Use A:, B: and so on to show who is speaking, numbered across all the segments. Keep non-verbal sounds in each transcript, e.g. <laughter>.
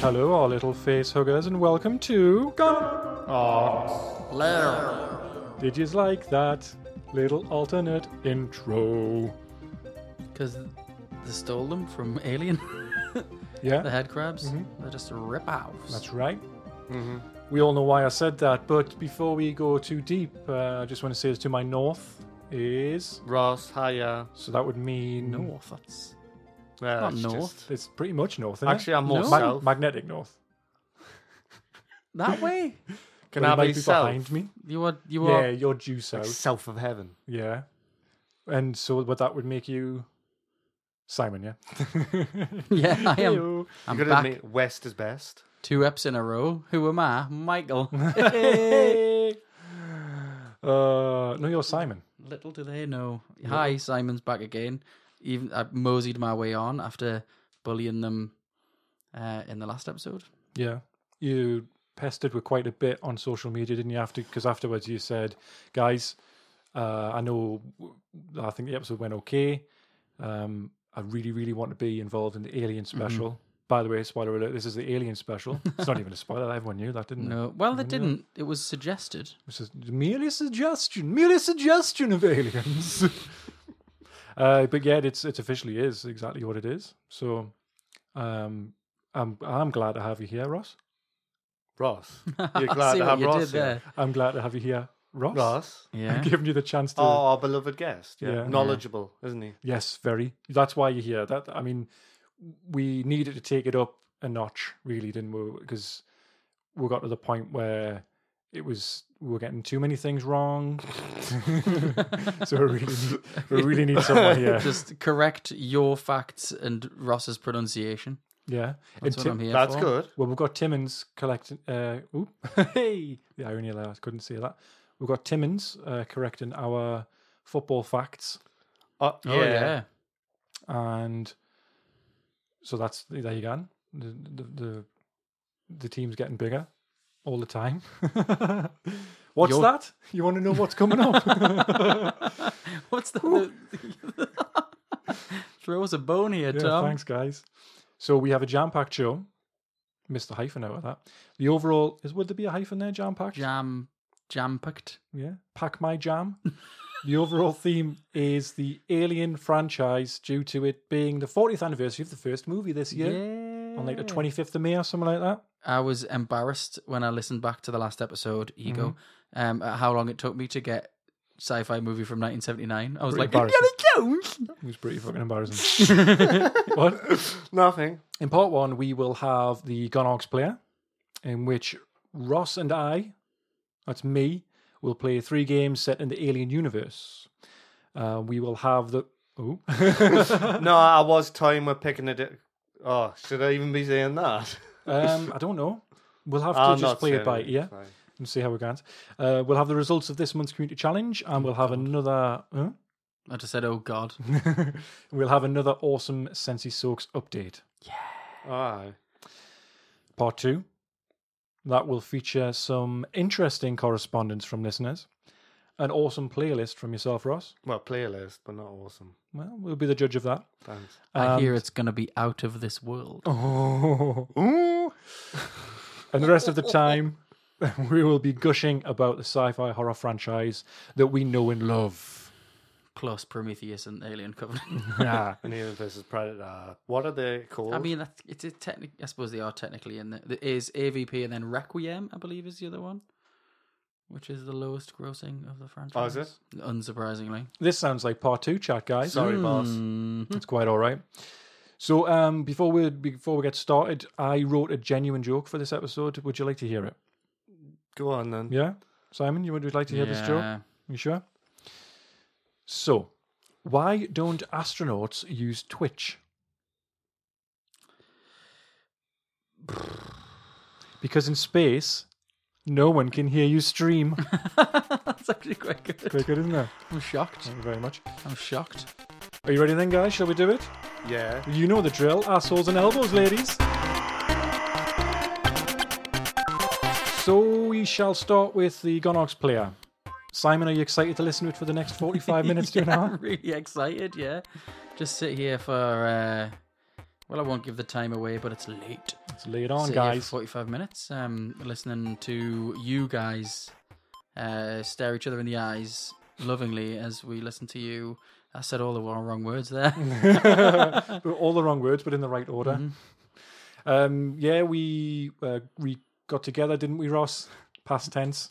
A: Hello, all little face huggers, and welcome to Gun. Did you like that little alternate intro?
B: Because they stole them from Alien. <laughs> the
A: Yeah,
B: head crabs. They're just rip-offs.
A: that's right.
C: Mm-hmm.
A: We all know why I said that, but before we go too deep, uh, I just want to say this to my north is
C: Ross, hiya.
A: so that would mean
B: North. That's
C: Yeah,
B: Not
C: it's
B: north.
C: just-
A: It's pretty much north. Isn't
C: Actually, I'm more
B: No.
A: it?
C: south.
A: magnetic north.
B: that way.
A: But
C: Can
A: it
C: I
A: might
C: be
A: be
C: south?
A: behind me?
B: <laughs> You are. You
A: Yeah,
B: are.
A: you're due
C: Like
A: south.
C: south of heaven.
A: Yeah. And so but that would make you Simon, yeah.
C: <laughs>
B: Yeah, <laughs> I am.
A: Heyo.
B: I'm
C: You're
B: back
C: gonna admit west is best.
B: two eps in a row. Who am I? Michael. <laughs>
A: <laughs> Uh no, you're Simon.
B: Little do they know. Hi, Simon's back again. Even I moseyed my way on after bullying them uh, in the last episode.
A: Yeah. You pestered with quite a bit on social media, didn't you? After because afterwards you said, guys, uh, I know I think the episode went okay. Um, I really, really want to be involved in the alien special. By the way, spoiler alert, this is the alien special. It's not even a spoiler, everyone knew that, didn't they?
B: No, well, they didn't. It was suggested.
A: This is merely suggestion, merely suggestion of aliens. <laughs> uh, but yet, it's it officially is exactly what it is. So, um, I'm I'm glad to have you here, Ross.
C: Ross.
B: <laughs>
C: You're
B: I
C: glad
B: see
C: to
B: what
C: have
B: you
C: Ross
B: did
C: here.
B: there.
A: I'm glad to have you here, Ross.
C: Ross.
B: Yeah.
A: giving you the chance to.
C: Oh, our beloved guest. Yeah.
A: Yeah.
C: Knowledgeable, isn't he?
A: Yes, very. That's why you're here. That I mean, we needed to take it up a notch, really, didn't we? Because we got to the point where it was we were getting too many things wrong. <laughs> so we really need, we really need someone here.
B: Just correct your facts and Ross's pronunciation.
A: Yeah, And
B: That's what
A: Tim-
B: I'm here
C: That's
B: for.
C: good.
A: Well, we've got Timmins collecting. Uh, oop, <laughs> hey, the irony of that, I couldn't see that. We've got Timmins uh, correcting our football facts,
C: Uh,
B: Oh yeah.
C: <laughs>
B: <laughs>
A: and so that's there you go. The the the, the team's getting bigger all the time. <laughs> what's
B: You're-
A: that? You want to know what's coming
B: <laughs>
A: up? <laughs>
B: What's the, the- <laughs> throw us a bone here,
A: Yeah,
B: Tom?
A: thanks, guys. So we have a jam-packed show. Missed the hyphen out of that. The overall is would there be a hyphen there? Jam-packed.
B: Jam, jam picked.
A: Yeah, pack my jam. <laughs> the overall theme is the Alien franchise due to it being the 40th anniversary of the first movie this year, on like the 25th of May or something like that.
B: I was embarrassed when I listened back to the last episode, Ego,
A: Mm-hmm.
B: um, at how long it took me to get sci-fi movie from 1979. I was
A: Pretty
B: like, Indiana Jones.
A: It was pretty fucking embarrassing. <laughs> what?
B: <laughs>
C: Nothing.
A: In part one, we will have the Gonogs player, in which Ross and I, that's me, will play three games set in the Alien universe. Uh, we will have the. Oh. <laughs>
C: No, I was toying with picking a. Di- oh, should I even be
B: <laughs>
C: saying that?
A: um, I don't know. We'll have to
C: I'll
A: just
C: not
A: play
C: say
A: it by
C: anything,
A: ear.
C: it's fine.
A: and see how we go. Uh, we'll have the results of this month's community challenge, and we'll have another. Huh?
B: I just said, "Oh God."
A: <laughs> We'll have another awesome Sensi Soaks update,
C: Aye.
A: part two. That will feature some interesting correspondence from listeners, an awesome playlist from yourself, Ross.
C: Well, playlist, but not awesome.
A: Well, we'll be the judge of that.
C: Thanks.
B: <laughs> I
A: Um,
B: hear it's going to be out of this world.
A: Oh. <laughs>
B: <laughs>
A: and the rest of the time, <laughs> we will be gushing about the sci-fi horror franchise that we know and love.
B: Plus Prometheus and Alien Covenant.
A: Yeah.
C: And even versus Predator. What are they called?
B: I mean, that's, it's a technic. I suppose they are technically in there. There is AVP and then Requiem, I believe, is the other one, which is the lowest grossing of the
C: Oh,
B: franchise.
C: is it?
B: Unsurprisingly.
A: this sounds like part two chat, guys.
C: Sorry, boss.
B: hmm.
A: It's quite all right. So um, before we before we get started, I wrote a genuine joke for this episode. Would you like to hear it?
C: Go on then.
A: Yeah, Simon, you would you like to hear this joke? You sure? So, why don't astronauts use Twitch? Because in space, no one can hear you stream.
B: <laughs> That's actually quite good.
A: Very good, isn't it?
B: I'm shocked.
A: Thank you very much.
B: I'm shocked.
A: Are you ready then, guys? Shall we do it?
C: Yeah.
A: You know the drill, assholes and elbows, ladies. So we shall start with the Gonox player. Simon, are you excited to listen to it for the next
B: <laughs>
A: 45 minutes to an
B: Yeah, I'm
A: hour?
B: really excited, yeah. Just sit here for uh, Well, I won't give the time away, but it's late.
A: It's late on,
B: Sit here for <laughs>
A: guys.
B: 45 minutes um, listening to you guys uh, stare each other in the eyes lovingly as we listen to you. I said all the wa- wrong
A: <laughs>
B: words
A: <laughs>
B: there. <laughs> Mm-hmm.
A: All the wrong words, but in the right order.
B: Mhm.
A: Um, yeah, we uh, we got together, didn't we, Ross? Past tense,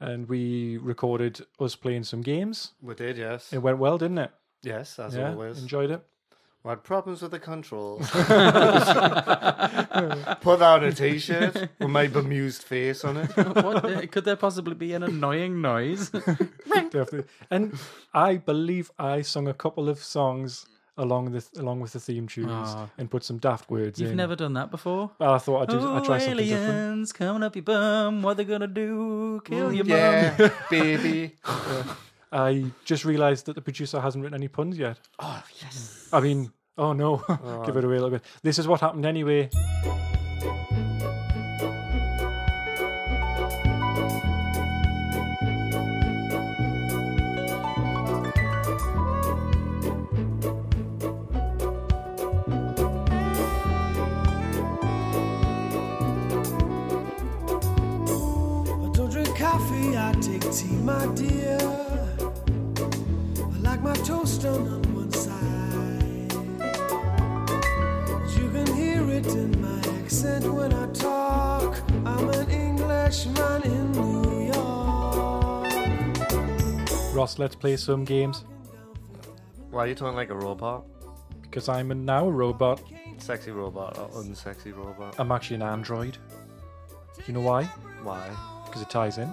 A: and we recorded us playing some games.
C: We did, yes.
A: It went well, didn't it?
C: yes, as
A: yeah,
C: always.
A: enjoyed it.
C: We had problems with
B: <laughs>
C: the controls. <laughs> Put out a t shirt with my bemused face on it.
B: what, uh, could there possibly be an annoying
A: <laughs>
B: noise?
A: Definitely. And I believe I sung a couple of songs along the along with the theme tunes
B: Ah.
A: and put some daft words
B: You've
A: in.
B: never done that before.
A: Well, I thought I'd, do, I'd try
B: oh,
A: something different.
B: aliens coming up your bum. What they gonna do?
A: Mm,
B: Kill your mum.
C: Yeah, baby.
A: I just realised that the producer hasn't written any puns yet.
B: Oh yes.
A: I mean, oh no, <laughs> give it away a little bit. This is what happened anyway.
D: I don't drink coffee, I take tea, my dear. I like my toast done on one side. You can hear it in my accent when I talk. I'm an Englishman in New York.
A: Ross, let's play some games
C: Why are you talking like a robot?
A: because I'm a now robot.
C: Sexy robot or unsexy robot?
A: I'm actually an android. You know why?
C: Why?
A: Because it ties in.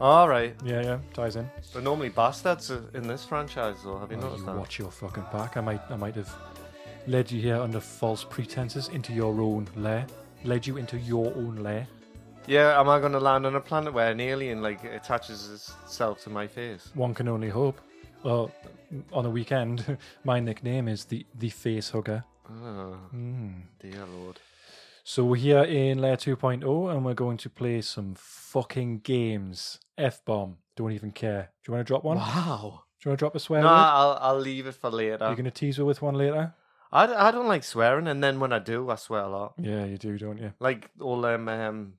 C: All right.
A: Yeah, yeah, ties in.
C: They're normally bastards in this franchise, though. Have you
A: Oh,
C: noticed
A: you
C: that?
A: watch your fucking back. I might, I might have led you here under false pretenses into your own lair. Led you into your own lair.
C: Yeah, am I going to land on a planet where an alien like attaches itself to my face?
A: One can only hope. Well, on a weekend, <laughs> my nickname is the the face hugger.
B: Hmm.
C: Oh,
A: Mm.
C: dear lord.
A: So we're here in Layer 2.0 and we're going to play some fucking games. F bomb. Don't even care. Do you want to drop one?
B: Wow.
A: Do you want to drop a swear
C: No,
A: word?
C: I'll, I'll leave it for later.
A: You're going to tease her with one later?
C: I, d- I don't like swearing, and then when I do, I swear a lot.
A: Yeah, you do, don't you?
C: Like all them um,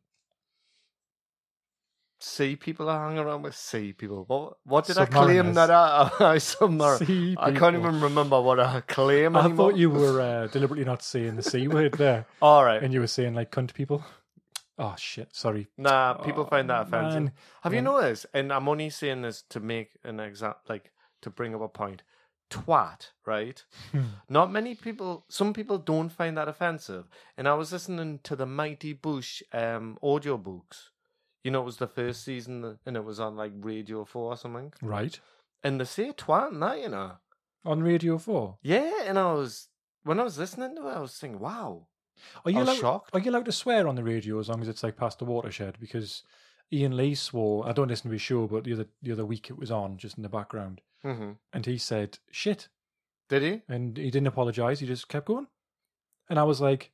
C: sea people I hang around with. Sea people. What, what did I claim
A: Submariners.
C: that I, <laughs> I, submar-
A: Sea
C: I can't
A: people.
C: even remember what I claim
A: I
C: anymore.
A: thought you were uh, deliberately not saying the C word there
C: All right.
A: and you were saying like cunt people. Oh shit, sorry.
C: Nah, people
A: Oh,
C: find that offensive.
A: man.
C: Have you
A: Yeah.
C: noticed? And I'm only saying this to make an exact, like, to bring up a point. Twat, right?
A: Hmm.
C: Not many people. Some people don't find that offensive. And I was listening to the Mighty Bush um audiobooks. You know, it was the first season, and it was on like Radio Four or something.
A: Right.
C: And they say twat and that, you know.
A: On Radio 4.
C: Yeah, and I was when I was listening to it, I was thinking, wow.
A: Are you
C: I was
A: allowed,
C: shocked.
A: Are you allowed to swear on the radio as long as it's like past the watershed? Because Ian Lee swore. I don't listen to his show, but the other the other week it was on just in the background,
C: hmm
A: and he said shit,
C: Did he?
A: and he didn't apologize. He just kept going, and I was like,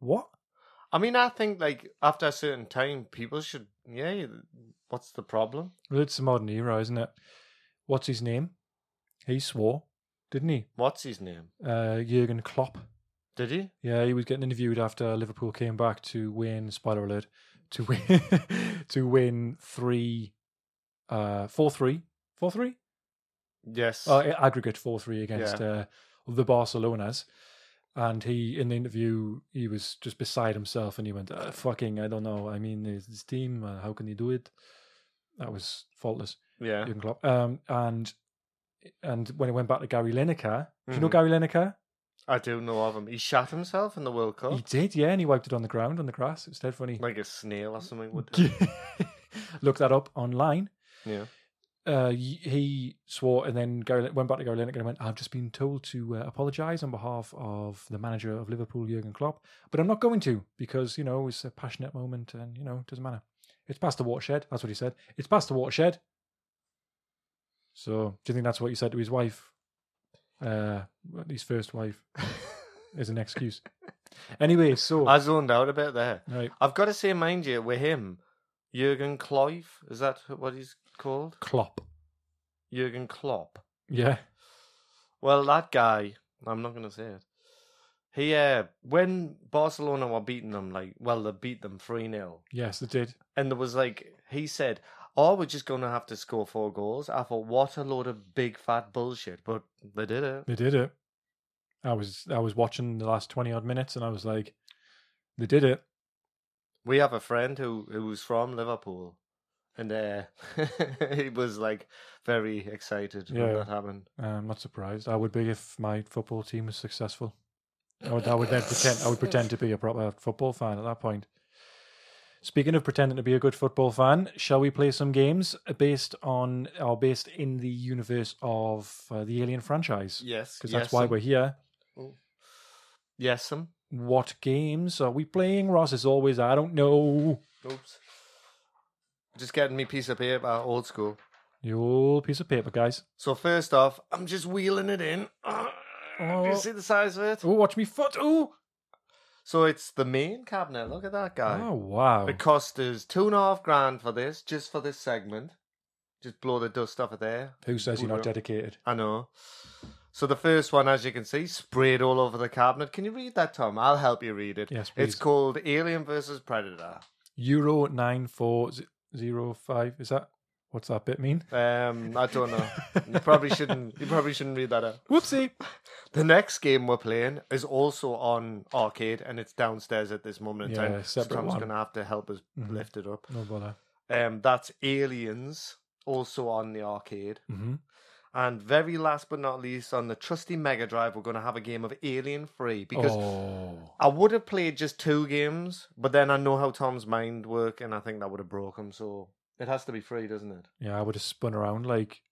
A: what?
C: I mean, I think like after a certain time, people should. Yeah, what's the problem?
A: Well, it's the modern era, isn't it? What's his name? He swore, didn't he?
C: What's his name?
A: Uh, Jurgen Klopp.
C: Did he?
A: Yeah, he was getting interviewed after Liverpool came back to win. Spoiler alert! <laughs> To win, to win three, uh, four three, four three.
C: Yes.
A: uh, a- aggregate 4 3 against uh, the Barcelonas. And he, in the interview, he was just beside himself and he went, uh, fucking, I don't know. I mean, it's this team, uh, how can he do it? That was faultless.
C: yeah.
A: Jurgen Klopp. Um, and and when it went back to Gary Lineker, do you know
C: Mhm.
A: Gary Lineker?
C: I do know of him. He shot himself in the World Cup
A: He did, yeah, and he wiped it on the ground, on the grass. It was dead funny.
C: like a snail or something. Would
A: <laughs> Look that up online.
C: yeah.
A: uh, y- he swore and then Gary, Lin- went back to Gary Lineker and went, I've just been told to uh, apologise on behalf of the manager of Liverpool, Jurgen Klopp, but I'm not going to because, you know, it's a passionate moment and, you know, it doesn't matter. It's past the watershed. That's what he said. It's past the watershed. So, do you think that's what he said to his wife? Uh, his first wife is an excuse. Anyway, so.
C: I zoned out a bit there.
A: right.
C: I've got to say, mind you, with him, Jurgen Cruyff is that what he's called?
A: Klopp.
C: Jurgen Klopp.
A: Yeah.
C: Well, that guy. I'm not going to say it. He uh, when Barcelona were beating them, like well, they beat them three 0
A: Yes, they did.
C: and there was like he said, "Oh, we're just going to have to score four goals." I thought, what a load of big fat bullshit, but they did it.
A: They did it. I was I was watching the last twenty odd minutes, and I was like, they did it.
C: We have a friend who who's from Liverpool, and uh, <laughs> he was like very excited
A: Yeah.
C: when that happened.
A: Uh, I'm not surprised. I would be if my football team was successful. I would, I would then pretend. I would pretend to be a proper football fan at that point. Speaking of pretending to be a good football fan, shall we play some games based on or based in the universe of uh, the Alien franchise?
C: Yes,
A: Because that's why we're here.
C: yes, some
A: What games are we playing? Ross, as always, I don't know.
C: oops. Just getting me piece of paper, old school.
A: The old piece of paper, guys.
C: So first off, I'm just wheeling it in. <laughs> Do
A: Oh.
C: you see the size of it?
A: Oh, watch me foot. Oh,
C: So it's the main cabinet. Look at that guy.
A: oh wow.
C: It cost us two and a half grand for this, just for this segment. Just blow the dust off of there.
A: Who says you're not dedicated?
C: I know. So the first one, as you can see, sprayed all over the cabinet. Can you read that, Tom? I'll help you read it.
A: Yes,
C: It's
A: please.
C: called Alien versus Predator.
A: Euro nine four zero five. Is that what's that bit mean?
C: Um, I don't know. you probably shouldn't. You probably shouldn't read that out.
A: Whoopsie.
C: The next game we're playing is also on arcade, and it's downstairs at this moment in
A: Yeah,
C: time. So
A: separate
C: Tom's
A: one.
C: gonna have to help us
A: Mhm.
C: lift it up.
A: No bother.
C: Um, that's Aliens, also on the arcade.
A: hmm
C: And very last but not least, on the trusty Mega Drive, we're going to have a game of Alien Free because
A: oh,
C: I would have played just two games, but then I know how Tom's mind work, and I think that would have broke him. So it has to be free, doesn't it?
A: yeah. I would have spun around like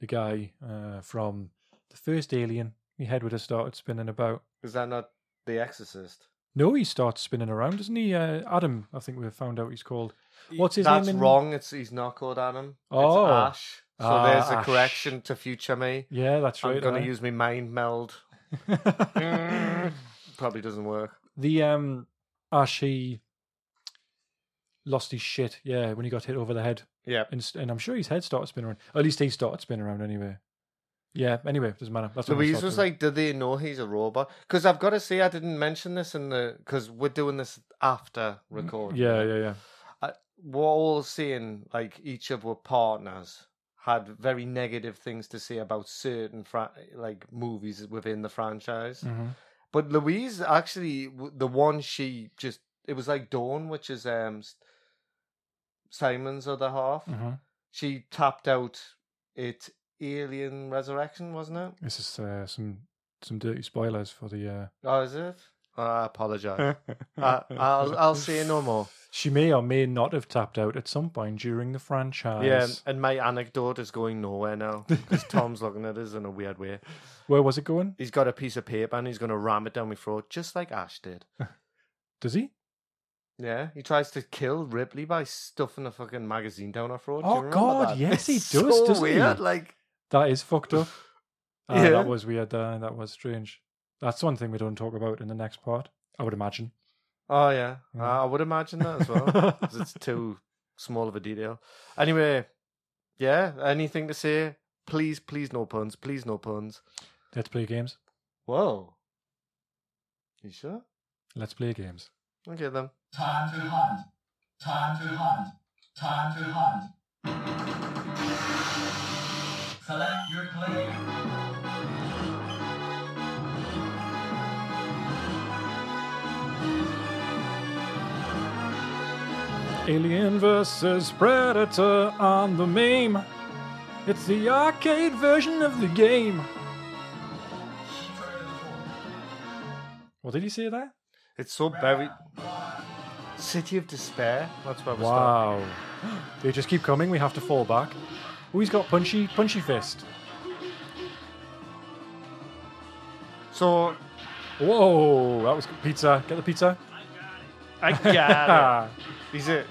A: the guy uh, from the first Alien. My head would have started spinning about.
C: Is that not The Exorcist?
A: No, he starts spinning around, doesn't he? Uh, Adam, I think we found out he's called. What's his
C: That's
A: name? in-
C: wrong. It's he's not called Adam.
A: Oh.
C: it's Ash. So
A: Ah,
C: there's a
A: Ash.
C: correction to future me.
A: Yeah, that's right.
C: I'm going
A: aye.
C: to use my mind meld. Probably doesn't work.
A: <laughs> the um, Ash he lost his shit. Yeah, when he got hit over the head.
C: Yeah.
A: and, s- and I'm sure his head started spinning around. At least he started spinning around anyway. Yeah. Anyway, doesn't matter. That's what I
C: Louise
A: thought
C: was
A: too.
C: like, "Do they know he's a robot?" Because I've got to say, I didn't mention this in the because we're doing this after recording.
A: Yeah, yeah, yeah.
C: I, we're all seeing like each of our partners had very negative things to say about certain fra- like movies within the franchise.
A: Mhm.
C: But Louise actually, w- the one she just it was like Dawn, which is um S- Simon's other half.
A: Mhm.
C: She tapped out it Alien Resurrection, wasn't it?
A: This is uh, some some dirty spoilers for
C: <laughs>
A: the.
C: Oh, is it? Oh, I apologize.
A: Uh...
C: I, I'll I'll say no more.
A: <laughs> She may or may not have tapped out at some point during the franchise.
C: Yeah, and my anecdote is going nowhere
A: <laughs>
C: now <laughs> because Tom's looking at us in a weird way.
A: Where was it going?
C: He's got a piece of paper and he's going to ram it down my throat, just like Ash did.
A: Does he?
C: Yeah, he tries to kill Ripley by stuffing a fucking magazine down her throat. Do you
A: Oh,
C: remember
A: God,
C: that?
A: yes, he
C: It's
A: does,
C: So
A: doesn't he?
C: weird, like
A: That is fucked up. Ah,
C: Yeah.
A: That was weird. Uh, that was strange. That's one thing we don't talk about in the next part. I would imagine.
C: oh yeah,
A: Yeah.
C: I- I would imagine that as
A: <laughs>
C: well. 'cause it's too small of a detail. Anyway, yeah, anything to say? Please, please, no puns. Please, no puns.
A: Let's play games.
C: Whoa, you sure?
A: Let's play games.
C: Okay then.
E: Time to hunt. Time to hunt. Time to hunt. Select your claim.
A: Alien versus Predator on the MAME. It's the arcade version of the game. What did he say there?
C: It's so buried. City of Despair. That's where we start.
A: Wow. <gasps> They just keep coming. We have to fall back. Oh, he's got punchy, punchy fist.
C: So
A: Whoa, that was good. pizza. Get the pizza.
C: I got
A: <laughs>
C: it. He's a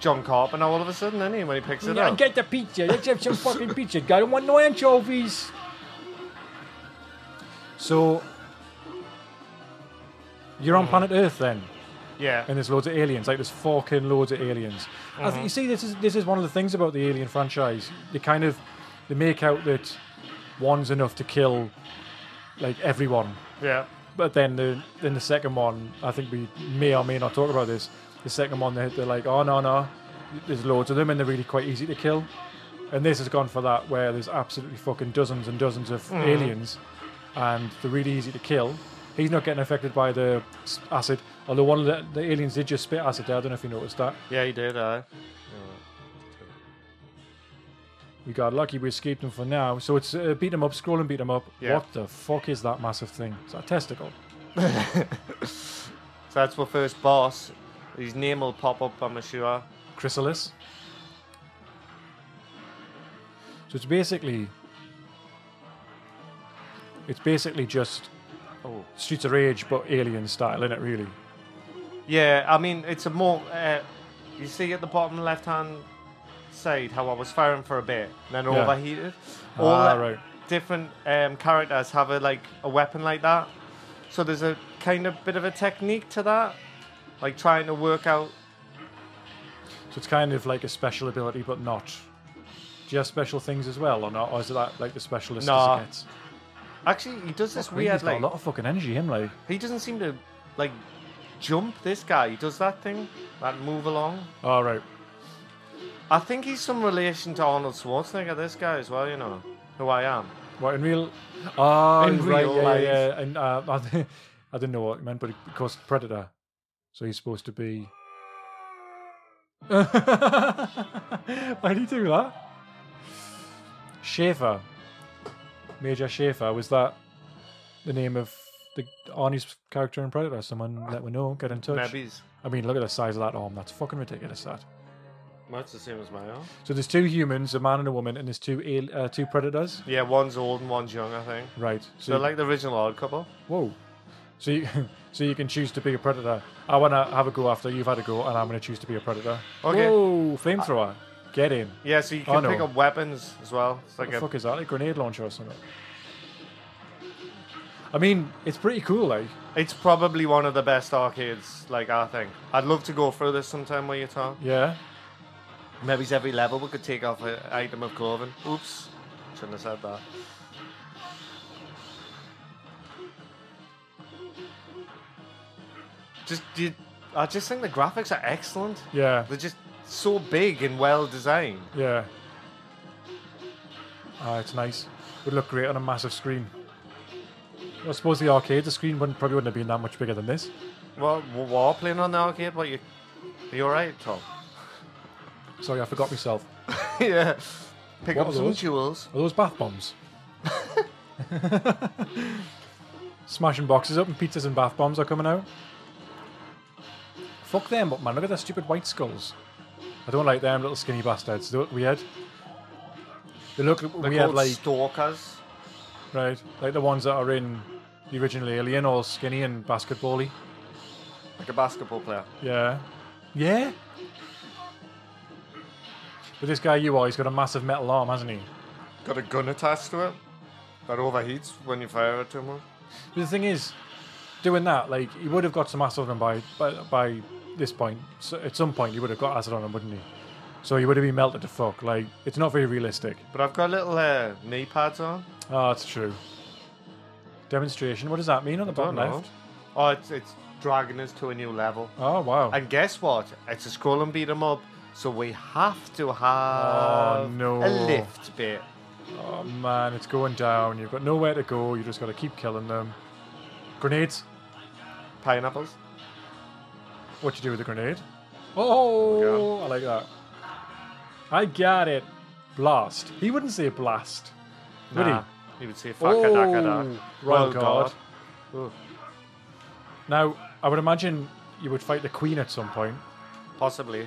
C: John Carpenter all of a sudden, isn't he? When he picks it up.
A: the pizza. Let's have some fucking pizza. I don't want no anchovies. So, you're on planet Earth then?
C: Yeah.
A: and there's loads of aliens. Like there's fucking loads of aliens. I think you see, this is this is one of the things about the Alien franchise. They kind of they make out that one's enough to kill like everyone,
C: yeah.
A: but then the in the second one, I think we may or may not talk about this. The second one, they're, they're like, oh no no, there's loads of them and they're really quite easy to kill. And this has gone for that where there's absolutely fucking dozens and dozens of aliens, and they're really easy to kill. He's not getting affected by the s- acid, although one of the, the aliens did just spit acid there. I don't know if you noticed that.
C: Yeah, he did. I.
A: We got lucky we escaped them for now. So it's uh, beat 'em up, scroll and beat 'em up.
C: Yeah.
A: What the fuck is that massive thing? Is that a testicle?
C: So that's my first boss. His name will pop up, I'm sure.
A: Chrysalis. So it's basically it's basically just
C: Oh.
A: Streets of Rage but alien style, innit? Really,
C: Yeah, I mean, it's a more. Uh, you see at the bottom left hand side how I was firing for a bit, then
A: Yeah.
C: overheated.
A: Ah,
C: that-
A: right.
C: different um, characters have a like a weapon like that. So there's a kind of bit of a technique to that, like trying to work out.
A: so it's kind of like a special ability but not. Do you have special things as well, or not? Or is it that like the specialist
C: Nah.
A: as it gets?
C: Actually, he does this
A: He's
C: weird
A: got
C: like
A: a lot of fucking energy, him like.
C: he doesn't seem to like jump. This guy he does that thing, that move along.
A: All Ah, right.
C: I think he's some relation to Arnold Schwarzenegger. This guy as well, you know who I am.
A: What in real? Oh,
C: Ah, In
A: right,
C: real
A: yeah,
C: life.
A: yeah, yeah. And uh, <laughs> I, th- I didn't know what it meant, but of course, predator. So he's supposed to be. <laughs> Why do you do that? Schaefer, Major Schaefer, was that the name of the Arnie's character in Predator? Someone let me know. Get in touch.
C: Maybe's
A: I mean, look at the size of that arm. That's fucking ridiculous. That.
C: much the same as my arm.
A: So there's two humans, a man and a woman, and there's two al- uh, two predators.
C: Yeah, one's old and one's young. I think.
A: Right.
C: So like the original Odd Couple.
A: Whoa. So you, <laughs> so you can choose to be a predator. I want to have a go after you've had a go, and I'm going to choose to be a predator.
C: Okay.
A: Whoa, flamethrower. Get in.
C: Yeah, so you
A: Oh,
C: can
A: no.
C: pick up weapons as well. It's like
A: What the
C: a
A: fuck is that? A grenade launcher or something? I mean, it's pretty cool, like.
C: It's probably one of the best arcades, like I think. I'd love to go through this sometime while you talk.
A: Yeah.
C: Maybe it's every level we could take off an item of clothing. Oops, shouldn't have said that. Just, you, I just think the graphics are excellent.
A: Yeah.
C: They're just so big and well designed.
A: Yeah. Ah, it's nice. Would look great on a massive screen. I suppose the arcade, the screen wouldn't probably wouldn't have been that much bigger than this.
C: Well, we were playing on the arcade, but you, are you alright, Tom? <laughs>
A: Sorry, I forgot myself.
C: yeah. Pick
A: What
C: up
A: are
C: some
A: those?
C: jewels.
A: Are those bath
C: <laughs>
A: bombs? Smashing boxes up and pizzas and bath bombs are coming out. Fuck them up, man. Look at their stupid white skulls. I don't like them little skinny bastards. They look weird. They look
C: They're
A: weird
C: called
A: like
C: stalkers.
A: right, like the ones that are in the original Alien, all skinny and basketball-y.
C: Like a basketball player.
A: Yeah. Yeah? But this guy you are, he's got a massive metal arm, hasn't he?
C: Got a gun attached to it that overheats when you fire it too much.
A: But the thing is, doing that, like he would have got some acid on him by by, by this point. So at some point, he would have got acid on him, wouldn't he? So he would have been melted to fuck. Like it's not very realistic.
C: But I've got little uh, knee pads on.
A: Ah, that's true. Demonstration. What does that mean on the
C: Don't
A: bottom
C: know.
A: left?
C: Oh, it's, it's dragging us to a new level.
A: Oh wow.
C: And guess what? It's a scroll and beat 'em up, so we have to have
A: Oh, no.
C: a lift bit.
A: oh man, it's going down. You've got nowhere to go. You just got to keep killing them. Grenades.
C: Pineapples.
A: What you do with a grenade? Oh, I like that. I got it. Blast. He wouldn't say blast. Would he?
C: Nah, You would say
A: Oh,
C: fakadakada.
A: Royal Guard.
C: Ooh,
A: Now, I would imagine you would fight the Queen at some point.
C: possibly.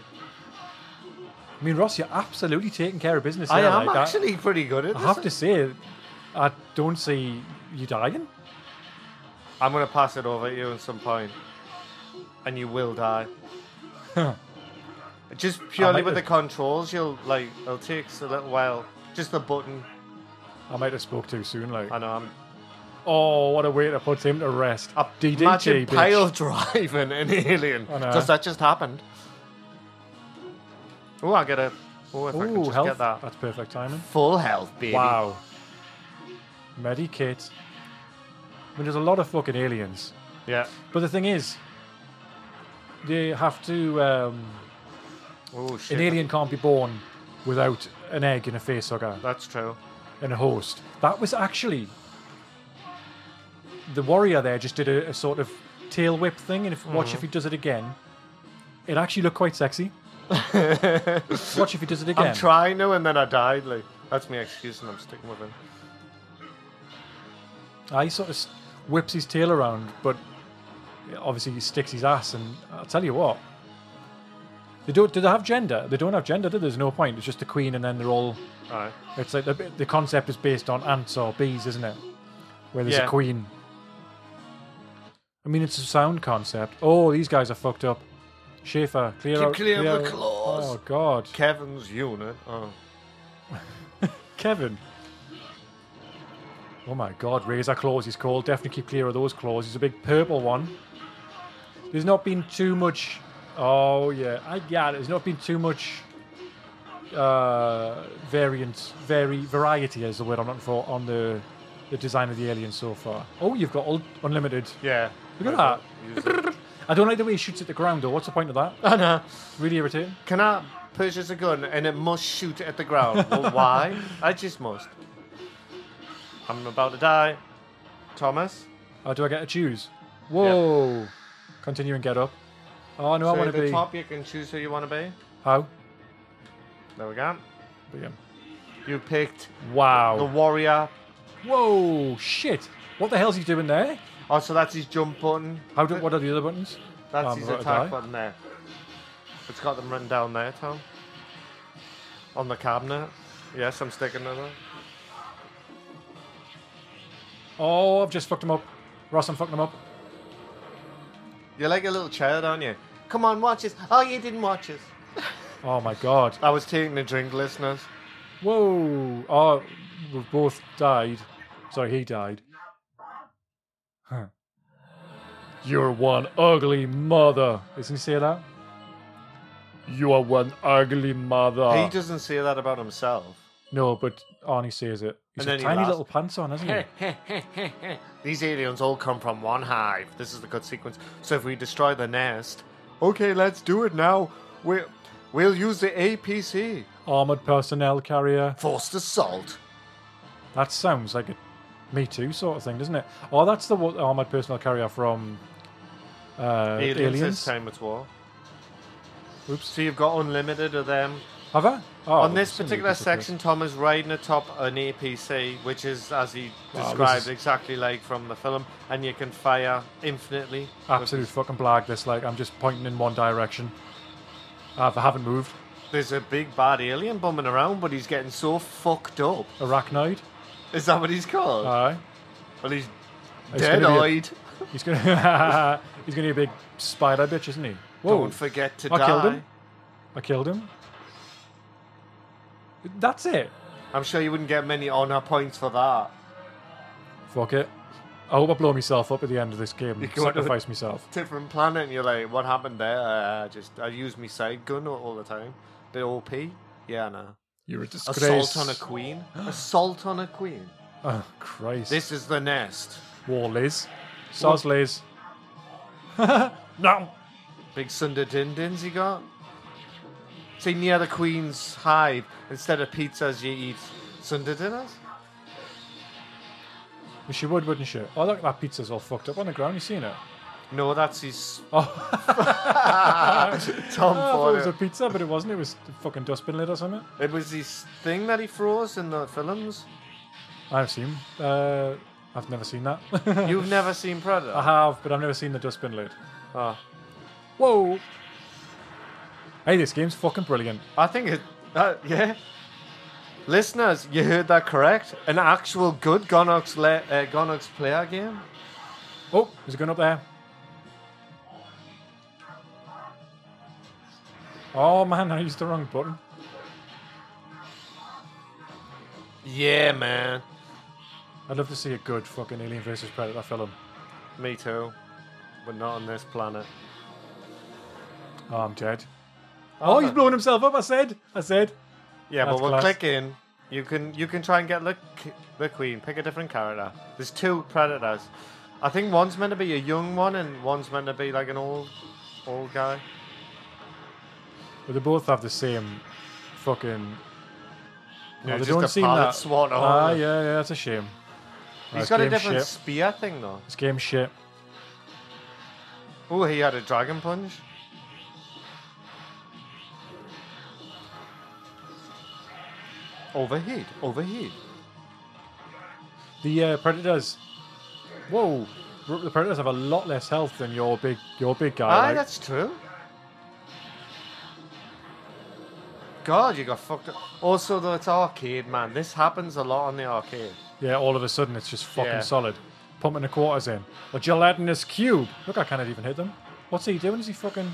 A: I mean, Ross, you're absolutely taking care of business.
C: I
A: here,
C: am
A: like,
C: actually pretty good at
A: I,
C: this.
A: I have to say, I don't see you dying.
C: I'm going to pass it over to you at some point, and you will die. <laughs> Just purely
A: might
C: with the
A: have-
C: controls, you'll like it'll take a little while. Just the button.
A: I might have spoke too soon. Like,
C: I know. I'm
A: oh, what a way to put him to rest.
C: a
A: DDT,
C: imagine
A: bitch.
C: pile <laughs> driving an alien.
A: I know.
C: Does that just happened? Oh, I get a. Oh, if I can
A: Ooh,
C: just
A: health. Uh,
C: get that
A: That's perfect timing.
C: full health, baby.
A: Wow. Medikit. I mean, there's a lot of fucking aliens.
C: Yeah.
A: But the thing is, they have to. Um,
C: Oh shit.
A: an alien can't be born without an egg and a facehugger
C: That's true.
A: and a host. That was actually the warrior there just did a, a sort of tail whip thing, and if watch if he does it again, it actually looked quite sexy. watch if he does it again.
C: I'm trying to, and then I died. Like that's my excuse, and I'm sticking with it.
A: I sort of s- whips his tail around, but obviously he sticks his ass. And I'll tell you what, they don't. Do they have gender? They don't have gender. Do they? There's no point. It's just the queen, and then they're all.
C: All right.
A: It's like the, the concept is based on ants or bees, isn't it? Where there's
C: Yeah.
A: a queen. I mean, it's a sound concept. Oh, these guys are fucked up. Schaefer, clear
C: Keep
A: out.
C: clear of
A: clear
C: the
A: out-
C: claws.
A: Oh God,
C: Kevin's unit. Oh,
A: Kevin. Oh my God, razor claws. He's called. Definitely keep clear of those claws. He's a big purple one. There's not been too much. Oh yeah, I yeah. There's not been too much uh, variant, very variety is the word I'm looking for on the the design of the alien so far. Oh, you've got all unlimited.
C: yeah.
A: Look at
C: Right,
A: that.
C: use it.
A: I don't like the way he shoots at the ground though. What's the point of that? <laughs>
C: I know.
A: Really irritating.
C: <laughs> Can I purchase a gun and it must shoot at the ground? well, why? I just must. I'm about to die. Thomas?
A: Oh, do I get to choose? Whoa! Continue and get up. Oh no,
C: so
A: I want
C: at
A: to
C: the
A: be
C: top, you can choose who you want to be.
A: how.
C: There we go.
A: But yeah.
C: You picked the
A: Wow.
C: warrior.
A: Whoa, shit. What the hell's he doing there?
C: Oh, so that's his jump button.
A: How do, what are the other buttons?
C: That's
A: Um,
C: his
A: right, die.
C: attack button there. It's got them written down there, Tom. On the cabinet. Yes, I'm sticking to them.
A: Oh, I've just fucked him up. Ross, I'm fucking him up.
C: You're like a little child, aren't you? Come on, watch us. Oh, you didn't watch us.
A: Oh my god.
C: I was taking a drink, listeners.
A: Whoa. Oh, we've both died. Sorry, he died. Huh. You're one ugly mother. Doesn't he say that? You are one ugly mother.
C: he doesn't say that
A: <laughs>
C: about himself.
A: no, but Arnie says it. He's got
C: And then he
A: tiny
C: laughs.
A: little pants on, hasn't he?
C: These aliens all come from one hive. This is the good sequence. So if we destroy the nest, okay, let's do it now. We we'll use the APC,
A: Armored personnel carrier.
C: forced assault.
A: That sounds like a Me Too sort of thing, doesn't it? Oh, that's the wa- armored personnel carrier from uh,
C: Aliens,
A: Aliens.
C: this time it's war.
A: Oops.
C: So you've got unlimited of them.
A: Have I? Oh,
C: On this
A: it's in the
C: particular
A: Aliens, of course.
C: section, Tom is riding atop an APC, which is as he
A: Wow, this
C: described
A: is-
C: exactly like from the film, and you can fire infinitely.
A: Absolute fucking blag. This like I'm just pointing in one direction. I haven't moved.
C: There's a big bad alien bumming around, but he's getting so fucked up.
A: Arachnoid.
C: Is that what he's called?
A: Aye.
C: well, he's
A: Uh, It's gonna
C: dead
A: be a-
C: eyed.
A: He's gonna <laughs> he's gonna be a big spider bitch, isn't he? Whoa!
C: Don't forget to
A: I
C: die.
A: killed him. I killed him. That's it.
C: I'm sure you wouldn't get many honor points for that.
A: Fuck it. I hope I blow myself up at the end of this game.
C: You
A: and
C: go to the-
A: Sacrifice myself.
C: Different planet, and you're like, what happened there? Uh, just I use my side gun all, all the time. Bit OP. Yeah, I know.
A: You're a disgrace.
C: Assault on a queen.
A: <gasps>
C: Assault on a queen.
A: Oh Christ!
C: This is the nest.
A: war, Liz. Soz, Liz. <laughs> no.
C: Big Sunder Dindins you got? See, near the Queen's hive, instead of pizzas, you eat Sunder dinners?
A: She would, wouldn't she? Oh look, that pizza's all fucked up on the ground. You seen it?
C: No, that's his.
A: Oh.
C: <laughs> Tom
A: I thought it was
C: Ford.
A: a pizza, but it wasn't. It was a fucking dustbin lid or something.
C: It was this thing that he froze in the films.
A: I've seen. Uh, I've never seen that. <laughs>
C: You've never seen
A: I
C: Predator.
A: have, but I've never seen the dustbin lid.
C: Oh.
A: Whoa. Hey, this game's fucking brilliant.
C: I think it. Uh, yeah. Listeners, you heard that correct. An actual good Gonox, le- uh, Gonox player game.
A: Oh, there's a gun up there. Oh man, I used the wrong button.
C: Yeah, man.
A: I'd love to see a good fucking Alien versus Predator film.
C: Me too. But not on this planet.
A: Oh, I'm dead. Oh, he's
C: no.
A: blowing himself up. I said. I said.
C: Yeah,
A: That's
C: but we'll
A: class.
C: click in. You can you can try and get the, the queen. Pick a different character. There's two predators. I think one's meant to be a young one and one's meant to be like an old, old guy.
A: But they both have the same fucking.
C: No,
A: Oh, they
C: just
A: don't
C: a
A: seem
C: pallet
A: that.
C: swat on.
A: ah, yeah, yeah, that's a shame. That's
C: He's got a
A: game
C: different
A: shit.
C: spear thing though.
A: This game shit.
C: Oh, he had a dragon punch. Overheat, overheat.
A: The uh, predators. Whoa, r- the predators have a lot less health than your big your big guy.
C: Aye,
A: like.
C: that's true. God, you got fucked up. Also, though, it's arcade, man. This happens a lot on the arcade.
A: Yeah, all of a sudden it's just fucking
C: Yeah.
A: solid. Pumping the quarters in. A gelatinous cube. Look, I can't even hit them. What's he doing? Is he fucking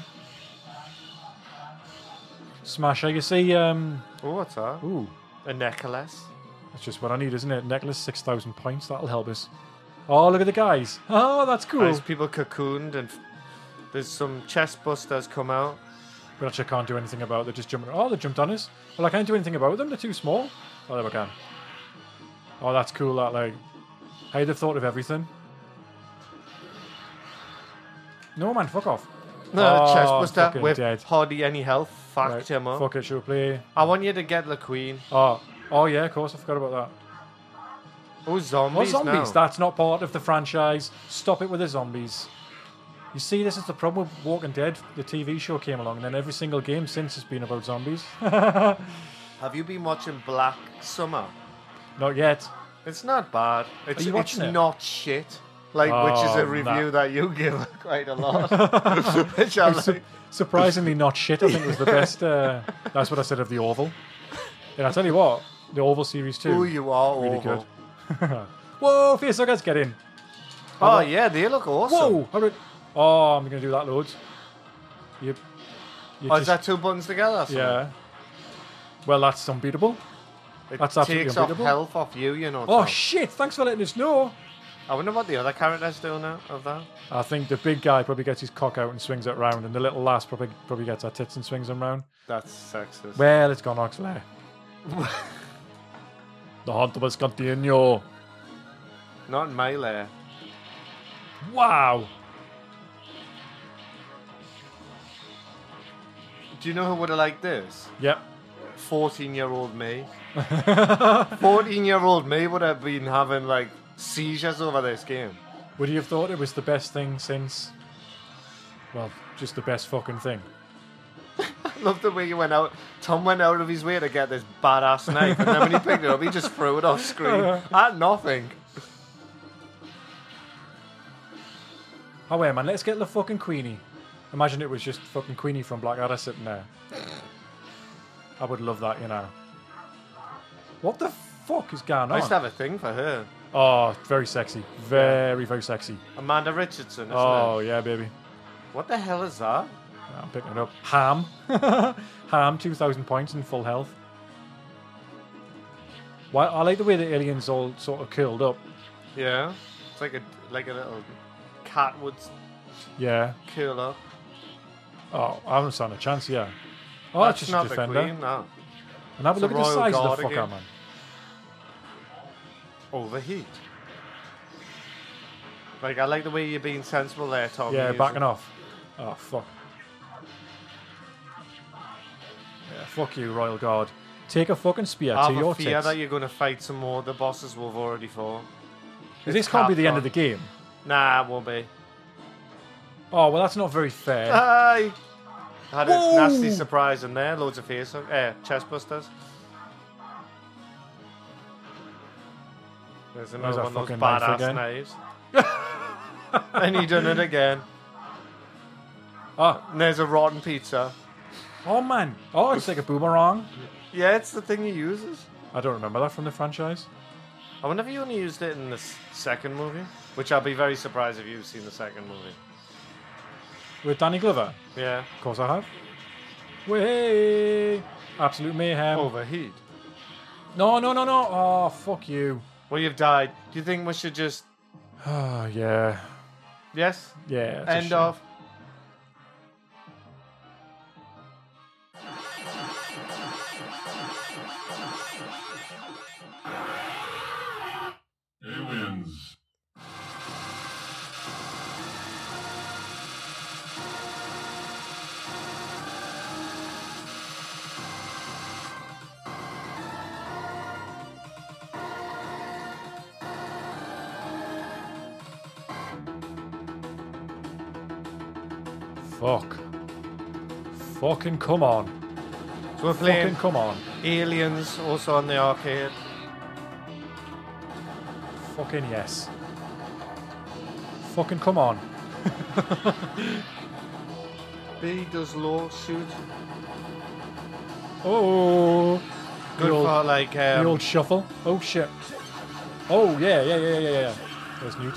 A: smasher? You see, um,
C: Oh, what's that?
A: ooh,
C: A necklace.
A: that's just what I need, isn't it? Necklace, six thousand points. That'll help us. Oh, look at the guys. Oh, that's cool.
C: There's people cocooned, and f- there's some chest busters come out.
A: But actually, I can't do anything about. it. They're just jumping. Oh, they jumped on us. Well, I can't do anything about them. They're too small. Oh, there we can. Oh, that's cool. That like, hey, they've thought of everything. No man, fuck off.
C: No,
A: Oh,
C: chest
A: fucking
C: buster with
A: dead.
C: hardly any health. Fucked
A: Right,
C: him up.
A: Fuck it, shall we play?
C: I want you to get the queen.
A: Oh, oh yeah, of course. I forgot about that.
C: Oh,
A: Oh,
C: zombies!
A: zombies.
C: now.
A: That's not part of the franchise. Stop it with the zombies. You see, this is the problem with Walking Dead. The TV show came along, and then every single game since has been about zombies. <laughs>
C: Have you been watching Black Summer?
A: not yet.
C: It's not bad. It's,
A: you
C: it's
A: watching it?
C: not shit. Like, which is
A: Oh,
C: a review
A: nah.
C: that you give <laughs> quite a
A: <laughs>
C: lot. which I
A: Su-
C: like.
A: surprisingly not shit. I think
C: <laughs>
A: was the best. Uh, that's what I said of the Oval. And I tell you what, the Oval series too.
C: Who you are,
A: really
C: Orville.
A: good. Whoa, face suckers, get in.
C: Oh, yeah, they look awesome.
A: Whoa, how did? Oh, I'm gonna do that loads. You, you
C: Oh,
A: just-
C: is that two buttons together? or something?
A: yeah. Well, that's unbeatable.
C: It
A: that's absolutely
C: takes off
A: unbeatable.
C: health off you, you know.
A: Oh
C: Tom.
A: shit! Thanks for letting us know.
C: I wonder what the other characters do now of that.
A: I think the big guy probably gets his cock out and swings it round, and the little lass probably probably gets her tits and swings them round.
C: That's sexist.
A: Well, it's gone Oxley. <laughs> the hunt must continue.
C: Not in my lair.
A: Wow.
C: Do you know who would have liked this?
A: Yep.
C: 14 year
A: <laughs>
C: old me. 14 year old me would have been having like seizures over this game.
A: Would you have thought it was the best thing since? Well, just the best fucking thing.
C: Love the way you went out. Tom went out of his way to get this badass knife, and then
A: <laughs>
C: when he picked it up, he just threw it off screen at nothing.
A: Oh wait, man, let's get the fucking Queenie. Imagine it was just fucking Queenie from Blackadder sitting there. I would love that, you know. What the fuck is going
C: I used to
A: on?
C: have a thing for her.
A: Oh, very sexy. Very, very sexy.
C: Amanda Richardson, isn't
A: Oh,
C: it?
A: yeah, baby.
C: What the hell is that?
A: I'm picking it up. Ham. <laughs> Ham, 2,000 points in full health. Well, I like the way the alien's all sort of curled up.
C: Yeah. It's like a like a little cat would
A: Yeah.
C: curl up.
A: Oh, I haven't stand a chance, yeah. Oh,
C: That's
A: it's just
C: not
A: a
C: the
A: defender.
C: queen, no.
A: And have a
C: It's a
A: look at the
C: royal
A: size of
C: guard
A: the fucker,
C: again.
A: man.
C: Overheat. Like I like the way you're being sensible there, Tom.
A: Yeah,
C: You're
A: backing off. Oh, fuck. Yeah, fuck you, Royal Guard. Take a fucking spear
C: I
A: to
C: have
A: your
C: a fear
A: tits.
C: that you're going to fight some more of the bosses we've already fought.
A: This can't be the end of the
C: Capcom.
A: game.
C: Nah, it won't be.
A: Oh, well, that's not very
C: <laughs>
A: fair.
C: Hi. Had a
A: Whoa.
C: nasty surprise in there. Loads of face, uh, chest busters. There's
A: There's our
C: another one of those
A: fucking knife
C: badass
A: again.
C: knives. <laughs> and he done it again.
A: Oh,
C: And there's a rotten pizza.
A: oh, man. Oh, it's like a boomerang.
C: Yeah, it's the thing he uses.
A: I don't remember that from the franchise.
C: I wonder if he only used it in the s- second movie, which I'll be very surprised if you've seen the second movie.
A: With Danny Glover?
C: Yeah.
A: Of course I have. Way! Absolute mayhem.
C: Overheat.
A: No, no, no, no. Oh, fuck you. <sighs>
C: Well, you've died. Do you think we should just.
A: Oh, yeah.
C: Yes?
A: Yeah. it's a
C: End
A: shame.
C: of.
E: Aliens.
A: Fuck. Fucking come on.
C: So we're
A: Fucking
C: playing
A: come on.
C: Aliens also on the arcade.
A: Fucking yes. Fucking come on.
C: B does low shoot.
A: Oh.
C: Good
A: old-
C: for like
A: the
C: um,
A: old shuffle. Oh shit. Oh yeah, yeah, yeah, yeah, yeah, yeah. There's Newt.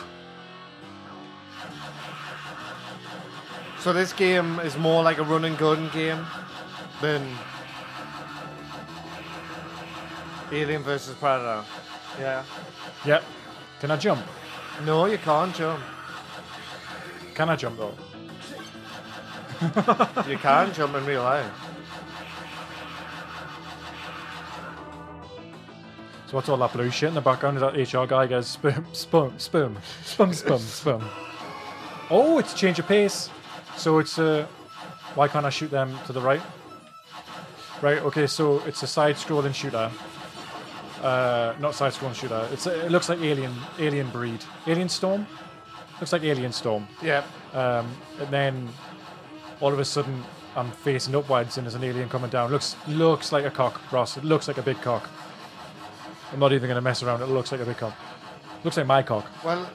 C: So this game is more like a run and gun game than Alien versus Predator. Yeah.
A: Yep. Can I jump?
C: No, you can't jump.
A: Can I jump though?
C: You can jump in real life.
A: So what's all that blue shit in the background? Is that HR guy goes sperm, sperm, sperm, sperm, sperm, sperm. Oh, it's change of pace. So it's uh, why can't I shoot them to the right? Right. Okay. So it's a side-scrolling shooter. Uh, not side-scrolling shooter. It's it looks like Alien, Alien Breed, Alien Storm. Looks like Alien Storm.
C: Yeah.
A: Um, and then all of a sudden, I'm facing upwards, and there's an alien coming down. Looks looks like a cock, Ross. It looks like a big cock. I'm not even going to mess around. It looks like a big cock. Looks like my cock.
C: Well,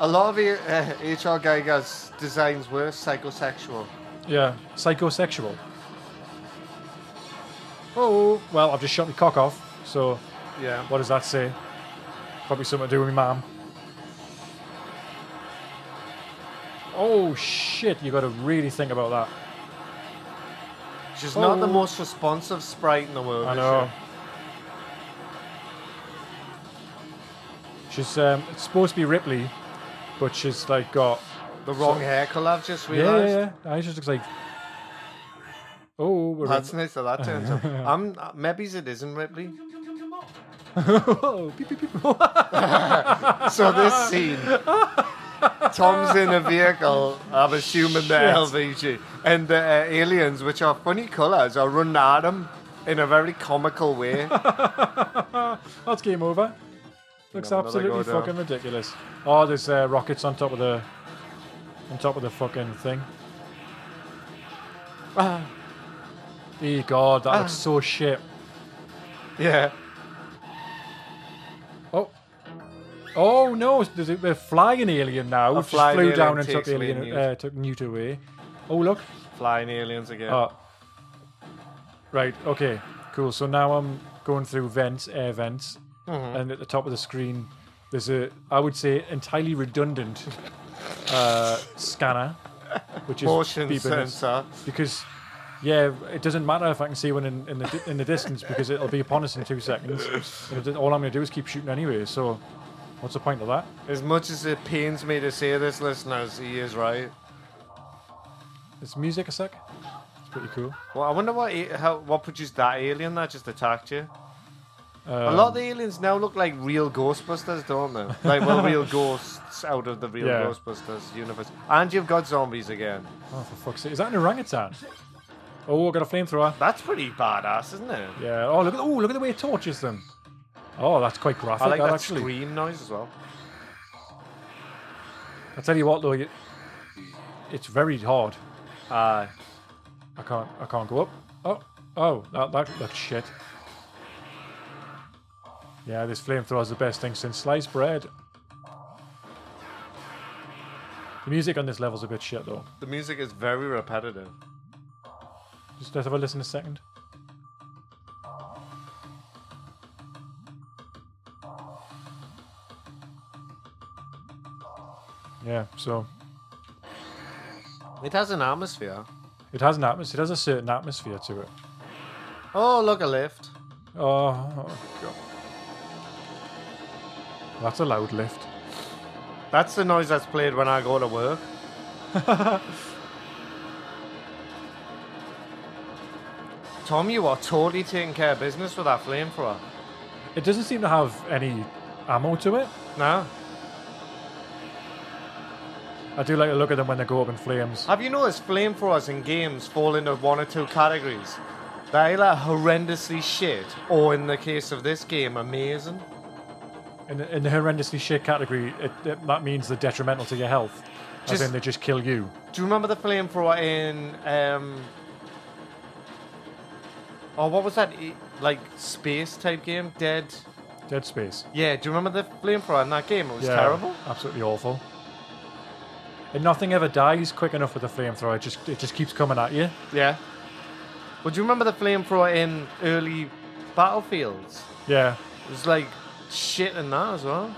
C: a lot of uh, HR Geiger's designs were psychosexual.
A: Yeah, psychosexual. Oh well, I've just shot my cock off. So
C: Yeah.
A: what does that say? Probably something to do with mom. Oh shit! You got to really think about that.
C: She's not the
A: Oh.
C: most responsive sprite in the world.
A: I
C: is
A: know. She's um, it's supposed to be Ripley, but she's like got
C: she? The wrong hair color, I've just
A: yeah,
C: realised.
A: yeah, yeah. I just looks like oh, we're <laughs>
C: That's nice that that turns up. I'm, uh, maybe it isn't Ripley.
A: oh, beep, beep, beep.
C: So this scene, Tom's in a vehicle. I'm assuming the LVG, and the uh, aliens, which are funny colours, are running at him in a very
A: <laughs>
C: comical way.
A: that's game over. Looks
C: Another
A: absolutely
C: go down.
A: fucking ridiculous. Oh, there's uh, rockets on top of the on top of the fucking thing. Ah. Eh, God, that
C: Ah.
A: looks so shit.
C: yeah,
A: Oh. Oh no! There's a, a flying alien now. Just
C: flying
A: flew
C: alien
A: down and
C: takes
A: took
C: away
A: alien,
C: Newt.
A: uh, took Newt away. Oh look!
C: flying aliens again.
A: Oh. Right. Okay. Cool. So now I'm going through vents, air vents,
C: Mm-hmm.
A: and at the top of the screen, there's a I would say entirely redundant uh, scanner, which is
C: Motion
A: beeping us.
C: sensor.
A: because yeah, it doesn't matter if I can see one in, in the di- in the distance because it'll be upon us in two seconds. And it- all I'm going to do is keep shooting anyway. So, what's the point of that?
C: As much as it pains me to say this, listeners, he is right.
A: It's music a sec. It's pretty cool.
C: Well, I wonder what a- how what produced that alien that just attacked you.
A: Um,
C: a lot of the aliens now look like real Ghostbusters, don't they? Like,
A: <laughs>
C: well, real ghosts out of the real
A: Yeah.
C: Ghostbusters universe. And you've got zombies again.
A: Oh, for fuck's sake! Is that an orangutan? Oh, I got a flamethrower.
C: That's pretty badass, isn't it?
A: Yeah. Oh, look at oh, look at the way it tortures them. Oh, that's quite graphic.
C: I like
A: that
C: that
A: actually.
C: scream noise as well.
A: I tell you what, though, you, it's very hard.
C: Uh,
A: I can't. I can't go up. Oh, oh, that that looks shit. Yeah, this flamethrower's the best thing since sliced bread. The music on this level's a bit shit, though.
C: the music is very repetitive.
A: Just let's have a listen a second. Yeah, so
C: It has an atmosphere.
A: it has an atmosphere. It has a certain atmosphere to it.
C: Oh, look, a lift.
A: Oh, oh god, that's a loud lift.
C: That's the noise that's played when I go to work. <laughs> Tom, you are totally taking care of business with that flamethrower.
A: It doesn't seem to have any ammo to it.
C: No.
A: I do like the look at them when they go up in flames.
C: Have you noticed flamethrowers in games fall into one or two categories? They're either horrendously shit, or in the case of this game, amazing.
A: In, in the horrendously shit category, it, it, that means they're detrimental to your health. As
C: Just-
A: in they just kill you.
C: Do you remember the flamethrower in? Um, oh, what was that? e- Like space type game, Dead.
A: Dead Space.
C: Yeah, do you remember the flamethrower in that game? It was terrible.
A: Absolutely awful. And nothing ever dies quick enough with a flamethrower. It just it just keeps coming at you.
C: Yeah. Well, do you remember the flamethrower in early battlefields?
A: Yeah.
C: It was like shit in that as well.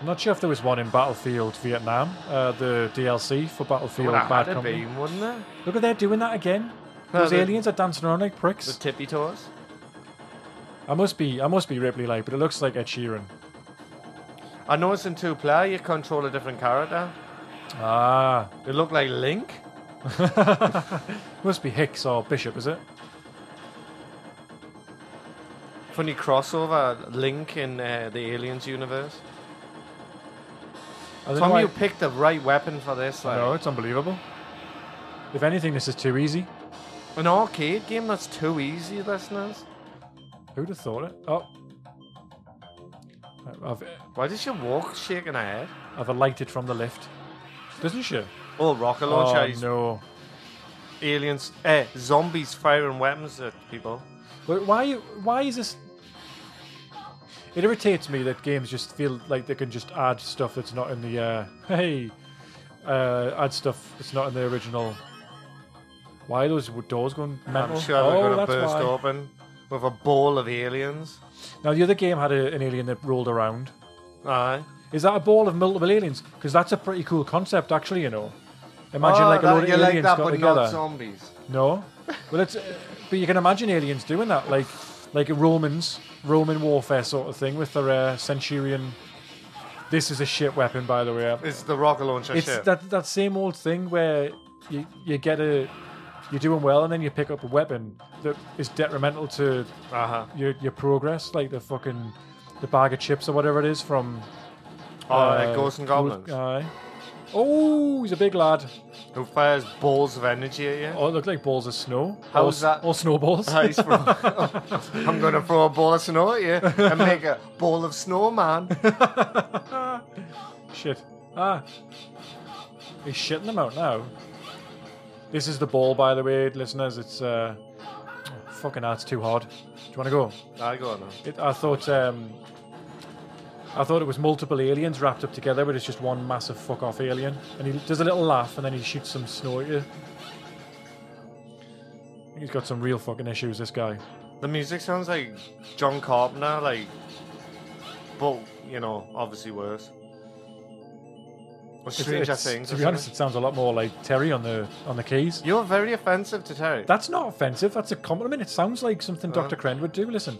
A: I'm not sure if there was one in Battlefield Vietnam, uh, the DLC for Battlefield
C: Would have
A: Bad
C: had it
A: Company.
C: been, wouldn't it?
A: Look at they're doing that again.
C: No,
A: Those
C: the-
A: aliens are dancing around like
C: The
A: pricks.
C: tippy toes.
A: I must be I must be Ripley like, but it looks like Ed Sheeran.
C: I know it's in two player. You control a different character.
A: Ah.
C: It looked like Link.
A: must be Hicks or Bishop, is it?
C: Funny crossover. Link in uh, the Aliens universe.
A: I don't know
C: Tom,
A: why-
C: you picked the right weapon for this. Like
A: No, it's unbelievable. If anything, this is too easy.
C: an arcade game that's too easy, listeners.
A: Who'd have thought it? Oh. I- I've,
C: Why does your walk shaking her head?
A: I've alighted from the lift. Doesn't she?
C: Oh, rocket launcher!
A: Oh,
C: he's-
A: no.
C: Aliens, eh, zombies firing weapons at people.
A: But why, why is this. It irritates me that games just feel like they can just add stuff that's not in the. Uh, <laughs> hey! Uh, add stuff that's not in the original. Why are those doors going mental?
C: I'm sure
A: oh,
C: they're going to
A: that's
C: burst
A: why.
C: open with a ball of aliens.
A: Now, the other game had a, an alien that rolled around.
C: Aye.
A: Is that a ball of multiple aliens? Because that's a pretty cool concept, actually. You know, imagine like a
C: Oh, that-
A: load of
C: you
A: aliens
C: like that,
A: got
C: but
A: together.
C: not zombies.
A: no, well, it's uh, but you can imagine aliens doing that, like like Romans, Roman warfare sort of thing with their uh, centurion. This is a shit weapon, by the way.
C: It's the rocket launcher
A: It's
C: shit.
A: that that same old thing where you you get a you're doing well and then you pick up a weapon that is detrimental to
C: uh-huh.
A: your your progress, like the fucking the bag of chips or whatever it is from
C: Oh, uh, Ghosts and Goblins.
A: Aye. Oh, he's a big lad.
C: who fires balls of energy at you.
A: Oh, <laughs> it looked like balls of snow.
C: How
A: or,
C: is that-
A: Or
C: <laughs>
A: snowballs.
C: Nice, bro. <laughs> I'm going to throw a ball of snow at you and make a ball
A: <laughs>
C: of snowman.
A: Shit. Ah. He's shitting them out now. This is the ball, by the way, listeners. It's, uh... oh, fucking that's too hard. Do you want to go?
C: I go now.
A: It, I thought, um... I thought it was multiple aliens wrapped up together, but it's just one massive fuck-off alien. And he does a little laugh, and then he shoots some snow at you. I think He's got some real fucking issues, this guy.
C: The music sounds like John Carpenter, like, but you know, obviously worse. Or
A: It's-
C: Stranger
A: it's-
C: Things.
A: To
C: or
A: be honest,
C: something.
A: it sounds a lot more like Terry on the on the keys.
C: you're very offensive to Terry.
A: That's not offensive. That's a compliment. It sounds like something Dr. Kren would do. Listen,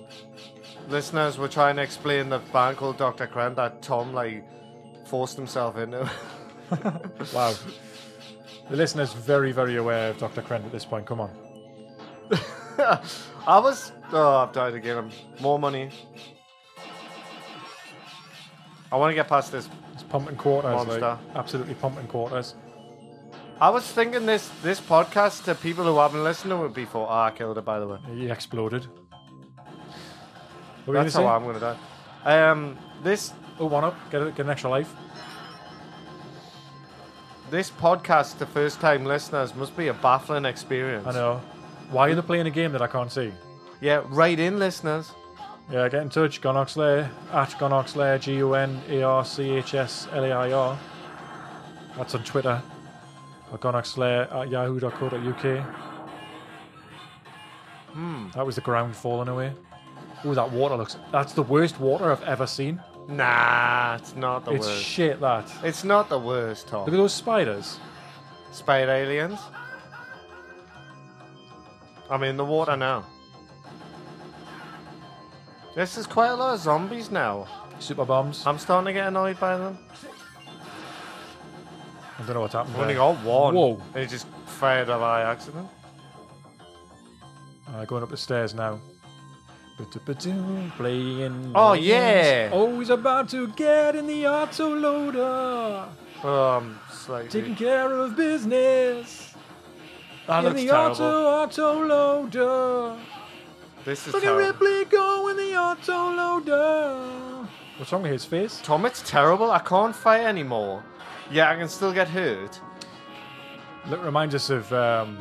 C: Listeners, we're trying to explain the band called Dr. Cran that Tom like forced himself into. <laughs>
A: wow. the listener's very, very aware of Dr. Kren at this point. Come on.
C: I was. Oh, I've died again. I'm- More money. I want to get past this.
A: It's pumping quarters. like,
C: Monster.
A: absolutely pumping quarters.
C: I was thinking this this podcast to people who haven't listened to it before. Ah, I killed it by the way.
A: He exploded. What were you
C: That's
A: gonna
C: how I'm gonna die. Um, this
A: say? Oh, one up. Get, a, get an extra life.
C: this podcast to first time listeners must be a baffling experience.
A: I know. Why are they playing a game that I can't see?
C: Yeah, right in listeners.
A: Yeah, get in touch. Gonoxlair at Gonoxlair, G U N E R C H S L A I R. That's on Twitter. Or Gonoxlair at yahoo.co.uk. Hmm. That was the ground falling away. Oh, that water looks. That's the worst water I've ever seen.
C: Nah, it's not the
A: it's
C: worst.
A: shit, that.
C: it's not the worst, Tom.
A: Look at those spiders.
C: Spider aliens. I'm in the water now. This is quite a lot of zombies now.
A: Super bombs. I
C: I'm starting to get annoyed by them.
A: don't know what's happened.
C: I've only
A: there.
C: got one.
A: Whoa.
C: And it just fired up by accident.
A: Uh, going up the stairs now. Ba-da-ba-doo, Playing.
C: Oh,
A: millions.
C: yeah.
A: Oh, he's about to get in the autoloader.
C: Um, slightly.
A: Taking care of business.
C: That
A: in
C: looks
A: the
C: Ah, terrible.
A: auto autoloader.
C: This is
A: Look at
C: terrible.
A: Ripley go in the autoloader. What's wrong with his face?
C: Tom, it's terrible. I can't fight anymore. Yeah, I can still get hurt.
A: That reminds us of um,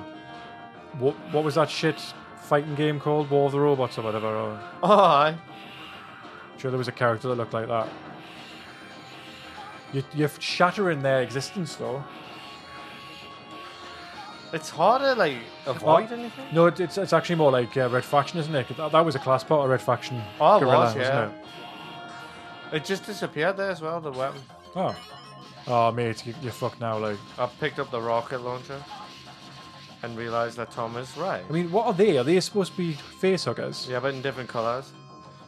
A: what what was that shit fighting game called? War of the Robots or whatever. Or,
C: Oh, aye.
A: I'm sure there was a character that looked like that. You, you're shattering their existence though.
C: it's hard to like avoid
A: Oh.
C: anything.
A: No, it, it's it's actually more like uh, Red Faction, isn't it? 'Cause That, that was a class part of Red Faction.
C: Oh, it
A: Guerrilla,
C: was, yeah.
A: wasn't it?
C: It just disappeared there as well. The weapon.
A: Oh. Oh, mate, you, you're fucked now. Like,
C: I picked up the rocket launcher and realized that Tom is right.
A: I mean, what are they? Are they supposed to be face huggers?
C: Yeah, but in different colours.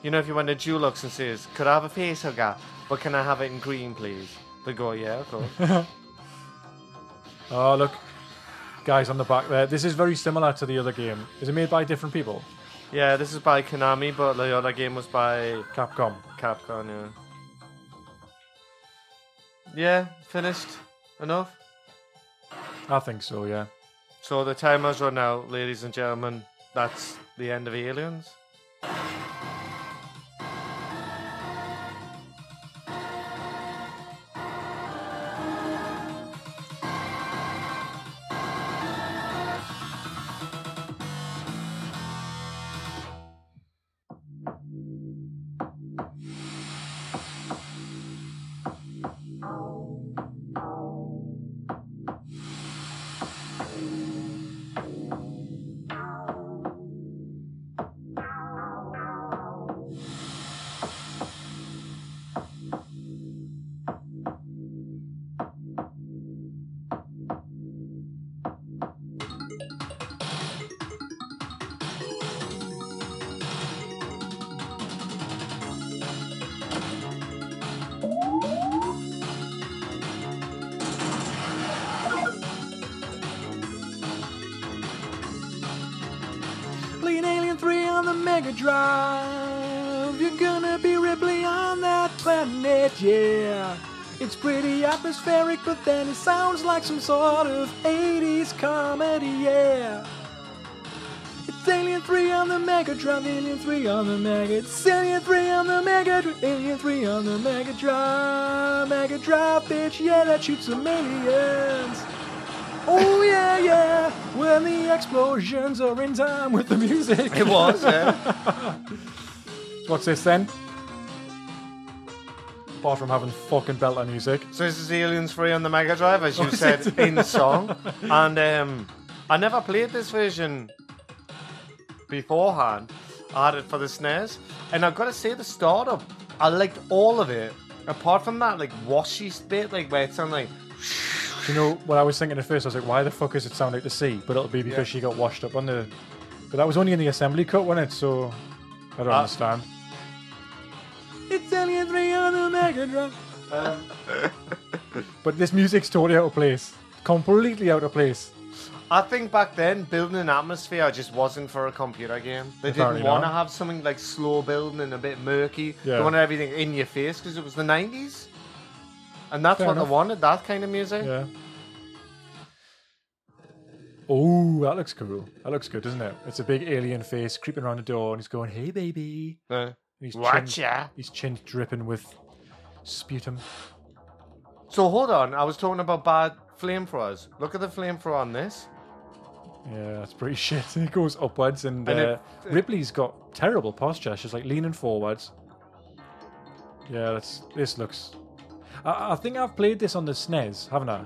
C: You know, if you went to Dulux and says, "Could I have a face hugger, but can I have it in green, please?" They go, "Yeah, of course."
A: Oh, look, guys on the back there. This is very similar to the other game. Is it made by different people?
C: yeah, this is by Konami, but the other game was by
A: Capcom.
C: Capcom. Yeah. Yeah, finished. Enough.
A: I think so. Yeah.
C: So the time has run out, ladies and gentlemen. That's the end of Aliens.
A: Playing Alien 3 on the Mega Drive. You're gonna be Ripley on that planet, yeah. It's pretty atmospheric, but then it sounds like some sort of 80s comedy, yeah. It's Alien 3 on the Mega Drive, Alien 3 on the Mega. It's Alien 3 on the Mega Drive, Alien 3 on the Mega Drive, Mega Drive, bitch, yeah, that shoots some aliens. Oh yeah, yeah. When the explosions are in time with the music.
C: <laughs> It was, yeah.
A: What's this then? Apart from having fucking belter music.
C: So this is Aliens Free on the Mega Drive, as you said in the <laughs> song. And um, I never played this version beforehand. I had it for the SNES. And I've got to say, the startup, I liked all of it. Apart from that, like, washy bit, like, where it sounded like,
A: Do you know what I was thinking at first? I was like, why the fuck is it sound like the sea? But it'll be because
C: Yeah.
A: she got washed up on the. But that was only in the assembly cut, wasn't it? So I don't
C: Ah.
A: understand. It's Alien 3 on the Mega Drive.
C: um,
A: <laughs> But this music's totally out of place. Completely out of place.
C: I think back then, building an atmosphere just wasn't for a computer game. They
A: Apparently
C: didn't want to
A: not.
C: have something like slow building and a bit murky.
A: Yeah.
C: They wanted everything in your face because it was the 90s. And that's
A: Fair
C: what
A: enough.
C: they wanted, that kind of music.
A: Yeah. Oh, that looks cool. That looks good, doesn't it? It's a big alien face creeping around the door, and he's going, "Hey, baby."
C: Uh,
A: And he's
C: watch
A: chin,
C: ya.
A: His chin dripping with sputum.
C: So hold on, I was talking about bad flamethrowers. Look at the flamethrower on this.
A: Yeah, that's pretty <laughs> shit. It goes upwards, and,
C: And it-
A: uh, Ripley's got terrible posture. She's like leaning forwards. Yeah, that's this looks. I, I think I've played this on the SNES, haven't I?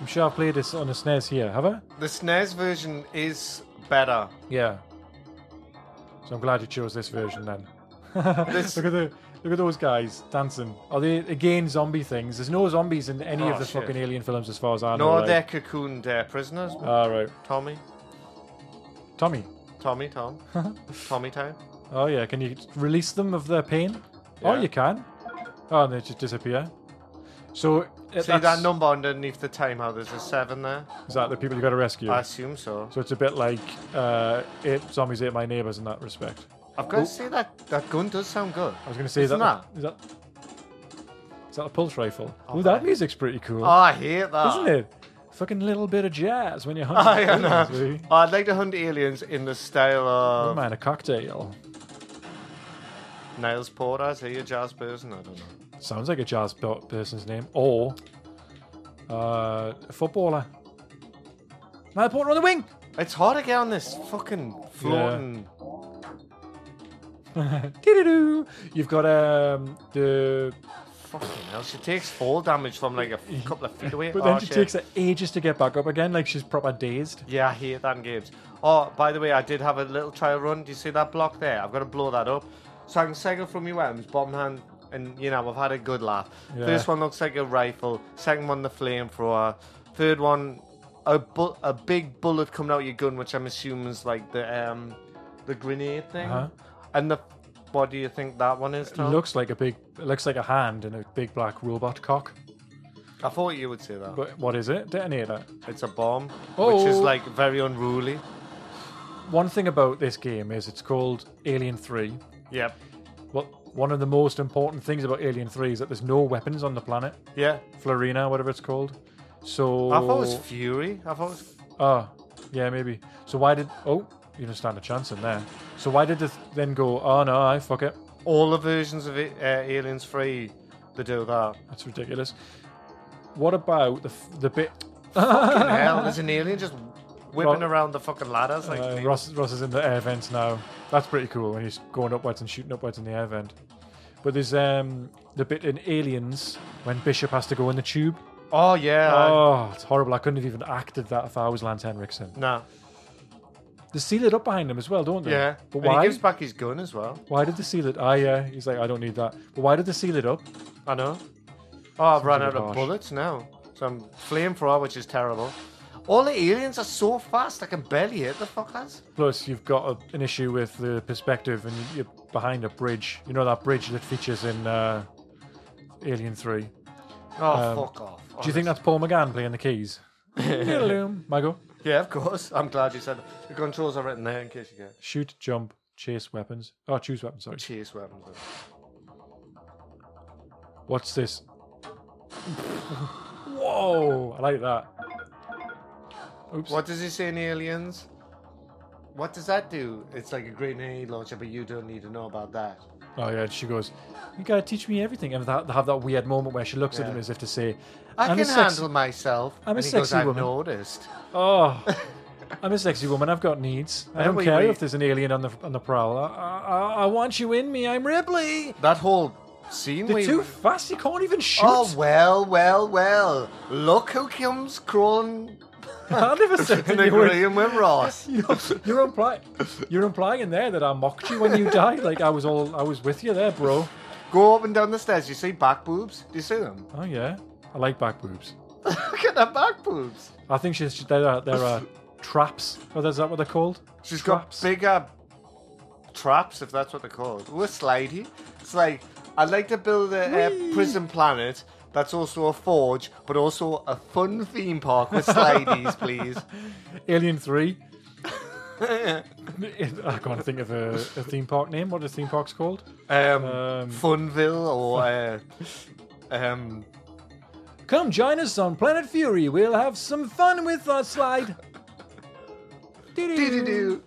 A: I'm sure I've played this on the SNES here, have I?
C: The SNES version is better.
A: Yeah. So I'm glad you chose this version then. <laughs>
C: This-
A: look at the look at those guys dancing. Are they again zombie things? There's no zombies in any
C: Oh,
A: of the
C: shit.
A: fucking alien films as far as I know.
C: Nor
A: right?
C: they're cocooned uh, prisoners.
A: All right,
C: Tommy,
A: Tommy. <laughs>
C: Tommy, Tom, Tommy time.
A: Oh yeah, can you release them of their pain? Oh,
C: Yeah.
A: you can. Oh, and they just disappear. So uh,
C: See that number underneath the time? How there's a seven there?
A: is that the people you got to rescue?
C: I assume so.
A: so it's a bit like uh, eight zombies ate my neighbors in that respect.
C: I've got to say that that gun does sound good.
A: I was going to say
C: Isn't
A: that is that is that a pulse rifle? Oh,
C: right.
A: that music's pretty cool.
C: Oh, I hate that.
A: isn't it? Fucking little bit of jazz when you're
C: <laughs> I
A: hunting.
C: know. Um,
A: aliens, really.
C: I'd like to hunt aliens in the style
A: eh? Oh,
C: of
A: man, a cocktail.
C: Niles eh, Porter. Is he a jazz person? I don't know.
A: Sounds like a jazz pe- person's name. Or Uh, footballer. Matt Porter on the wing.
C: It's hard to get on this fucking floating.
A: Doo-doo-doo. You've got um, the,
C: Fucking hell. She takes fall damage
A: <laughs>
C: from like a f- couple of feet away.
A: but
C: Oh,
A: then she
C: shit.
A: takes her ages to get back up again. Like she's proper dazed.
C: Yeah, I hate that in games. Oh, by the way, I did have a little trial run. Do you see that block there? I've got to blow that up. So I can cycle from your weapons, bottom hand, and you know, we've had a good laugh.
A: Yeah.
C: First one looks like a rifle, second one, the flamethrower, third one, a, bu- a big bullet coming out of your gun, which I'm assuming is like the um, the grenade thing.
A: Uh-huh.
C: And the what do you think that one is, Tom?
A: Looks like a big, it looks like a hand and a big black robot cock.
C: I thought you would say that.
A: But what is it? Detonator.
C: it's a bomb, which is
A: Oh.
C: like very unruly.
A: One thing about this game is it's called Alien Three.
C: Yep.
A: Well, one of the most important things about Alien Three is that there's no weapons on the planet,
C: Yeah.
A: Florina, whatever it's called. So
C: I thought it was Fury. I thought it was
A: Oh, yeah, maybe. So why did? Oh, you didn't stand a chance in there. So why did this then go? Oh no, I fuck it.
C: all the versions of it, uh, Aliens Free they do <laughs> that.
A: That's ridiculous. What about the f- the bit?
C: Fucking hell, there's an alien just whipping
A: Ro-
C: around the fucking ladders. Like,
A: Uh,
C: me.
A: Ross Ross is in the air vents now. That's pretty cool when he's going upwards and shooting upwards in the air vent. But there's um the bit in Aliens when Bishop has to go in the tube.
C: oh yeah,
A: Oh, it's horrible. I couldn't have even acted that if I was Lance Henriksen.
C: I- nah,
A: They seal it up behind him as well, don't they?
C: yeah.
A: But
C: And
A: why?
C: he gives back his gun as well.
A: Why did they seal it? Ah, yeah. He's like, I don't need that. But why did they seal it up?
C: I know. Oh, I've run
A: a
C: out
A: bit
C: of
A: harsh.
C: bullets now, so I'm flamethrower, which is terrible. All the aliens are so fast, I can barely hit the fuckers.
A: Plus, you've got a, an issue with the perspective, and you- you're behind a bridge. You know that bridge that features in uh, Alien Three.
C: Oh,
A: Um,
C: fuck off.
A: Do you think that's Paul McGann playing the
C: <laughs>
A: keys? <laughs> Diddle-oom. Michael,
C: Yeah, of course. <laughs> I'm glad you said that. The controls are written there in case you get
A: shoot, jump, chase weapons. Oh, choose weapons. Sorry.
C: chase weapons.
A: What's this? Whoa! I like that. Oops.
C: What does he say in Aliens? What does that do? It's like a grenade launcher, but you don't need to know about that.
A: Oh yeah. She goes. You gotta teach me everything, and that, they have that weird moment where she looks at
C: Yeah.
A: him as if to say,
C: I
A: I'm a
C: can
A: sexy-
C: handle myself.
A: I'm a
C: and he goes,
A: sexy
C: I've
A: woman."
C: noticed. <laughs>
A: Oh, I'm a sexy woman. I've got needs. I
C: Yeah,
A: don't
C: wait,
A: care
C: wait.
A: if there's an alien on the on the prowl. I, I, I want you in me. I'm Ripley.
C: That whole scene
A: They're
C: where
A: too fast. You can't even shoot.
C: Oh well, well, well. Look who
A: <laughs>
C: comes crawling
A: <laughs> I never said
C: <laughs> and
A: that you were.
C: agreeing with Ross.
A: You're, you're implying, you're implying there that I mocked you
C: <laughs>
A: when you died. Like I was all, I was with you there, bro.
C: Go up and down the stairs. You see back boobs? Do you see them? <laughs>
A: Oh yeah, I like back boobs.
C: Look at her back boobs.
A: I think she's there. Are, there are uh, traps. Or is that what they're called?
C: She's
A: Traps.
C: got bigger traps, if that's what they're called. Or a slidey. It's like I'd like to build a, a prison planet that's also a forge, but also a fun theme park
A: <laughs>
C: with slideys, please.
A: Alien
C: <laughs>
A: Three. I can't think of a, a theme park name. What are theme parks called?
C: Um,
A: Um,
C: Funville or uh, um,
A: Come join us on Planet Fury. We'll have some fun with our slide.
C: doo-doo-doo.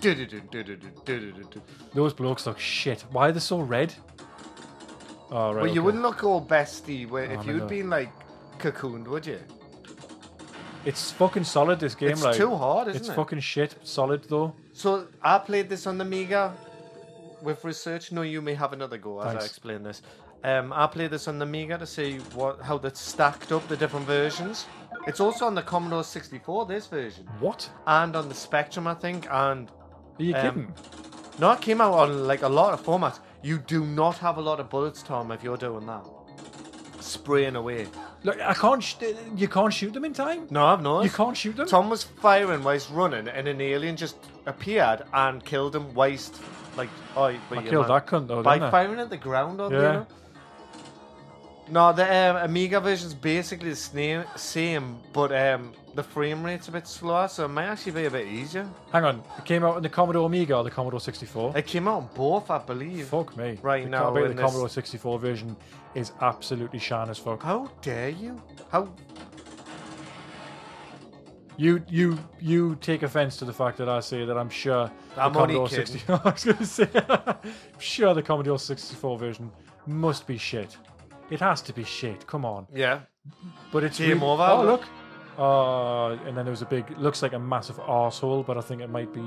C: Doo-doo-doo, doo-doo-doo, doo-doo-doo.
A: Those blokes look shit. Why are they so red? Oh, right.
C: Well,
A: okay. Oh,
C: you wouldn't look all bestie where, if
A: I'm
C: you'd
A: gonna-
C: been like cocooned, would you?
A: It's fucking solid. This game,
C: It's
A: like
C: too hard, isn't
A: it's
C: it?
A: fucking shit. Solid though.
C: So I played this on the Mega with research. No, you may have another go as I
A: Thanks.
C: explain this. Um, I played this on the Mega to see what how they stacked up the different versions. It's also on the Commodore 64, this version,
A: What?
C: and on the Spectrum, I think. And
A: Are you
C: Um,
A: kidding?
C: no, it came out on like a lot of formats. You do not have a lot of bullets, Tom, if you're doing that. Spraying away.
A: Look, I can't. Sh- you can't shoot them in time.
C: No, I've not.
A: You can't shoot them.
C: Tom was firing whilst running, and an alien just appeared and killed him whilst, like, oh,
A: I killed that cunt though.
C: by
A: didn't I?
C: firing at the ground or
A: Yeah.
C: the other. No, the um, Amiga version's basically the same, same, but um, the frame rate's a bit slower, so it might actually be a bit easier.
A: Hang on. It came out in the Commodore Amiga or the Commodore 64.
C: It came out on both, I believe.
A: Fuck me.
C: Right
A: the,
C: now
A: I bet
C: in
A: the
C: this-
A: Commodore 64 version is absolutely shan as fuck.
C: How dare you? How?
A: You you you take offence to the fact that I say that I'm sure the
C: I'm only
A: Commodore
C: kidding.
A: 60 <laughs> I was going to say I'm sure the Commodore 64 version must be shit. It has to be shit. Come on.
C: Yeah.
A: But it's
C: Game
A: really-
C: over,
A: Oh
C: look.
A: look. Uh, and then there was a big. Looks like a massive arsehole, but I think it might be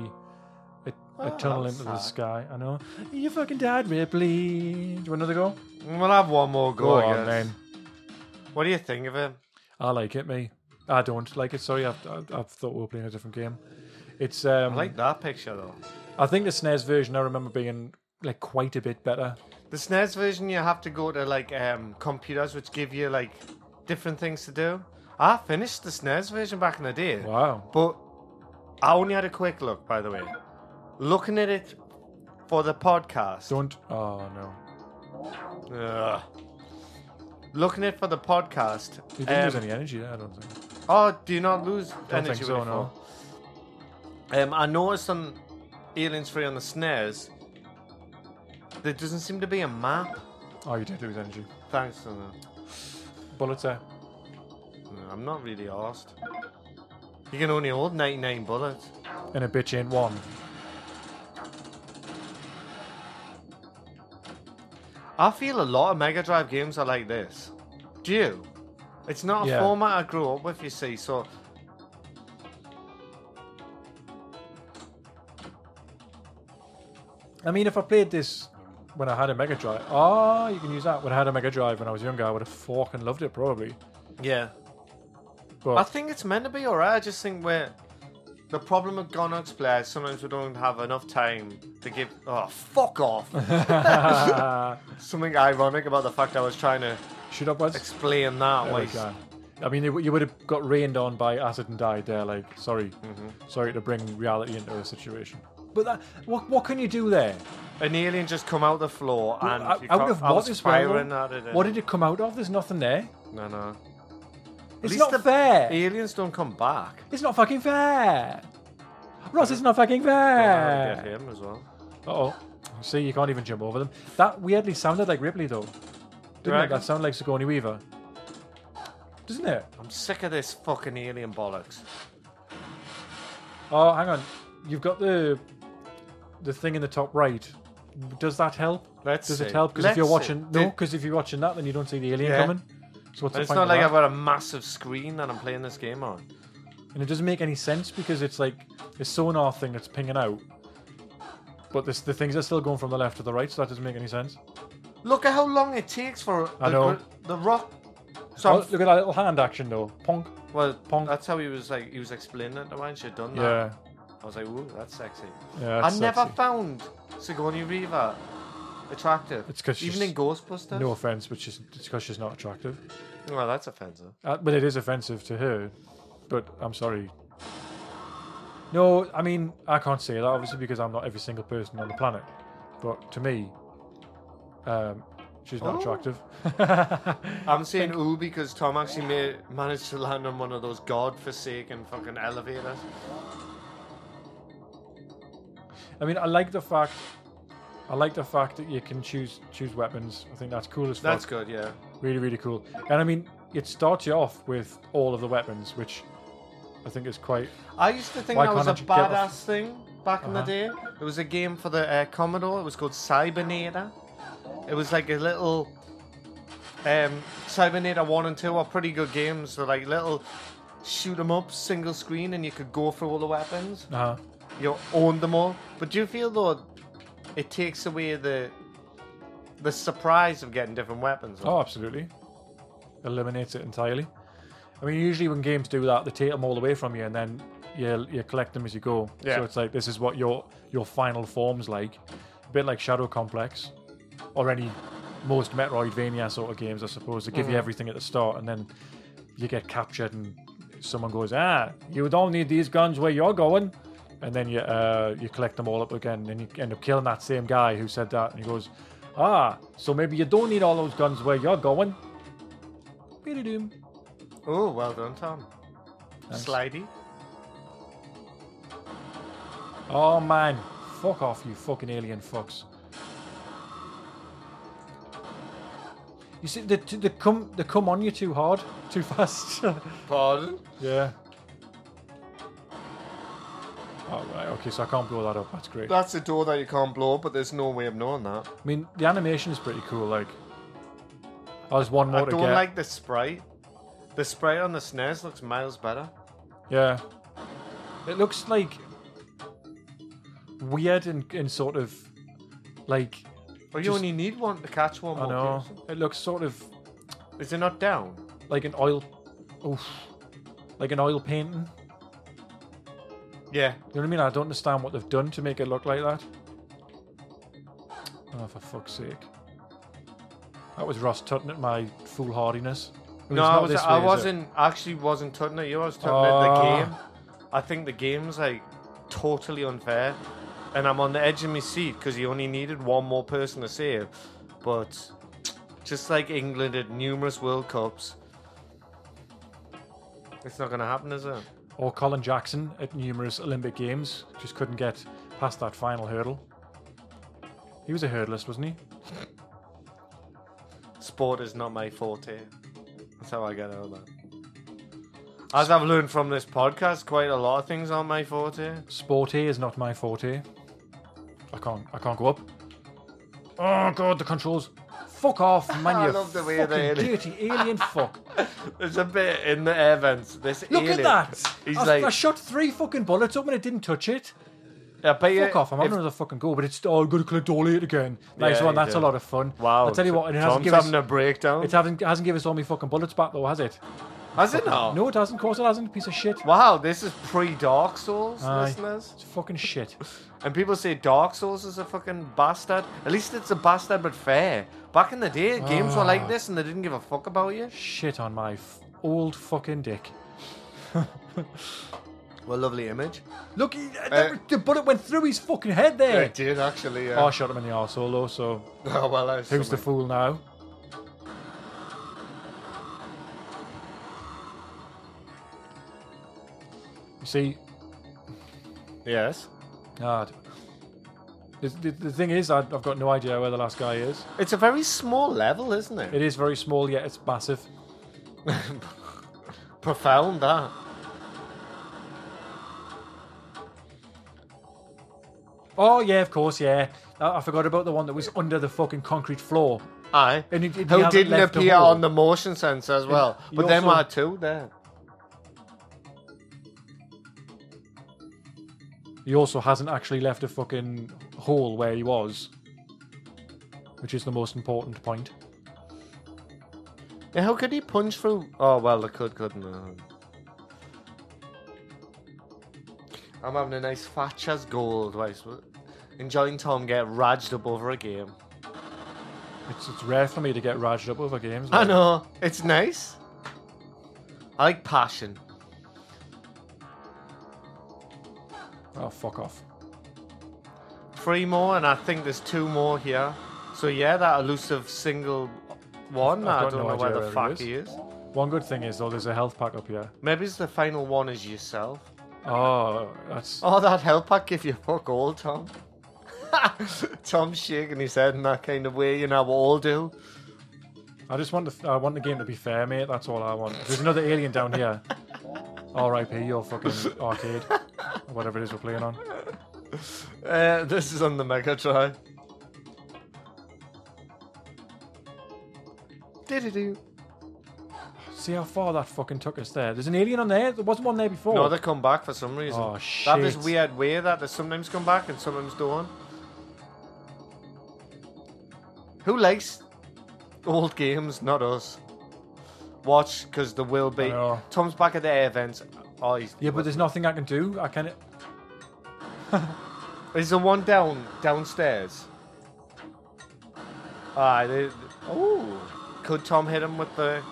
A: a, a
C: Oh,
A: tunnel
C: that's
A: into the
C: sad.
A: sky. I know. You fucking died, Ripley. Do you want another go?
C: We'll have one more go.
A: Go
C: I
A: on
C: guess.
A: then.
C: What do you think of him?
A: I like it, me. I don't like it. Sorry, I've, I've, I've thought we were playing a different game. It's um,
C: I like that picture though.
A: I think the SNES version I remember being like quite a bit better.
C: The SNES version, you have to go to like um, computers, which give you like different things to do. I finished the SNES version back in the day,
A: Wow.
C: but I only had a quick look. By the way, looking at it for the podcast.
A: Don't. Oh no.
C: Ugh. Looking at it for the podcast.
A: You didn't lose
C: um,
A: any energy there. I don't think.
C: Oh, do you not lose
A: Don't
C: energy
A: think so.
C: when you
A: No.
C: fall? Um, I noticed on Aliens Free on the snares, there doesn't seem to be a map.
A: Oh, you did lose energy. uh,
C: Thanks for that.
A: Bullets there.
C: No, I'm not really asked. You can only hold 99 bullets.
A: And a bitch ain't one.
C: I feel a lot of Mega Drive games are like this. Do you? It's not a
A: Yeah.
C: format I grew up with, you see, so.
A: I mean, if I played this when I had a Mega Drive, oh, you can use that. When I had a Mega Drive when I was younger, I would have fucking loved it probably.
C: Yeah.
A: But
C: I think it's meant to be alright. I just think we're the problem with Gonox players. Sometimes we don't have enough time to give. Oh, fuck
A: <laughs>
C: off! Something ironic about the fact I was trying to
A: shoot up, buds.
C: explain that.
A: There we
C: Like,
A: go. I mean, you would have got rained on by acid and died there. Like, sorry,
C: Mm-hmm.
A: sorry to bring reality into a situation. But that, what what can you do there?
C: an alien just come out the floor and
A: I,
C: you
A: out
C: can't-
A: of
C: I
A: what
C: was
A: as well?
C: firing at
A: though?
C: it.
A: What did it come out of? There's nothing there.
C: No, no.
A: It's
C: least
A: not
C: the-
A: fair.
C: Aliens don't come back.
A: It's not fucking fair. Ross, it's not fucking
C: Don't know how to
A: fair.
C: Get him as well.
A: Uh oh. See, you can't even jump over them. That weirdly sounded like Ripley, though. Didn't it?
C: reckon?
A: That sounded like Sigourney Weaver. Doesn't it?
C: I'm sick of this fucking alien bollocks.
A: Oh, hang on. You've got the the thing in the top right. Does that help?
C: Let's
A: Does it
C: see.
A: help? Because
C: Let's
A: if you're
C: see.
A: watching, no,
C: Did-
A: because if you're watching that, then you don't see the alien
C: Yeah.
A: coming. So what's
C: And
A: the
C: it's
A: point?
C: not
A: of
C: like
A: that?
C: I've got a massive screen that I'm playing this game on.
A: And it doesn't make any sense because it's like a sonar thing that's pinging out, but this, the things are still going from the left to the right, so that doesn't make any sense.
C: Look at how long it takes for the,
A: I know.
C: the rock. So
A: Oh,
C: I'm-
A: look at that little hand action though, Ponk.
C: well,
A: Pong.
C: that's how he was like. He was explaining it to me, and she'd done that.
A: Yeah,
C: I was like, "Ooh, that's sexy."
A: yeah.
C: I
A: it's
C: never
A: sexy.
C: found Sigourney Weaver attractive.
A: It's 'cause
C: even
A: she's-
C: in Ghostbusters.
A: No offense, but she's it's because she's not attractive.
C: well, that's offensive.
A: Uh, but it is offensive to her. But I'm sorry. No, I mean I can't say that obviously because I'm not every single person on the planet. But to me, um, she's not
C: Oh.
A: attractive. <laughs>
C: I'm saying ooh because Tom actually made, managed to land on one of those god-forsaken fucking elevators.
A: I mean, I like the fact. I like the fact that you can choose choose weapons. I think that's cool as fuck.
C: That's good, yeah.
A: really really cool. And I mean, it starts you off with all of the weapons, which I think is quite.
C: I used to think
A: Why
C: that was a
A: can't you get off-
C: badass thing back in the
A: Uh-huh.
C: day. There was a game for the uh, Commodore. It was called Cybernator. It was like a little um, Cybernator One and Two are pretty good games. They're like little shoot 'em up, single screen, and you could go through all the weapons.
A: Uh,
C: You own them all. But do you feel though it takes away the the surprise of getting different weapons?
A: oh, absolutely. Eliminates it entirely. I mean, usually when games do that, they take them all away from you, and then you you collect them as you go.
C: Yeah.
A: So it's like this is what your your final form's like, a bit like Shadow Complex, or any most Metroidvania sort of games, I suppose. They give you everything at the start, and then you get captured, and someone goes, "Ah, you don't need these guns where you're going." And then you uh, you collect them all up again, and you end up killing that same guy who said that, and he goes, "Ah, so maybe you don't need all those guns where you're going." Be-de-doom.
C: Oh, well done, Tom. Slidey.
A: Oh man, fuck off, you fucking alien fucks. You see, they, they come they come on you too hard, too fast. <laughs>
C: Pardon?
A: yeah. All right, okay, so I can't blow that up. That's great. I
C: That's a door that you can't blow, up, but there's no way of knowing that.
A: mean, the animation is pretty cool. Like, oh, there's one more
C: I
A: to
C: don't
A: get.
C: like the sprite. The sprite on the SNES looks miles better.
A: Yeah. It looks like weird and, and sort of like
C: But Oh, you
A: Just-
C: only need one to catch one
A: I
C: more
A: know.
C: person.
A: It looks sort of
C: Is it not down?
A: like an oil oof. Like an oil painting.
C: Yeah.
A: You know what I mean? I don't understand what they've done to make it look like that. Oh for fuck's sake. That was Ross tutting at my foolhardiness. I mean,
C: No,
A: it's
C: I,
A: not
C: was,
A: this
C: I
A: way, is it?
C: wasn't actually wasn't tutting at you. I was tutting
A: Ah.
C: at the game. I think the game's like totally unfair, and I'm on the edge of my seat because you only needed one more person to save. But just like England at numerous World Cups, it's not going to happen, is it?
A: Or Oh, Colin Jackson at numerous Olympic Games just couldn't get past that final hurdle. He was a hurdlist, wasn't he?
C: Sport is not my forte. That's how I get out of that. As I've learned from this podcast, quite a lot of things aren't my forte.
A: Sporty is not my forte. I can't. I can't go up. Oh god, the controls. Fuck <laughs> off, man!
C: I
A: you
C: love the way
A: fucking
C: they-
A: dirty alien fuck.
C: There's a bit in the air vents. This
A: <laughs> Look
C: alien,
A: at that!
C: He's
A: I,
C: like,
A: I shot three fucking bullets up and it didn't touch it.
C: I bet you,
A: Fuck off! I'm having
C: if-
A: another fucking go, but it's oh, I'm gonna collect all eight again. Nice
C: Yeah,
A: one.
C: you
A: That's a
C: do.
A: lot of fun.
C: Wow.
A: I tell you what, and it hasn't
C: Tom's
A: given us,
C: having a breakdown.
A: it hasn't, hasn't given us all my fucking bullets back though, has it?
C: Has it not?
A: No, it hasn't. Of course, it hasn't. Piece of shit.
C: Wow, this is pre Dark Souls,
A: Aye.
C: listeners.
A: It's fucking shit.
C: And people say Dark Souls is a fucking bastard. At least it's a bastard, but fair. Back in the day, games were
A: Ah.
C: like this and they didn't give a fuck about you.
A: Shit on my f- old fucking dick.
C: What a lovely image.
A: Look, he- the- the bullet went through his fucking head there.
C: did, actually.
A: Oh, I shot him in the arsehole though, so
C: Oh, <laughs> well, that's
A: who's the fool now? You see,
C: Yes.
A: ah, d- the, the, the thing is, I, I've got no idea where the last guy is.
C: It's a very small level, isn't
A: It is very small, yet it's massive.
C: Profound, that.
A: Oh, yeah, of course, yeah. I, I forgot about the one that was under the fucking concrete floor.
C: Aye.
A: And it- it
C: Who
A: hasn't
C: didn't
A: left the
C: appear
A: hole.
C: on the motion sensor as well.
A: you
C: but then
A: also-
C: there are two there.
A: He also hasn't actually left a fucking hole where he was, which is the most important point.
C: Yeah, how could he punch through? Oh well, they could, couldn't they? I'm having a nice Thatcher's gold, whilst w- enjoying Tom get raged up over a game.
A: It's, it's rare for me to get raged up over games.
C: I
A: like-
C: know it's nice. I like passion.
A: Oh, fuck off.
C: Three more, and I think there's two more here. So yeah, that elusive single one.
A: I've
C: I
A: got
C: don't
A: no
C: know where
A: idea
C: the
A: where he
C: fuck he is.
A: One good thing is, though, there's a health pack up here.
C: Maybe it's the final one is yourself.
A: Oh, that's.
C: Oh, that help pack if you fuck all, Tom. <laughs> Tom's shaking his head in that kind of way, you know, we all do.
A: I just want the, I want the game to be fair, mate. That's all I want. There's another alien down here. <laughs> R.I.P. Your fucking
C: <laughs>
A: arcade. Or whatever it is we're playing on.
C: Uh, this is on the Mega Drive. Did
A: See how far that fucking took us there. There's an alien on there. There wasn't one there before.
C: No, they come back for some reason.
A: Oh,
C: They have this
A: shit.
C: weird way that they sometimes come back and sometimes don't. Who likes old games? Not us. Watch, because there will
A: I
C: be.
A: know.
C: Tom's back at the air vents. Oh, he's,
A: yeah, but there's nothing I can do. I can't.
C: Is the one down downstairs? Ah, they, oh, could Tom hit him with the?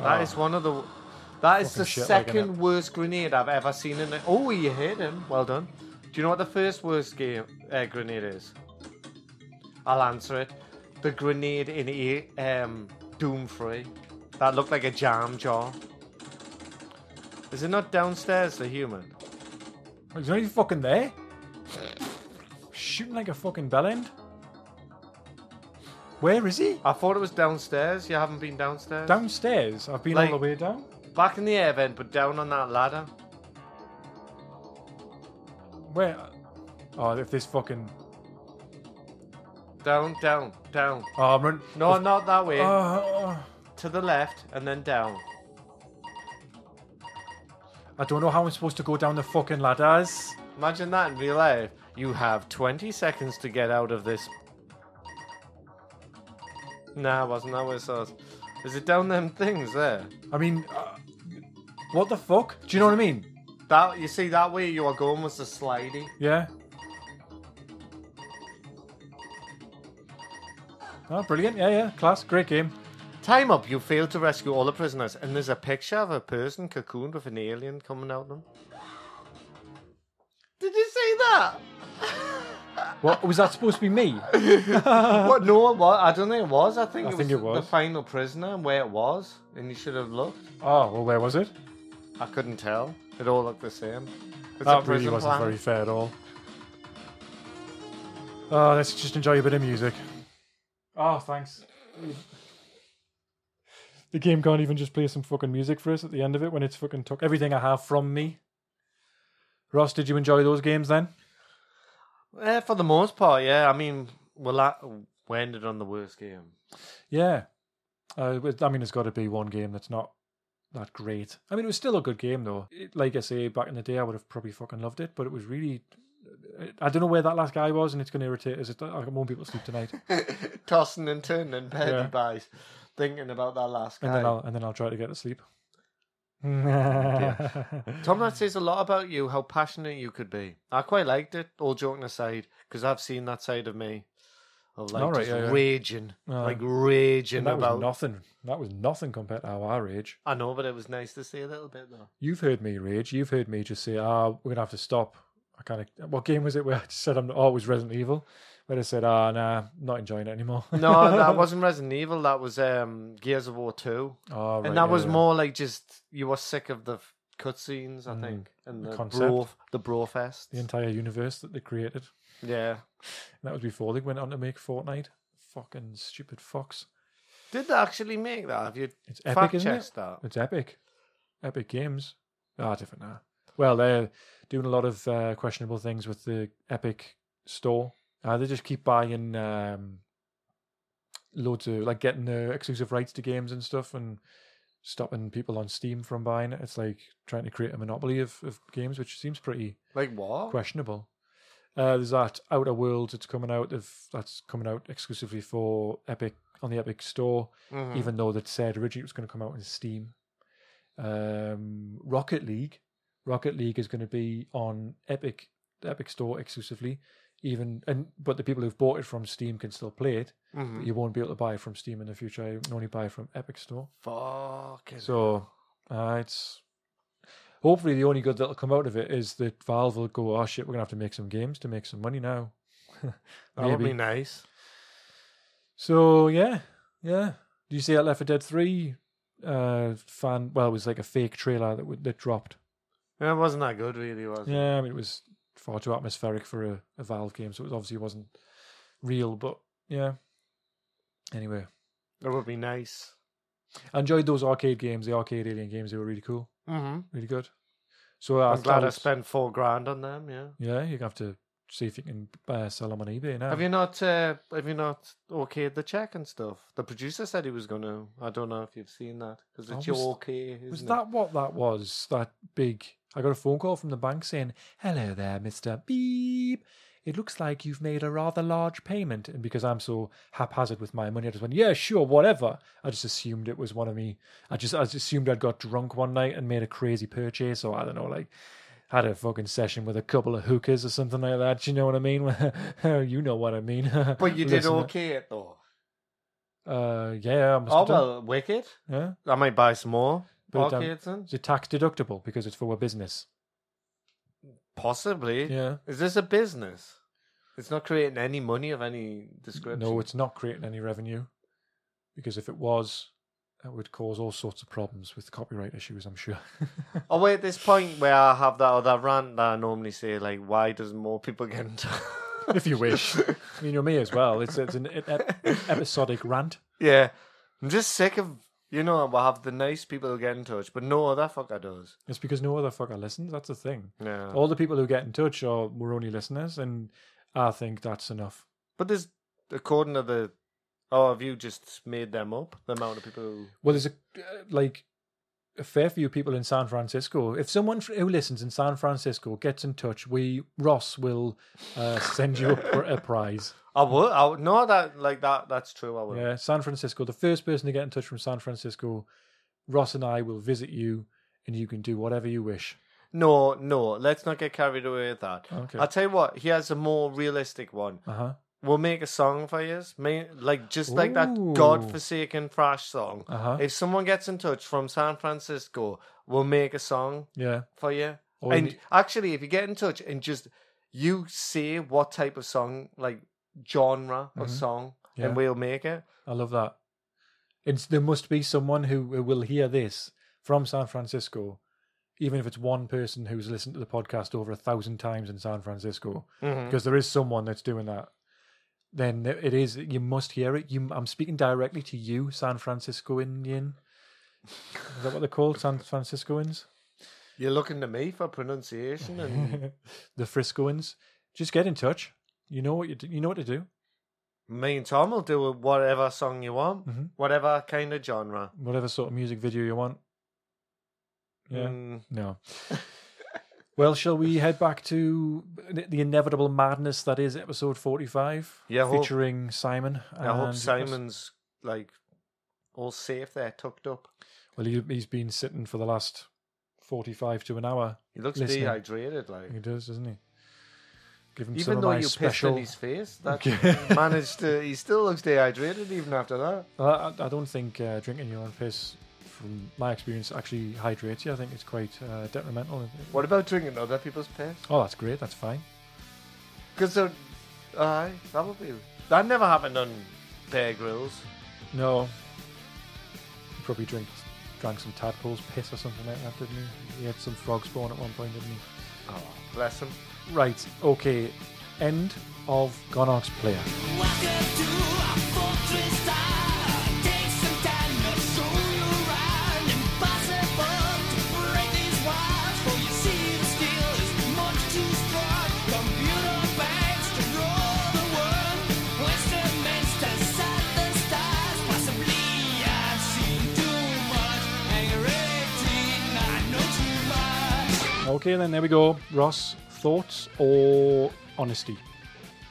C: That
A: Oh.
C: is one of the. That is
A: Fucking
C: the
A: shit like, innit?
C: second worst grenade I've ever seen in. A, oh, you hit him! Well done. Do you know what the first worst game uh, grenade is? I'll answer it. The grenade in E- um, Doom Three that looked like a jam jar. Is it not downstairs? The human.
A: He's not even fucking there. Shooting like a fucking bell end. Where is he?
C: I thought it was downstairs. You haven't been downstairs?
A: Downstairs. I've been
C: Like-
A: all the way down.
C: Back in the air vent, but down on that ladder.
A: Where? Oh, if this fucking
C: Down, down, down.
A: Oh, I'm run-
C: No, not that way.
A: Uh,
C: to the left and then down.
A: I don't know how I'm supposed to go down the fucking ladders.
C: Imagine that in real life. You have 20 seconds to get out of this. Nah, it wasn't that what it says. Is it down them things there?
A: I mean, uh, what the fuck? Do you know what I mean?
C: That you see that way you are going was the slidey.
A: Yeah. Oh, brilliant. Yeah, yeah. Class. Great game.
C: Time up. You failed to rescue all the prisoners, and there's a picture of a person cocooned with an alien coming out of them. Did you see that?
A: What was that supposed to be me?
C: what? No, it was. I don't think it was. I think,
A: Uh, I
C: it,
A: think
C: was
A: it was.
C: the final prisoner and where it was, and you should have looked.
A: Oh, well, where was it?
C: I couldn't tell. It all looked the same. It's a
A: that really
C: prison
A: wasn't
C: plan.
A: very fair at all. Oh, let's just enjoy a bit of music. Oh, thanks. The game can't even just play some fucking music for us at the end of it when it's fucking took everything I have from me. Ross, did you enjoy those games then?
C: Eh, for the most part, yeah. I mean, well, I, we ended on the worst game.
A: Yeah. Uh, it- I mean, it's got to be one game that's not that great. I mean, it was still a good game, though. It- like I say, back in the day, I would have probably fucking loved it, but it was really. I don't know where that last guy was, and it's going to irritate us. It- I won't be able to sleep tonight.
C: Tossing and turning in bed
A: Yeah.
C: and buys, thinking about that last
A: and then
C: guy.
A: I'll and then I'll try to get to
C: <laughs>
A: sleep.
C: Tom, that says a lot about you, how passionate you could be. I quite liked it, all joking aside, because I've seen that side of me. Of like
A: All right,
C: just
A: yeah, yeah.
C: raging,
A: Uh,
C: like raging
A: And that
C: about.
A: was nothing. That was nothing compared to how I rage.
C: I know, but it was nice to see a little
A: <laughs>
C: bit though.
A: You've heard me rage. You've heard me just say, "Ah, we're gonna have to stop." I kind of what game was it where I <laughs> just said I'm always Resident Evil, where I said, "Ah, nah, not enjoying it
C: <laughs>
A: anymore."
C: No, that wasn't Resident Evil. That was um, Gears of War Two,
A: Oh, right,
C: and that
A: yeah,
C: was
A: yeah.
C: more like just you were sick of the f- cutscenes, I
A: Mm.
C: think, and
A: The
C: the,
A: concept.
C: bro, the bro fest.
A: the entire universe that they created.
C: yeah,
A: And that was before they went on to make Fortnite. Fucking stupid fox.
C: did they actually make that? Have you
A: It's epic,
C: fact
A: isn't it?
C: checked that?
A: It's epic. Epic Games. Ah, different now. Well, they're doing a lot of uh, questionable things with the Epic store. Uh, they just keep buying um, loads of, like, getting the exclusive rights to games and stuff and stopping people on Steam from buying it. It's like trying to create a monopoly of, of games, which seems pretty
C: Like what?
A: questionable. Uh, there's that Outer Worlds that's coming out of that's coming out exclusively for Epic on the Epic Store
C: Mhm.
A: even though they'd said originally it was going to come out in Steam. Um, Rocket League, Rocket League is going to be on Epic, the Epic Store exclusively. Even and but the people who've bought it from Steam can still play it.
C: Mhm.
A: But you won't be able to buy it from Steam in the future. You can only buy it from Epic Store.
C: Fucking.
A: So uh, it's hopefully the only good that'll come out of it is that Valve will go, oh shit, we're gonna have to make some games to make some money now. <laughs>
C: that would be
A: Maybe.
C: nice.
A: So yeah, yeah. Do you see that Left 4 Dead 3 uh, fan? Well, it was like a fake trailer that w- that dropped.
C: Yeah, It wasn't that good, really, was it?
A: Yeah, I mean it was far too atmospheric for a, a Valve game, so it was obviously wasn't real. But yeah. Anyway,
C: It would be nice.
A: I enjoyed those arcade games, the arcade alien games. They were really cool,
C: Mm-hmm.
A: really good. So uh,
C: I'm glad I
A: was-
C: spent four grand on them. Yeah.
A: Yeah, you have to see if you can uh, sell them on eBay now.
C: Have you not? Uh, have you not okayed the check and stuff? The producer said he was going to. I don't know if you've seen that because
A: Oh,
C: it's
A: was-
C: your okay. Isn't
A: Was
C: it?
A: that what that was? That big. I got a phone call from the bank saying, Hello there, Mr. Beep. It looks like you've made a rather large payment. And because I'm so haphazard with my money, I just went, Yeah, sure, whatever. I just assumed it was one of me. I just, I just assumed I'd got drunk one night and made a crazy purchase, or I don't know, like had a fucking session with a couple of hookers or something like that. Do you know what I mean? <laughs> you know what I mean.
C: But
A: <laughs>
C: you did
A: Listen,
C: okay it though.
A: Uh, yeah, I must
C: Oh
A: have done.
C: well, wicked.
A: Yeah.
C: I might buy some more
A: Put it down.
C: arcades then.
A: Is it tax deductible because it's for a business?
C: Possibly.
A: Yeah.
C: Is this a business? It's not creating any money of any description.
A: No, it's not creating any revenue because if it was, that would cause all sorts of problems with copyright issues, I'm sure. <laughs>
C: Oh wait, this point where I have that other rant that I normally say, like, why doesn't more people get into?
A: if you wish. I mean, you may as well. It's, it's an ep- episodic rant.
C: yeah, I'm just sick of you know we will have the nice people who get in touch, but no other fucker does.
A: It's because no other fucker listens. That's the thing.
C: Yeah,
A: All the people who get in touch are were only listeners, and I think that's enough.
C: but there's according to the, oh, have you just made them up? The amount of people who
A: Well, there's a uh, like a fair few people in San Francisco. If someone fr- who listens in San Francisco gets in touch, we Ross will uh, send you a, pr- a prize.
C: I would, I would, no, that like that, that's true. I would.
A: Yeah, San Francisco. The first person to get in touch from San Francisco, Ross and I will visit you, and you can do whatever you wish.
C: No, no, let's not get carried away with that.
A: Okay.
C: I'll tell you what, he has a more realistic one.
A: Uh huh.
C: We'll make a song for you, like just like
A: Ooh.
C: that godforsaken thrash song.
A: Uh-huh.
C: If someone gets in touch from San Francisco, we'll make a song
A: Yeah.
C: for you.
A: Or
C: and
A: you-
C: actually, if you get in touch and just you say what type of song, like genre of song,
A: Mm-hmm. Yeah.
C: and we'll make it.
A: I love that. It's, there must be someone who, who will hear this from San Francisco, even if it's one person who's listened to the podcast over a thousand times in San Francisco,
C: Hmm.
A: because there is someone that's doing that. Then th- it is you must hear it. You, I'm speaking directly to you, San Francisco Indian. Is that what they're called, San Franciscoans,
C: You're looking to me for pronunciation, and
A: <laughs> the Friscoans? Just get in touch. You know what you do, you know what to do. Mm-hmm.
C: me and Tom will do whatever song you want, whatever kind of genre.
A: Whatever sort of music video you want. Yeah.
C: Mm. <laughs>
A: No. well, shall we head back to the inevitable madness that is episode 45?
C: Yeah, I hope-
A: Featuring Simon.
C: I hope
A: and-
C: Simon's like all safe there, tucked up.
A: Well, he, he's been sitting for the last 45 to an hour.
C: He looks
A: Listening.
C: dehydrated, like
A: He does, doesn't he? Give him some
C: even
A: of
C: though
A: my
C: you
A: special.
C: pissed in his
A: <laughs>
C: face, that managed to. He still looks dehydrated even after that.
A: I, I don't think uh, drinking your own piss, from my experience, actually hydrates you. I think it's quite uh, detrimental.
C: What about drinking other people's piss?
A: Oh, that's great. That's fine.
C: Because aye, that would be that never happened on Bear Grylls.
A: No. He probably drink, drank some tadpoles piss or something like that, didn't he? He had some frog spawn at one point, didn't he?
C: Oh, bless him.
A: Right, okay. End of Gonox Player. Okay, then there we go. Ross, thoughts or honesty?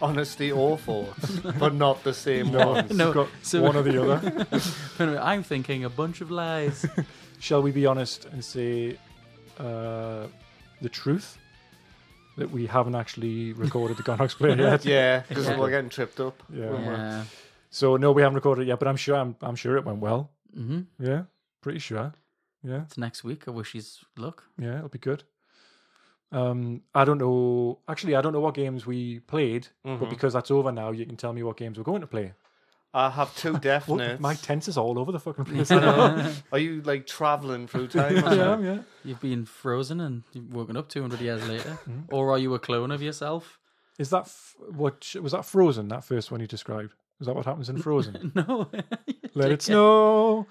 C: Honesty or thoughts, <laughs> but not the same ones.
B: No,
A: We've got
B: so-
A: one or the other.
B: Wait a minute, I'm thinking a bunch of
A: <laughs>
B: lies.
A: Shall we be honest and say uh, the truth? That we haven't actually recorded the Gonox <laughs> Player yet.
C: Yeah, because
B: Yeah.
C: we're getting tripped up.
A: Yeah.
B: yeah.
A: So no, we haven't recorded it yet, but I'm sure I'm, I'm sure it went well.
B: hmm
A: Yeah, pretty sure. Yeah.
B: It's next week. I wish he's luck.
A: Yeah, it'll be good. Um, I don't know. Actually, I don't know what games we played, but because that's over now, you can tell me what games we're going to play.
C: I have two
A: What-
C: deafness.
A: my tense is all over the <laughs> fucking place.
C: Are you like traveling through time?
A: I am, <laughs> yeah.
B: You've been frozen and you've woken up 200 years <laughs> later. or are you a clone of yourself? <laughs>
A: Is that f- what sh- was that Frozen? That first one you described. Is that what happens in Frozen?
B: No. <laughs>
A: Let it snow.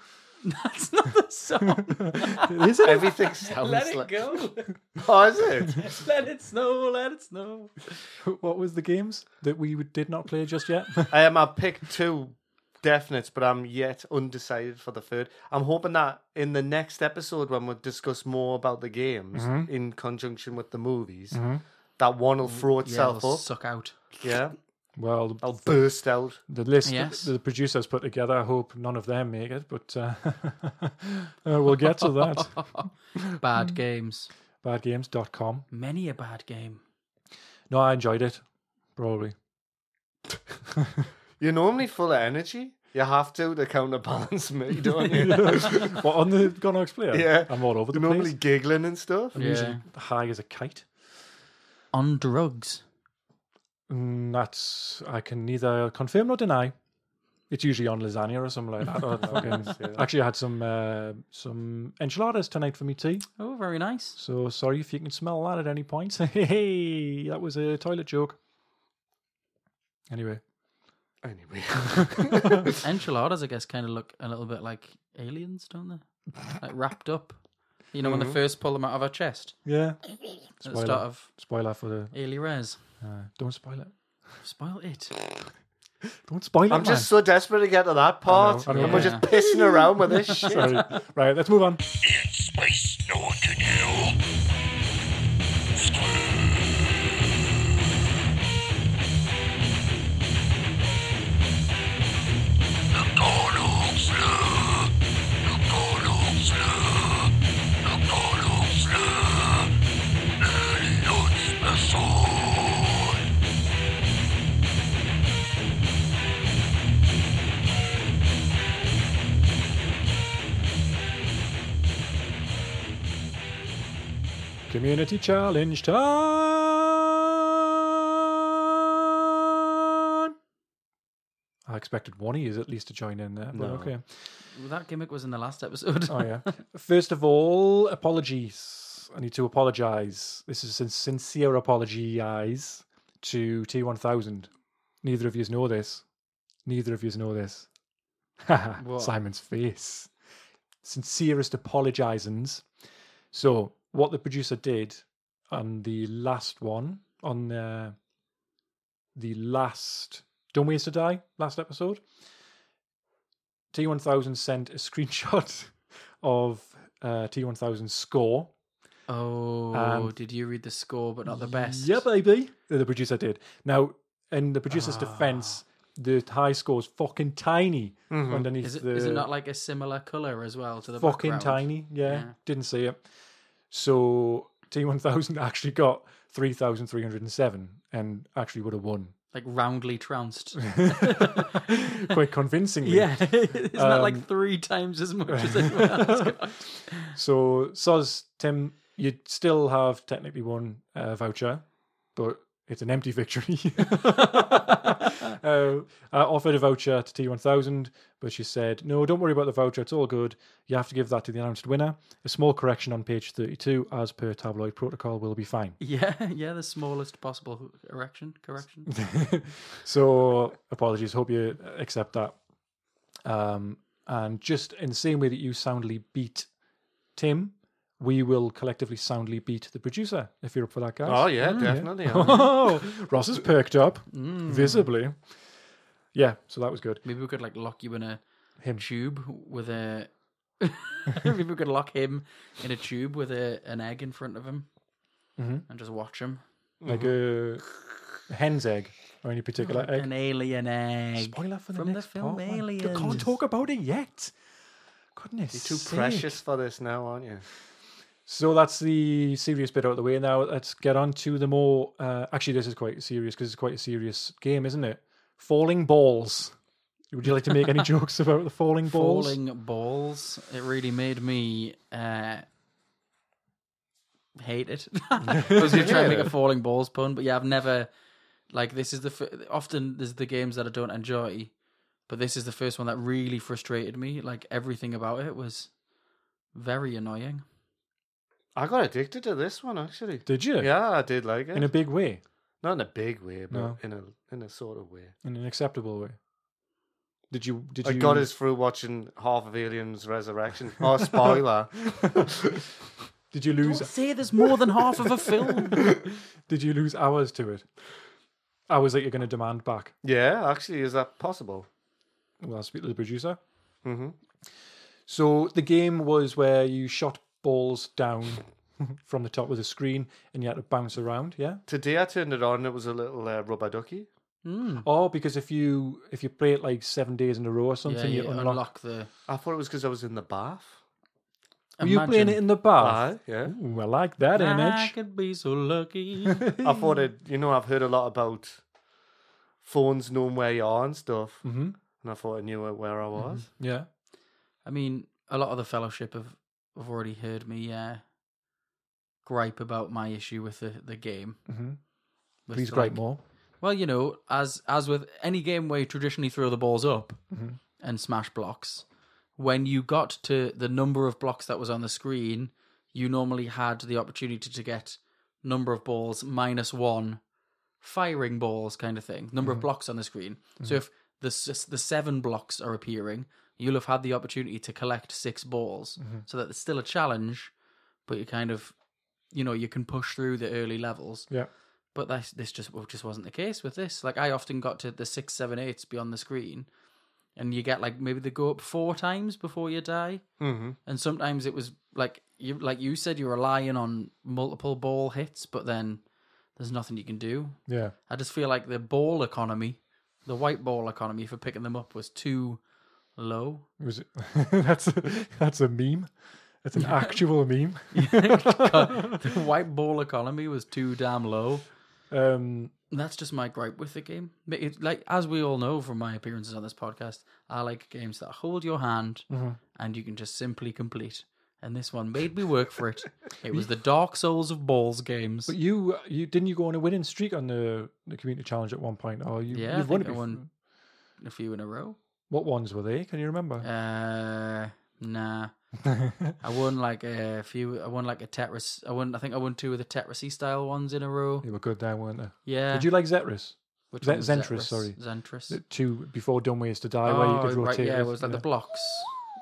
B: That's not the song.
A: Is it?
C: Everything
B: <laughs>
C: sounds
B: let it
C: like.
B: go. <laughs>
C: Oh, is it?
B: let it snow. Let it snow.
A: <laughs> What was the games that we would- did not play just <laughs> yet?
C: I am. I picked two definites, but I'm yet undecided for the third. I'm hoping that in the next episode, when we discuss more about the games
A: Mm-hmm.
C: in conjunction with the movies, that one
A: Mm,
C: will throw
B: Yeah,
C: itself
B: it'll
C: up.
B: suck out.
C: Yeah,
A: well, the,
C: I'll burst out.
A: the list
B: Yes.
A: that the producers put together. I hope none of them make it, but uh, <laughs> uh, we'll get to
B: <laughs>
A: that.
B: Bad games.
A: Badgames.com.
B: Many a bad game.
A: No, I enjoyed it. <laughs> Probably.
C: You're normally full of energy. You have to to
A: <laughs>
C: counterbalance me, don't you?
A: Well, on the Gonox player?
C: Yeah.
A: I'm all over the
C: You're normally
A: place.
C: giggling and stuff.
A: I'm usually
B: Yeah.
A: high as a kite.
B: On drugs.
A: Mm, that's I can neither confirm nor deny. It's usually on lasagna or something <laughs> like that. or fucking- Actually, I had some uh, some enchiladas tonight for me tea.
B: Oh, very nice.
A: So sorry if you can smell that at any point. <laughs> hey, that was a toilet joke. Anyway, <laughs>
C: Anyway,
B: Enchiladas, I guess, kind of look a little bit like aliens, don't they? Like wrapped up. You know, when they first pull them out of our chest
A: yeah.
B: at the
A: Spoiler.
B: start of
A: Spoiler for the
B: Ailey Res.
A: uh, don't spoil it.
B: Spoil it.
A: Don't spoil it.
C: I'm just so desperate to get to that part,
A: I know.
C: and we're
B: Yeah.
C: just pissing around with
A: <laughs>
C: this shit.
A: man.
C: <laughs>
A: sorry. Right, let's move on.
F: Space, no one can heal. The portals blue. The portals blue. The portals blue. Early before.
A: Community challenge time. I expected one of you at least to join in there, but
C: No.
A: okay.
B: That gimmick was in the last episode.
A: <laughs> Oh
B: <laughs>
A: yeah. First of all, apologies. I need to apologize. This is sin- sincere apologies to T1000. Neither of yous know this. Neither of yous know this. <laughs>
B: What?
A: Simon's face. Sincerest apologizings. So, what the producer did on the last one, on the, the last Don't Waste a Die, last episode, T1000 sent a screenshot <laughs> of uh, T1000's score.
B: Oh,
A: Um,
B: did you read the score but not the best?
A: Yeah, baby. Uh, The producer did. Now, in the
B: Ah.
A: producer's defense, the high score's fucking tiny underneath
B: Mm-hmm. Is it,
A: the.
B: is it not like a similar color as well to the
A: fucking
B: background?
A: tiny. Yeah,
B: Yeah.
A: didn't see it. So T1000 <laughs> actually got 3,307 and actually would have won
B: like
A: <laughs>
B: roundly trounced. <laughs>
A: quite convincingly.
B: yeah, isn't that
A: Um,
B: like three times as
A: <laughs>
B: much as anyone else? got?
A: So, Soz, Tim, you still have technically one uh, voucher, but it's an empty <laughs> victory. uh, I offered a voucher to T1000, but she said, no, don't worry about the voucher. It's all good. You have to give that to the announced winner. A small correction on page 32, as per tabloid protocol, will be fine.
B: <laughs> Yeah, yeah, the smallest possible correction.
A: <laughs>
B: Correction.
A: so apologies. Hope you accept that. Um, and just in the same way that you soundly beat Tim, we will collectively soundly beat the producer. If you're up for that, guys. Hmm,
C: Oh yeah,
A: <laughs>
C: definitely. Mm.
A: Oh, Ross has perked up visibly. Yeah, so that was good.
B: Maybe we could like lock you in a
A: Him.
B: tube
A: <laughs>
B: with a. <laughs> Maybe we could lock him in a tube with a, an egg in front of him,
A: Mm-hmm.
B: and just watch him.
C: Mm-hmm.
A: Like a hen's egg or any particular egg.
B: An alien Oh, egg.
A: Spoiler for the
B: from the
A: next
B: film
A: part, man. I can't
B: Aliens.
A: talk about it yet. Goodness,
C: You're too
A: sake.
C: precious for this now, aren't you?
A: So that's the serious bit out of the way. Now let's get on to the more. Uh, actually, this is quite serious because it's quite a serious game, isn't it? Falling balls. Would you like to make
C: <laughs>
A: any jokes about the falling balls?
B: Falling balls. It really made me uh, hate it. <laughs> I was going to try and make a falling balls pun, but yeah, I've never like this is the f- often there's the games that I don't enjoy, but this is the first one that really frustrated me. Like everything about it was very annoying.
C: I got addicted to this one actually.
A: Did you?
C: Yeah, I did like it.
A: In a big way,
C: Not in a big way, but
A: No.
C: in a in a sort of way.
A: in an acceptable way. Did you? Did
C: I
A: you?
C: got us through watching half of Aliens Resurrection.
A: <laughs>
C: Oh, spoiler!
A: Did you lose?
B: Say there's more than half of a film.
A: Did you lose hours to it? Hours that you're going to demand back.
C: yeah, actually, is that possible?
A: Well, I'll speak to the producer.
C: Mhm.
A: So the game was where you shot balls down <laughs> from the top of the screen and you had to bounce around. Yeah.
C: Today I turned it on. It was a little uh, rubber ducky.
A: Oh, because if you if you play it like seven days in a row or
B: Yeah,
A: something,
B: you
A: you
B: unlock,
A: unlock.
B: the.
C: I thought it was because I was in the bath.
A: Were you playing it in the bath?
C: Aye, yeah.
A: Ooh, I like that
B: I
A: image.
B: could be so lucky.
C: I thought it. You know, I've heard a lot about phones knowing where you are and stuff,
A: hmm
C: and I thought I knew where
A: Mm-hmm.
C: I was.
A: Yeah.
B: I mean, a lot of the fellowship have, have already heard me uh, gripe about my issue with the, the game.
A: hmm
B: With,
A: Please
B: like-
A: write more.
B: Well, you know, as as with any game where you traditionally throw the balls up
A: Mhm.
B: and smash blocks, when you got to the number of blocks that was on the screen, you normally had the opportunity to get number of balls minus one firing balls kind of thing, number of blocks on the screen. So if the s- the seven blocks are appearing, you'll have had the opportunity to collect six balls, so that there's still a challenge, but you kind of, you know, you can push through the early levels.
A: Yeah.
B: But this, this just well, just wasn't the case with this. Like I often got to the six, seven, eights beyond the screen, and you get like maybe they go up four times before you die,
C: Mm-hmm.
B: and sometimes it was like you like you said you're relying on multiple ball hits, but then there's nothing you can do.
A: Yeah.
B: I just feel like the ball economy, the white ball economy for picking them up was too low.
A: It <laughs> was that's a, that's a meme. That's
B: <laughs>
A: an actual meme.
B: God, the white ball economy was too damn low.
A: Um,
B: That's just my gripe with the game. But It, like as we all know from my appearances on this podcast, I like games that hold your hand
A: Mm-hmm.
B: and you can just simply complete. And this one made me work
A: <laughs>
B: for it. It was the Dark Souls of balls games.
A: but you you didn't you go on a winning streak on the, the community challenge at one point? Oh, you
B: yeah, I
A: you've won
B: think
A: it
B: I
A: bef-
B: won a few in a row.
A: What ones were they? Can you remember?
B: Uh,
A: <laughs>
B: nah. I won like a few. I won like a Tetris. I won. I think I won two of the Tetrisy style ones in a row.
A: they were good then, weren't they?
B: Yeah.
A: Did you like Zetris?
B: Which
A: Zen-
B: one was
A: Zentris, sorry.
B: Zentris.
A: The two before Dumb Ways to Die, where you could rotate.
B: Oh, right, yeah,
A: it,
B: it was like the blocks.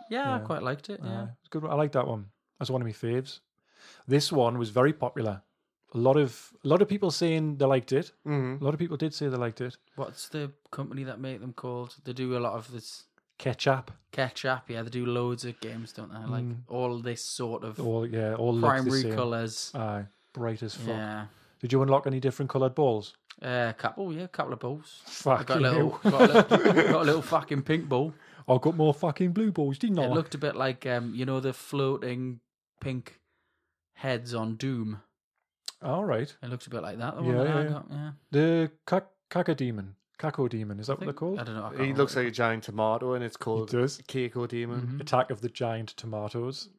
B: Yeah, I
A: Yeah.
B: quite liked it. Yeah.
A: Uh, it's good. one. I like that one. That's one of my faves. This one was very popular. A lot of a lot of people saying they liked it.
C: Mm-hmm.
A: A lot of people did say they liked it.
B: What's the company that make them called? They do a lot of this
A: Ketchup.
B: ketchup. Yeah, they do loads of games, don't they? Like all this sort of
A: Mm. All yeah, all looks the
B: primary
A: same.
B: colors.
A: Aye, bright as fuck.
B: Yeah,
A: Did you unlock any different coloured balls?
B: a couple. Yeah, couple of balls. I
A: Fuck
B: got a
A: you.
B: little, got a little,
A: <laughs>
B: got a little fucking pink ball.
A: I got more fucking blue balls, didn't I?
B: It looked a bit like um, you know, the floating pink heads on Doom.
A: All right.
B: It looked a bit like that. The one
A: Yeah,
B: that I
A: yeah.
B: got. Yeah.
A: The cac- caca demon, caco demon. Is that what they're
B: I
A: called?
B: don't know. I can't
C: Mm-hmm. He
B: remember.
C: looks like a giant tomato, and it's
A: It
C: called
A: does.
C: Keiko Demon.
A: Attack of the giant tomatoes.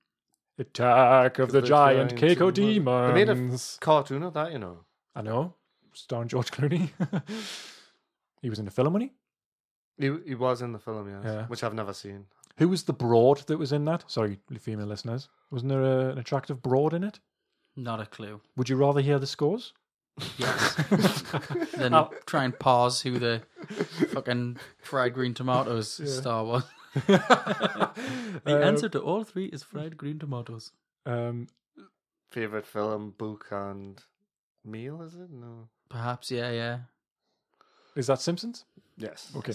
A: Attack of the, giant, caco
C: They made a
A: demons.
C: f- cartoon of that, you know.
A: I know. Starring George <laughs> Clooney. he was in the film, wasn't he?
C: He, he was in the film, yes,
A: Yeah.
C: which I've never seen.
A: Who was the broad that was in that? Sorry, female listeners. Wasn't there a, an attractive broad in it?
B: not a clue.
A: Would you rather hear the scores? <laughs>
C: <laughs>
B: then
A: Oh.
B: try and pause who the fucking fried
A: <laughs>
B: green tomatoes star was. <laughs> the
C: Uh,
B: answer to all three is fried green tomatoes.
A: Um,
C: Favorite film, book, and meal, is it? No.
B: Perhaps, yeah, yeah.
A: is that Simpsons?
C: Yes.
A: Okay.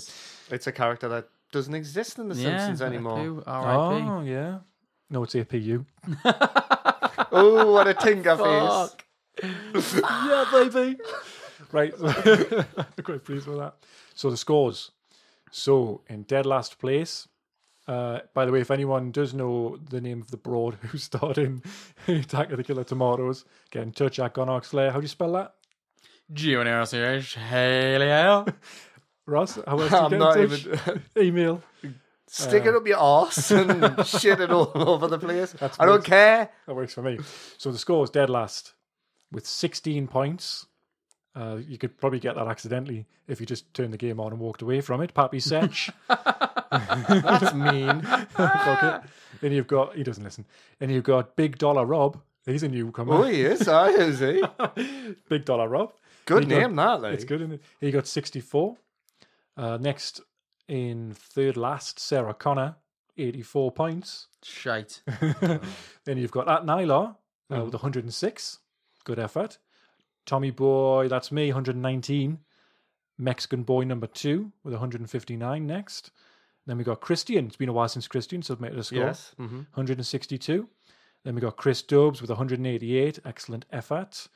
C: It's a character that doesn't exist in The
B: yeah,
C: Simpsons
B: not a
C: <laughs> anymore.
B: clue, R.I.P.
A: Oh, yeah. No, it's APU.
C: Oh, what a tinker face.
B: Fuck.
A: yeah, baby. right. <laughs> I'm quite pleased with that. So the scores. So in dead last place. Uh, by the way, if anyone does know the name of the broad <laughs> who starred in Attack of the Killer Tomatoes, get in touch at Gonarch Slayer. How do you spell that?
B: G-O-N-R-C-H, hello.
A: Ross, how else do you
C: <laughs> I'm
A: get
C: not
A: in touch?
C: even.
A: Email.
C: Stick it up
A: <laughs>
C: your arse and shit it all <laughs> over the place. I
A: worse.
C: don't care.
A: That works for me. So the score is dead last with 16 points. Uh, you could probably get that accidentally if you just turned the game on and walked away from it. Pappy Sech.
C: <laughs> That's mean.
A: <laughs> Fuck it. Then you've got he doesn't listen. Then you've got Big Dollar Rob. He's a newcomer.
C: oh, he is. I is he?
A: <laughs> Big Dollar Rob.
C: Good
A: He got-
C: name, that, like.
A: It's
C: <laughs>
A: good, isn't it? He got sixty-four. Uh, next in third last, Sarah Connor, eighty-four points.
B: Shite.
A: Then you've got at Nylar uh, with one hundred and six. Good effort. Tommy Boy, that's me, one hundred and nineteen. Mexican Boy number two with one hundred and fifty-nine. Next. Then we got Christian. It's been a while since Christian submitted a score.
C: Yes. Mm-hmm.
A: 162. Then we got Chris Dobbs with 188. Excellent effort.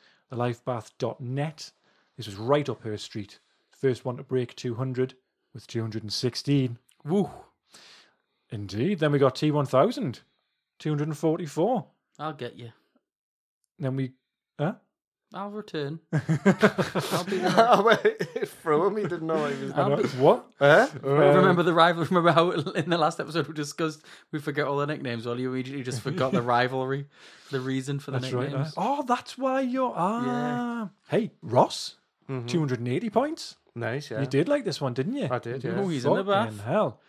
A: TheLifeBath.net. This was right up her street. First one to break 200 with 216.
B: Woo.
A: Indeed. Then we got T1000, 244.
B: I'll get you.
A: Then we. Huh?
B: I'll <laughs> return.
C: it threw him. He didn't know what he was
A: <laughs> I
C: doing.
A: know- what?
C: Huh?
B: remember the rival. <laughs> Remember how in the last episode we discussed we forget all the nicknames. Well, you immediately just forgot <laughs> the rivalry, the reason for the
A: That's right.
B: nicknames.
A: uh, Oh, that's why you're. Ah. Hey, Ross,
B: Mm-hmm.
A: 280 points.
C: Nice, yeah.
A: You did like this one, didn't you?
C: I did,
B: Oh,
C: yeah.
B: he's in the
A: Fucking
B: bath.
A: hell.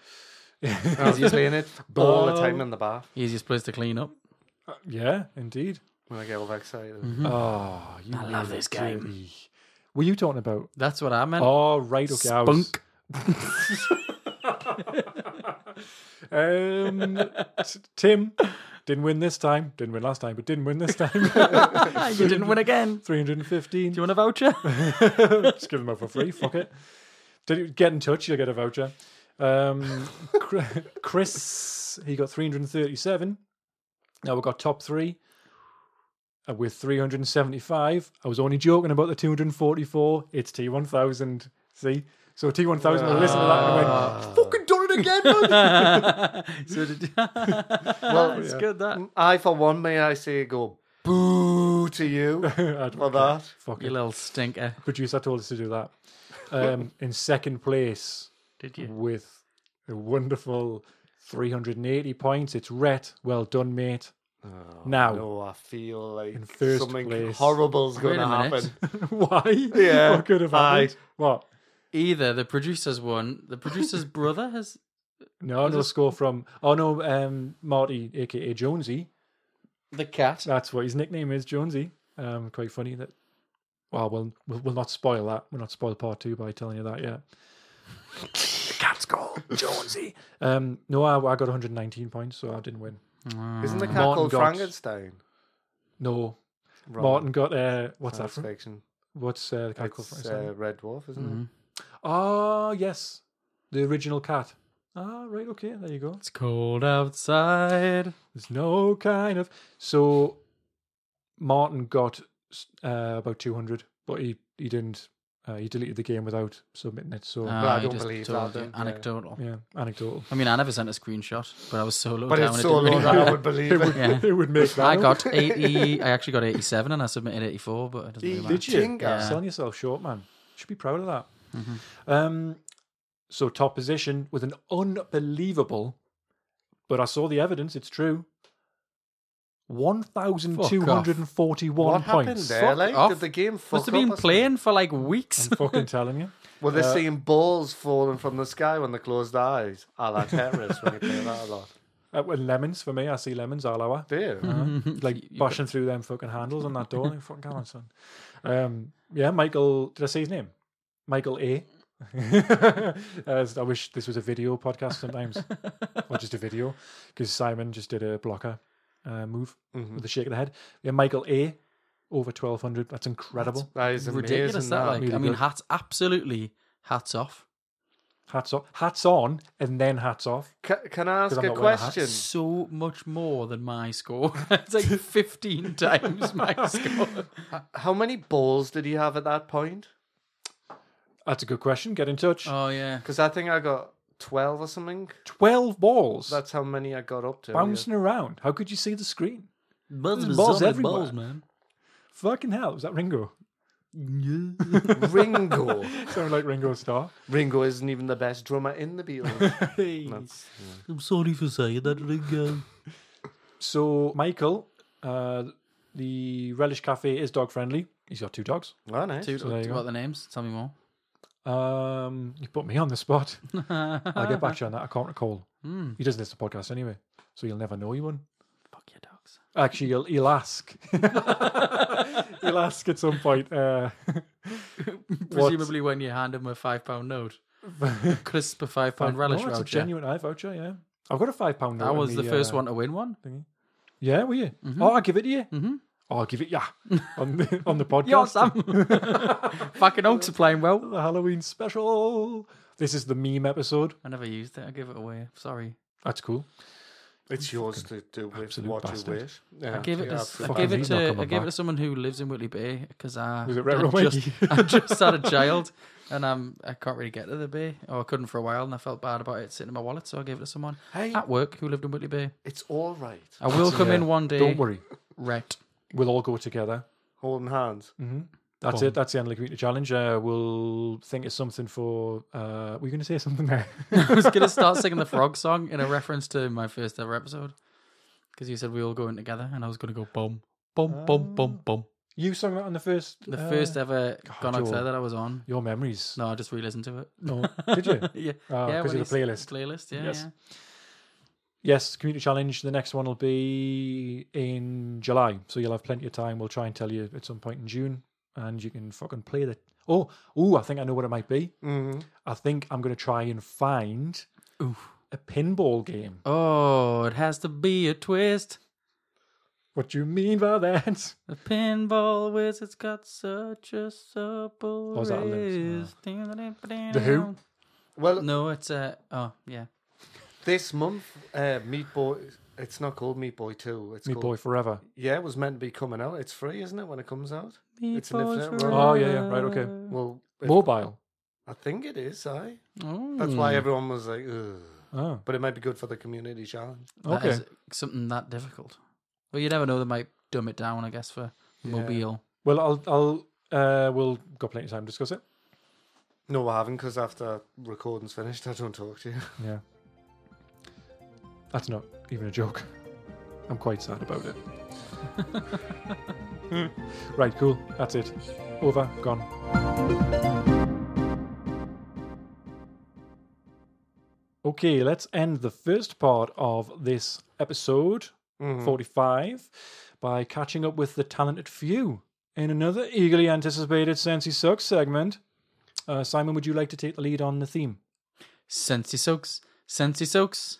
C: I was playing it all the
A: Oh.
C: time in the bath
B: Easiest place to clean up.
A: Yeah, indeed.
C: when I get all excited. <laughs>
A: Oh, you
B: Mm. I love
A: little
B: this game.
A: dirty. Were you talking about?
B: That's what I meant.
A: Oh, right, okay. I was-
B: Spunk. <laughs>
A: um, t- Tim, Didn't win this time. Didn't win last time, but didn't win this time. <laughs>
B: <laughs> you didn't win again.
A: 315.
B: Do you want a voucher?
A: Just give them out for free. Fuck it. Did you get in touch? You'll get a voucher. Um, Cr- Chris, he got 337. Now we got top three uh, with 375. I was only joking about the 244. It's T1000. See? So T1000 will listen to that and went,
C: Fucking done it
A: <laughs>
C: again, man.
B: <laughs> so <laughs> did well, it's
A: yeah.
B: good that.
C: I, for one, may I say, go boo
A: <laughs>
C: to you
A: I don't care.
C: for that.
A: Fuck
B: You
A: it.
B: little stinker.
A: Producer told us to do that. Um, in second place
B: Did you?
A: with a wonderful 380 points, it's Rhett. Well done, mate. now,
C: Oh, No, I feel like
A: In first
C: something
A: place.
C: <laughs> horrible's
B: Wait
C: going to
B: a minute.
C: happen.
A: <laughs> Why?
C: Yeah,
A: What could have
C: I-
A: happened? What?
B: Either the producer's one, the producer's brother has.
A: No, no score from. Oh no, um, Marty, aka Jonesy.
B: The cat.
A: That's what his nickname is, Jonesy. Um, quite funny that. Well, we'll we'll we'll not spoil that. We'll not spoil part two by telling you that yet. Cat's call, Jonesy. Um, no, I, I got 119 points, so I didn't win.
C: Isn't
B: Mm.
C: the cat
A: Martin
C: called
A: got-
C: Frankenstein?
A: No,
C: Wrong.
A: Martin got uh, what's that
C: Science
A: from?
C: fiction.
A: What's uh, the cat called?
C: It's uh, Red Dwarf, isn't
B: Mm.
C: it?
A: Oh yes, the original cat. Ah, right, okay, there you go.
B: It's cold outside.
A: There's no kind of so. Martin got uh, about 200, but he he didn't. Uh, he deleted the game without submitting it. So
B: Ah,
C: Oh, I
B: you
C: don't
B: just
C: believe
B: told
C: that,
B: you.
C: then, yeah.
B: Anecdotal.
A: yeah, anecdotal.
B: I mean, I never sent a screenshot, but I was so low
C: But
B: down.
C: it's
B: it
C: so
B: didn't really
C: long that I
B: matter.
C: would believe <laughs>
A: <laughs>
C: it.
B: Yeah.
A: it would make that.
B: I
A: up.
B: got 80. I actually got 87 and I submitted 84, but it doesn't really matter.
A: Did you?
C: Tinga.
A: Selling yourself short, man. Should be proud of that.
B: Mm-hmm.
A: Um, so top position with an unbelievable, but I saw the evidence. It's true. One thousand two hundred and forty-one
C: What happened
A: points.
C: there?
B: Fuck
C: Like,
B: off.
C: did the game fuck
B: Must have
C: up
B: been
C: or something? Uh,
B: playing for like
C: <laughs>
B: weeks.
A: I'm fucking telling you.
C: Were they seeing balls falling from the sky when they closed their eyes? A <laughs> la terrorists when you play that a lot.
A: Uh, well, lemons for me. I see lemons all hour.
C: Do you?
B: <laughs>
A: like bashing through them fucking handles on that
C: <laughs>
A: door. like, fucking come on, son. Um, yeah, Michael. Did I say his name? Michael A. <laughs> As I wish this was a video podcast sometimes, or just a video, because Simon just did a blocker uh, move
C: Mm-hmm. Mm.
A: with a shake of the head. Yeah, Michael A. Over twelve hundred. That's incredible.
C: That is
B: <laughs> Ridiculous
C: amazing,
B: that.
C: that.
B: Like, I
A: Really
B: mean,
A: good.
B: hats absolutely hats off.
A: Hats off. Hats on, and then hats off.
C: Ca- Can, I ask
A: I'm
C: a
A: not wearing a hat.
C: question?
B: So much more than my score. <laughs> it's like 15 times my score.
C: How many balls did he have at that point?
A: That's a good question. Get in touch.
B: Oh yeah.
C: Because I think I got 12 or something.
A: Twelve balls
C: That's how many I got up to. yeah.
A: bouncing around. How could you see the screen?
B: Balls,
A: There's balls everywhere.
B: man.
A: Fucking hell! Was that Ringo? <laughs>
C: Ringo.
B: <laughs>
A: Sounded like Ringo Starr.
C: Ringo isn't even the best drummer in
B: <laughs>
C: the Beatles. That's-
B: I'm sorry for saying that, Ringo.
A: So, Michael, uh, the Relish Cafe is dog friendly. He's got two dogs.
C: Oh, nice.
B: Dude,
A: there you
B: what
A: go.
B: are the names? Tell me more.
A: Um, you put me on the
B: <laughs>
A: spot. I'll get back to you on that. I can't recall.
B: Hmm.
A: He doesn't listen to podcasts anyway, so you'll never know he won.
B: Fuck your <laughs> dogs.
A: Actually, he'll, he'll ask. <laughs> he'll ask at some point. Uh, <laughs>
B: Presumably, when you hand him a five pound <laughs> note, crisp a five pound relish
A: oh, it's a
B: voucher.
A: genuine eye voucher, yeah. I've got a five pound note.
B: That
A: in
B: was the
A: me,
B: first
A: uh,
B: one to win one.
A: Yeah, were you? Oh, I'll give it to you. Mm-hmm. I'll give it,
B: <laughs>
A: yeah. On the, on the podcast.
B: <laughs> Yo, Sam. <laughs> Fucking Oaks are playing well.
A: The Halloween special. This is the meme episode.
B: I never used it. I gave it away. Sorry.
A: That's cool.
C: It's yours to do with
A: absolute
C: what
A: bastard.
C: you wish.
B: I
C: Yeah,
B: gave it. To,
C: you're
B: I
C: absolutely
B: gave
A: fine.
B: it
A: He's not
B: to.
A: coming
B: I gave it
A: back.
B: to someone who lives in Whitley Bay because I.
A: Was it
B: I
A: Red Room <laughs>
B: just, <laughs> I just had a child, and I'm. I can't really get to the bay, or I couldn't for a while, and I felt bad about it sitting in my wallet, so I gave it to someone
C: Hey.
B: at work who lived in Whitley Bay.
C: It's all right.
B: I will come in one day.
A: Don't worry.
B: Right.
A: We'll all go together. Mm-hmm.
C: Holding hands.
A: That's it. That's the Unlikely Creature Challenge. Uh, we'll think of something for. Uh, were you going to say something there?
B: <laughs>
A: <laughs>
B: I was gonna start singing the frog song in a reference to my first ever episode because you said we all go in together, and I was gonna go boom, boom, boom, boom, boom.
A: you sung that on the first.
B: The
A: uh,
B: first ever gone
A: Joel.
B: outside that I was on.
A: Your memories.
B: No, I just re-listened to it. <laughs>
A: No. Did you?
B: yeah,
A: Ah, 'cause
B: when
A: of the
B: he-
A: playlist.
B: Playlist, yeah.
A: Yes.
B: yeah.
A: Yes, Community Challenge. The next one will be in July. So you'll have plenty of time. We'll try and tell you at some point in June. And you can fucking play the. Oh, oh, I think I know what it might be.
C: Mm-hmm.
A: I think I'm going to try and find a pinball game.
B: Oh, it has to be a twist.
A: What you mean by that?
B: The pinball wizard's got such a supple
A: was that a
B: raise.
A: Lips?
B: The
A: The Who?
C: Well,
B: No, it's uh oh yeah.
C: this month, uh, Meat Boy. It's not called Meat Boy Two. It's
A: Meat
C: called,
A: Boy Forever.
C: Yeah, it was meant to be coming out. It's free, isn't it? When it comes out, It's an
B: Meatballs
C: infinite
B: for
C: roll.
A: Oh, yeah, yeah, right, okay.
B: ever.
C: well, it-
A: Mobile.
C: I think it is. I.
B: Oh,
C: That's why everyone was like, Ugh.
A: Oh,
C: but it might be good for the community challenge.
B: that
A: okay.
B: is something that difficult. Well, you never know. They might dumb it down, I guess, for mobile.
A: Well, I'll, I'll, uh, we'll got plenty of time to discuss it.
C: No, I haven't, because after recording's finished, I don't
B: <laughs>
C: talk to you.
A: Yeah. That's not even a joke. I'm quite sad about it. right, cool. That's it. Over, gone. Okay, let's end the first part of this episode
C: Mm. Hmm.
A: 45 by catching up with the talented few in another eagerly anticipated Sensi Sucks segment. Uh, Simon, would you like to take the lead on the theme?
B: Sensi soaks, Sensi soaks.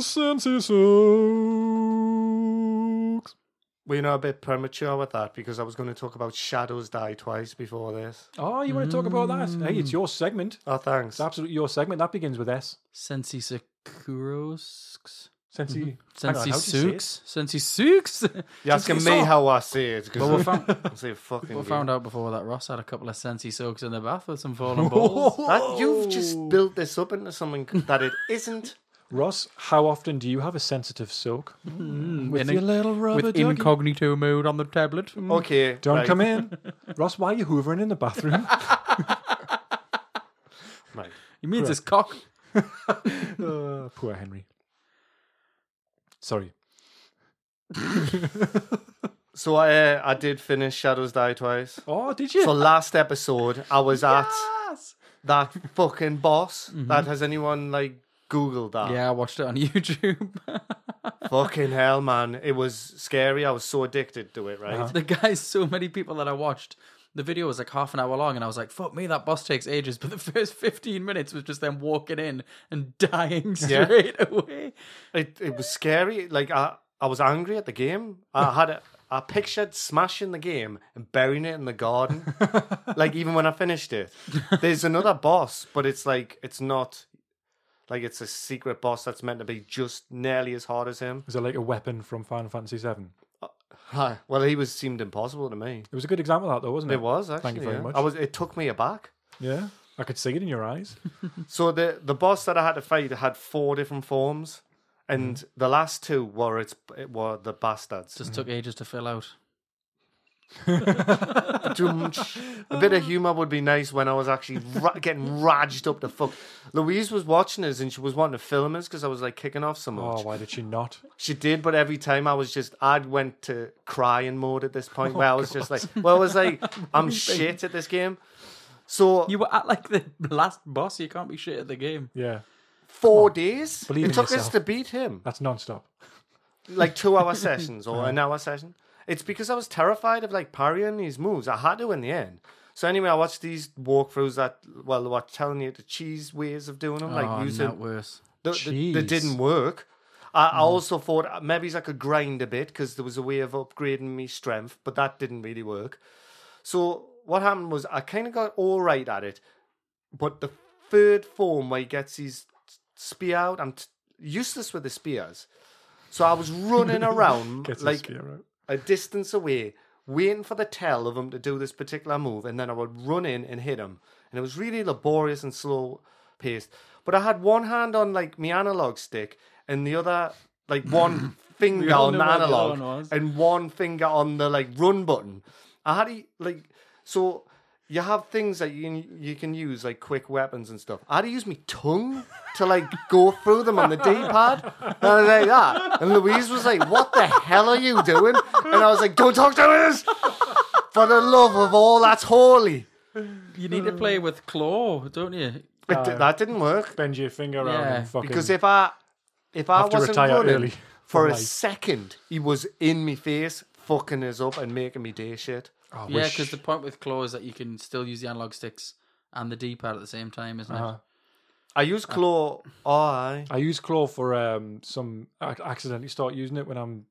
A: Sensi Soaks.
C: We're not a bit premature with that because I was going to talk about Shadows Die Twice before this.
A: Oh, you want to talk about that? Hey, it's your segment.
C: Oh, thanks.
A: It's absolutely your segment. That begins with S.
B: Sensi Sakurosks.
A: Sensi. Hang on,
B: Sensi
A: how do you say it?
B: Sooks. Sensi Sooks.
C: You're asking me how I say it. Cause
B: Well, we found,
C: <laughs> I say fucking.
B: we found out before that Ross had a couple of Sensi Soaks in the bath with
A: <laughs>
B: some fallen balls.
C: That, you've just built this up into something that it isn't.
A: Ross, how often do you have a sensitive soak? with
B: in
A: your
B: a-
A: little rubber
B: with
A: ducky.
B: incognito mode on the tablet.
C: Okay.
A: Don't
C: right.
A: come in. Ross, why are you hoovering in the bathroom?
C: Right.
B: He means his cock.
A: Uh, poor Henry. Sorry.
C: So I, uh, I did finish Shadows Die Twice.
A: Oh, did you?
B: <laughs>
C: So last episode, I was at that fucking boss. That has anyone like Googled that?
B: Mm-hmm. Yeah, I watched it on <laughs> YouTube.
C: Fucking hell, man. It was scary. I was so addicted to it, right?
B: the guys, so many people that I watched. The video was like half an hour long, and I was like, "Fuck me, that boss takes ages." <laughs> But the first fifteen minutes was just them walking in and <laughs> dying
C: Yeah.
B: straight away.
C: It it was scary. Like I I was angry at the game.
A: <laughs>
C: I had a, I pictured smashing the game and burying it in
A: <laughs>
C: the garden. like even when I finished it, there's another boss, but it's like it's not like it's a secret boss that's meant to be just nearly as hard as him.
A: Is it like a weapon from Final Fantasy VII?
C: Hi. Well, he was seemed impossible to me.
A: It was a good example of that, though, wasn't it?
C: It was actually.
A: Thank you very
C: yeah.
A: much.
C: I was. It took me aback.
A: Yeah. I could see it in your eyes.
C: So the the boss that I had to fight had four different forms, and
A: Mm-hmm.
C: the last two were its were the bastards.
B: Just took ages to fill out.
A: <laughs>
C: a bit of humor would be nice when I was actually ra- getting raged up the fuck. Louise was watching us and she was wanting to film us because I was like kicking off so much.
A: Oh, why did she not?
C: She did, but every time I was just, I went to crying mode at this
A: <laughs> Oh,
C: point where I was just like, well, I was like, I'm shit at this game. So
B: You were at like the last boss. You can't be shit at the game.
A: Yeah.
C: four days
A: Believe
C: it
A: in
C: took us
A: yourself.
C: to beat him,
A: That's non-stop.
C: like two hour sessions or an hour session. It's because I was terrified of like parrying his moves. I had to in the end. So anyway, I watched these walkthroughs that well, they were telling you the cheese ways of doing them,
B: oh,
C: like using
B: not worse.
C: that, that, that
A: Jeez. Mm.
C: didn't work. I, I also thought uh, maybe I could grind a bit because there was a way of upgrading me strength, but that didn't really work. So what happened was I kind of got all right at it, but the third form where he gets his spear out, I'm t- useless with the spears. So I
A: <laughs>
C: was running around
A: Gets his
C: like
A: spear out.
C: a distance away, waiting for the tell of him to do this particular move, and then I would run in and hit him. And it was really laborious and slow paced. But I had one hand on like my analog stick and the other like one finger
B: all
C: on
B: know
C: the
B: where the other
C: analog
B: one was.
C: and one finger on the like run button. I had to, like so you have things that you can, you can use like quick weapons and stuff. I had to use my tongue to like go through them on the D-pad and I was like that. And Louise was like, "What the hell are you doing?" And I was like, "Don't talk to us." For the love of all that's holy.
B: You need to play with claw, don't you?
C: It di- that didn't work
A: Bend your finger around
B: Yeah.
A: and Uh, fucking...
C: because if I if I
A: Have to
C: wasn't
A: retire
C: running
A: early
C: for
A: for
C: a
A: life.
C: second, he was in me face, fucking us up and making me day shit.
A: I
B: Yeah,
A: Oh, wish-
B: Uh-huh. because the point with claw is that you can still use the analog sticks and the D pad at the same time, isn't it?
C: I use
A: Uh.
C: claw. Oh, aye.
A: I use claw for um, some. I accidentally start using it when I'm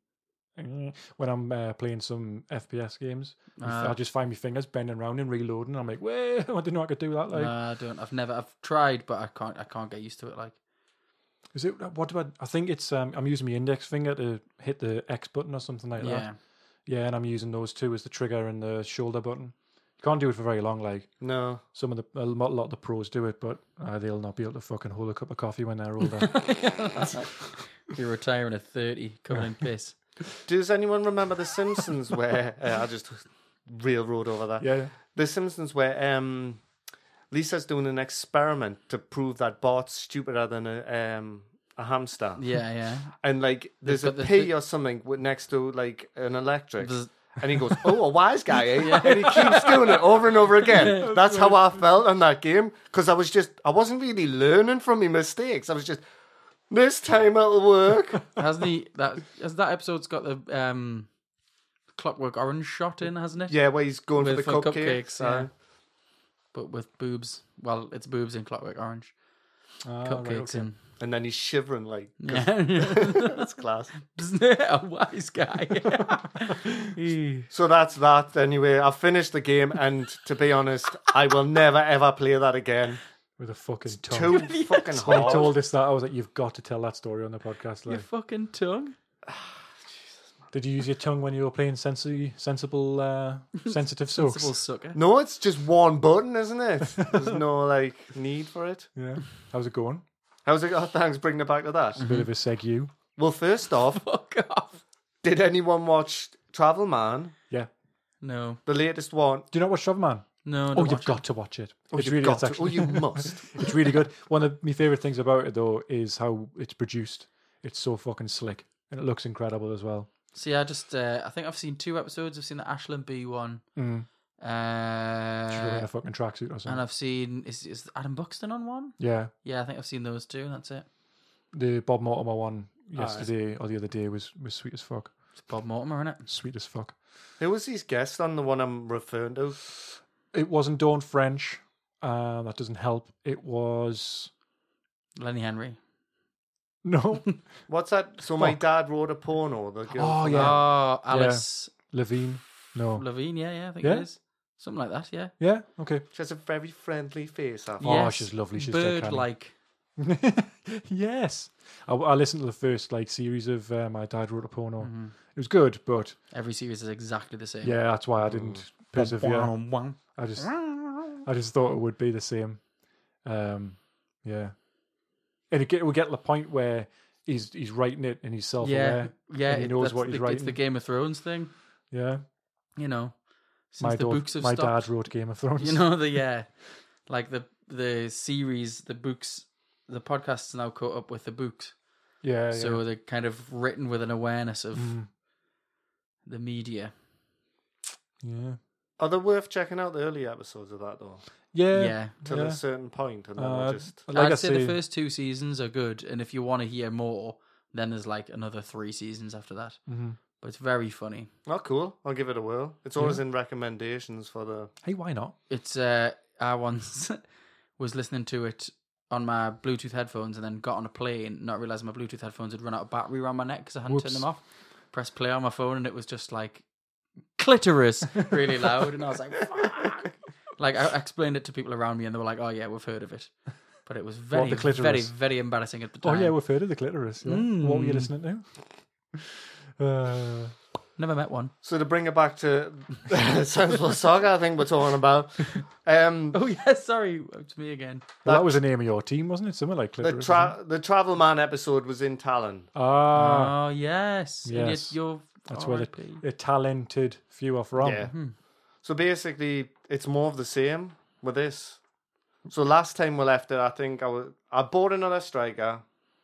A: when I'm uh, playing some FPS games.
B: Ah.
A: I just find my fingers bending around and reloading. I'm like, whoa! <laughs> I didn't know I could do that. Like,
B: no, I don't. I've never. I've tried, but I can't. I can't get used to it. Like
A: is it uh, what do I? I think it's. Um, I'm using my index finger to hit the X button or something like
B: yeah,
A: that. Yeah, and I'm using those two as the trigger and the shoulder button. Can't do it for very long. Like
C: No.
A: some of the a lot, lot of the pros do it, but uh, they'll not be able to fucking hold a cup of coffee when they're older.
B: you're retiring at thirty, covered <laughs> in piss.
C: Does anyone remember The
B: <laughs>
C: Simpsons where uh, I just railroad over that?
A: yeah,
C: The Simpsons where um, Lisa's doing an experiment to prove that Bart's stupider than a, um, a hamster.
B: Yeah, yeah.
C: And like, there's a
B: got the
C: pea
B: thi-
C: or something with- next to like an electric.
B: There's- <laughs>
C: And he goes, "Oh, a wise guy," eh? and he keeps doing it over and
B: <laughs>
C: over again. That's how I felt on that game because I was just, I wasn't really learning from my mistakes. I was just, this time it'll work.
B: <laughs> Hasn't he? That has that episode's got the um, Clockwork Orange shot in, hasn't it?
C: yeah, where he's going
B: With-
C: for the
B: for
C: cupcakes.
B: cupcakes, yeah. But with boobs. Well, it's boobs in Clockwork Orange.
A: Ah, right,
B: Cupcakes
A: okay.
B: in.
C: And then he's
A: <laughs>
C: shivering like
B: Yeah. <laughs>
C: that's class.
B: a
A: <laughs>
B: wise guy.
C: So that's that. Anyway, I finished the game, and to be honest, I will never ever play that again.
A: with a fucking tongue. <laughs>
C: Too fucking
A: When he
C: hard.
A: told us that, I was like, "You've got to tell that story on the podcast."
B: Your
A: Like,
B: fucking tongue.
A: did you use your tongue when you were playing sensi- sensible,
C: <laughs>
A: uh, sensitive soaks? <laughs>
B: Sensible sucker.
C: no, it's just one button, isn't it? There's no like need for it.
A: Yeah.
C: <laughs>
A: How's it going?
C: How's it? Oh, thanks. Bringing it back to that.
A: Bit of a segue.
C: Well, first off,
B: Fuck off.
C: did anyone watch Travel Man,
A: Yeah.
B: No,
C: the latest one?
A: Do you not watch Travel Man?
B: no.
A: Oh,
B: Don't
A: you've
B: watch
A: got to watch it.
C: Oh,
A: it's
C: you've
A: really,
C: got
A: it's
C: to.
A: actually,
C: Oh, you
A: <laughs>
C: must.
A: it's really good. One of my favorite things about it though is how it's produced. It's so fucking slick, and it looks incredible as well.
B: it. See, I just. Uh, I think I've seen two episodes. I've seen the Ashland B one.
C: Mm.
A: She's wearing
B: Uh,
A: a fucking tracksuit or
B: and
A: something.
B: I've seen is is Adam Buxton on one?
A: Yeah,
B: Yeah, I think I've seen those two. And that's it.
A: the Bob Mortimer one yesterday or the other day was was sweet as fuck.
B: It's Bob Mortimer in it.
A: Sweet as fuck.
C: Who was his guest on the one I'm referring to?
A: It wasn't Dawn French. Uh, that doesn't help. It was
B: Lenny Henry. <laughs>
A: no
C: What's that? So my dad wrote a porno. The girl
A: Oh,
C: from
A: Yeah.
B: Oh, Alice
A: Levine. No.
B: Levine. Yeah, yeah. I think
A: Yeah?
B: it is something like that. Yeah.
A: yeah. Okay. <laughs>
C: She has a very friendly face. After.
A: Oh, she's lovely, she's dead
B: bird like.
A: yes. I, I listened to the first like series of uh, My Dad Wrote a Porno.
B: Hmm.
A: It was good, but
B: mhm. Every series is exactly the same.
A: yeah, that's why I didn't
B: Hmm.
A: persevere.
B: Wah, wah.
A: I
B: <laughs>
A: just, I just thought it would be the same. Um, yeah, and it, get, we get to the point where he's he's writing it and he's
B: Yeah,
A: self-aware.
B: yeah.
A: and he knows
B: that's
A: what he's
B: the, It's
A: writing.
B: the Game of Thrones thing,
A: Yeah,
B: you know. Since
A: my
B: the
A: dad,
B: books have
A: my
B: stopped,
A: dad wrote Game of Thrones.
B: you know the yeah, like the the series, the books, the podcasts now caught up with the books,
A: <laughs> yeah, yeah.
B: so they're kind of written with an awareness of
A: Mm,
B: the media.
A: yeah,
C: Are they worth checking out the early episodes of that though?
A: yeah,
B: yeah.
C: Till
A: Yeah.
C: a certain point, and then
A: Uh,
C: I just
A: like
B: I'd
A: I
B: say
A: say-
B: the first two seasons are good, and if you want to hear more, then there's like another three seasons after that.
A: mhm.
B: But it's very funny.
C: oh cool, I'll give it a whirl. It's always in recommendations for the
A: Hey, why not?
B: It's uh, I once <laughs> was listening to it on my Bluetooth headphones and then got on a plane, not realizing my Bluetooth headphones had run out of battery around my neck because I hadn't
A: Whoops.
B: turned them off. Pressed play on my phone and it was just like clitoris,
A: <laughs>
B: really loud, and I was like, <laughs> "Fuck!" Like I explained it to people around me and they were like, "Oh yeah, we've heard of it," but it was very,
A: the clitoris?
B: very, very embarrassing at the
A: Oh
B: time.
A: yeah, we've heard of the clitoris. Yeah. What were you
B: Mm.
A: <laughs> listening to? Uh,
B: never met one.
C: <laughs>
B: <laughs>
C: So to bring it back to <laughs> Sensible Saga, I think we're talking about. Um,
B: Oh yeah, sorry, it's me again.
A: well, that was the name of your team, wasn't it? Something like
C: the
A: <laughs> clitoris. wasn't it?
C: tra- the Travel Man episode was in Talon.
A: ah,
B: oh yes, And
A: yes.
B: you're, you're
A: that's where the,
B: RIP.
A: the talented few are from.
C: Yeah. So basically, it's more of the same with this. So last time we left it, I think I was I bought another striker,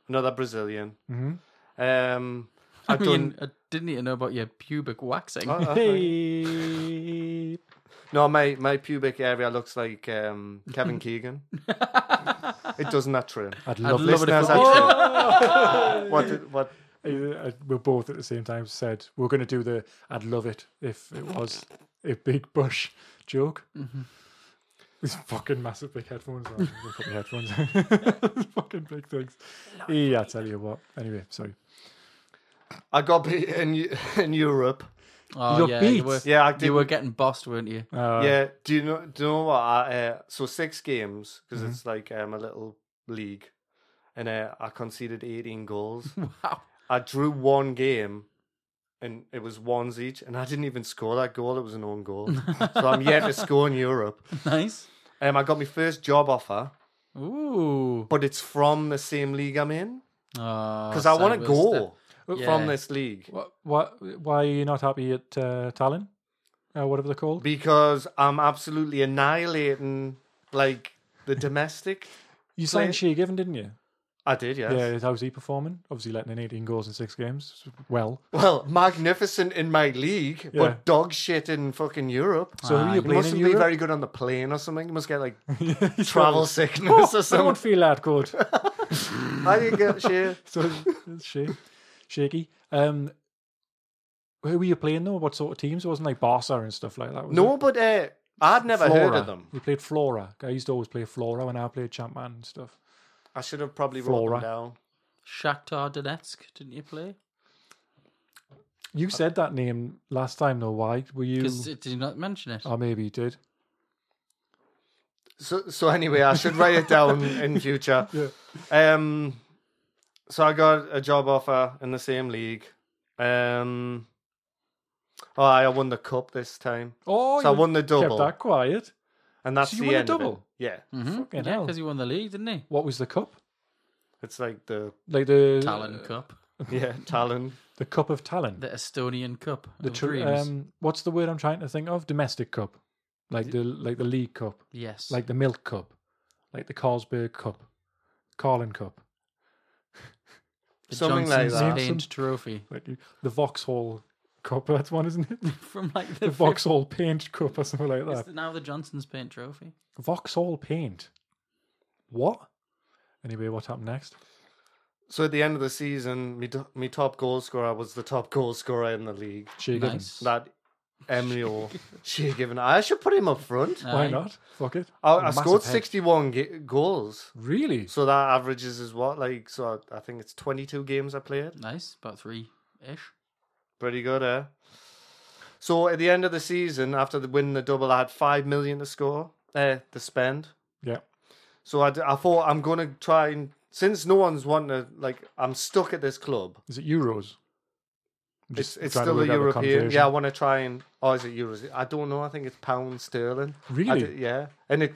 C: another Brazilian. Mm-hmm. Um,
B: I
C: I've
B: mean,
C: done.
B: I didn't even know about your pubic waxing.
C: Oh,
A: Uh, <laughs>
C: that's right.
A: Hey.
C: No, my, my pubic area looks like um, <laughs> Kevin Keegan. it doesn't that true?
A: <laughs> I'd love
B: love
A: this.
B: it if
C: Listeners,
B: it-
A: <laughs>
C: actually- what did, what
A: Uh, We both at the same time said we're going to do the
C: Mm-hmm.
A: "I'd love it if it was a big bush" joke. These fucking massive big headphones.
C: <laughs>
A: On. I'm gonna put my headphones. on. <laughs> fucking big things. Yeah, I tell you what. Anyway, sorry.
C: I got beat in Eu- in Europe.
B: Oh,
A: You're
B: yeah,
A: beat.
B: You, were,
C: Yeah, I did.
B: you were getting bossed, weren't you? <laughs>
A: Uh,
C: yeah, do you know? Do you know what? I, uh, so six games because it's like um, a little league, and uh, I conceded eighteen goals.
B: <laughs> Wow.
C: I drew one game, and it was ones each, and I didn't even score that goal. It was an own
B: <laughs>
C: goal, so I'm yet to score in Europe.
B: Nice.
C: Um, I got my first job offer,
B: Ooh. Ah,
C: but it's from the same league I'm in
B: Because
A: Oh,
C: because I want to go
B: Yeah.
C: from this league
A: uh, What, what? Why are you not happy at uh, Tallinn? Uh, whatever they're called.
C: because I'm absolutely annihilating like the domestic.
A: You signed
C: play-
A: Shea Given, didn't you?
C: I did, yes.
A: Yeah. How's he performing? Obviously, letting in 18 goals in six games. Well.
C: Well, magnificent in my league,
A: Yeah.
C: but dog shit in fucking Europe.
A: So who are you
C: Ah, He
A: playing
C: mustn't
A: in
C: be
A: Europe?
C: very good on the plane or something. You must
A: <laughs>
C: get like <laughs> travel
A: Oh,
C: sickness or
A: I don't <laughs>
C: something.
A: feel that good.
C: How you get shit?
A: so <laughs> it's shake, shaky. Um, who were you playing though? What sort of teams? It wasn't like Barca and stuff like that. Was
C: No,
A: it?
C: but uh, I'd never heard of them.
A: You played Flora. I used to always play Flora when I played Champman and stuff.
C: I should have probably
A: Flora.
C: wrote them down.
B: Shakhtar Donetsk, didn't you play?
A: You said that name last time though. Why were you? Oh,
B: Because did you not mention it?
A: Or maybe you did.
C: So, so anyway, I should write it
A: <laughs>
C: down in future. Um, so I got a job offer in the same league. Um, oh, I won the cup this time,
A: Oh,
C: so I
A: you
C: won the
A: kept
C: double,
A: that quiet.
C: and that's
A: So you
C: the
A: won a
C: end of it.
A: double?
C: Yeah,
B: Mhm.
A: Fucking
B: Yeah,
A: hell.
B: because he won the league, didn't he?
A: What was the cup?
C: it's
A: <laughs>
C: like the
A: Like the
B: Talon Cup,
C: yeah
A: <laughs>
C: Talon.
A: The cup of Talon.
B: the Estonian Cup
A: the
B: of
A: tr-
B: dreams.
A: um, what's the word I'm trying to think of? Domestic cup, like the like the league cup,
B: yes,
A: like the milk cup, like the Carlsberg cup, Carlin cup,
B: the
C: something like
B: Johnson's
A: that.
B: Paint
A: Johnson? <laughs>
B: Trophy
A: like you- the Vauxhall cup. <laughs> That's one, isn't it?
B: from like the, <laughs>
A: The
B: fif-
A: Vauxhall paint cup or something like
B: Is
A: that.
B: it now the Johnson's Paint Trophy.
A: Vauxhall paint. What? Anyway, what happened next?
C: So at the end of the season, me, do- me top goal scorer was the top goal scorer in the league.
A: She
B: Nice.
C: That
A: <laughs>
C: Emilio, she given. I should put him up front.
A: Why
B: Aye.
A: not? Fuck it.
C: I, I
A: Massive
C: scored
A: head.
C: sixty-one ga- goals.
A: Really?
C: So that averages is what? Like, so I I think it's 22 games I played.
B: Nice, about three ish.
C: Pretty good, eh? So at the end of the season, after the win the double, I had 5 million to score, eh, to spend.
A: Yeah.
C: So I, d- I thought I'm going to try and, since no one's wanting to, like, I'm stuck at this club.
A: Is it euros? I'm
C: It's,
A: just
C: it's
A: trying to
C: still a
A: work out the
C: European.
A: conversion.
C: Yeah, I want to try and, oh, is it euros? I don't know. I think it's pound sterling. I
A: Really?
C: d- yeah. And it,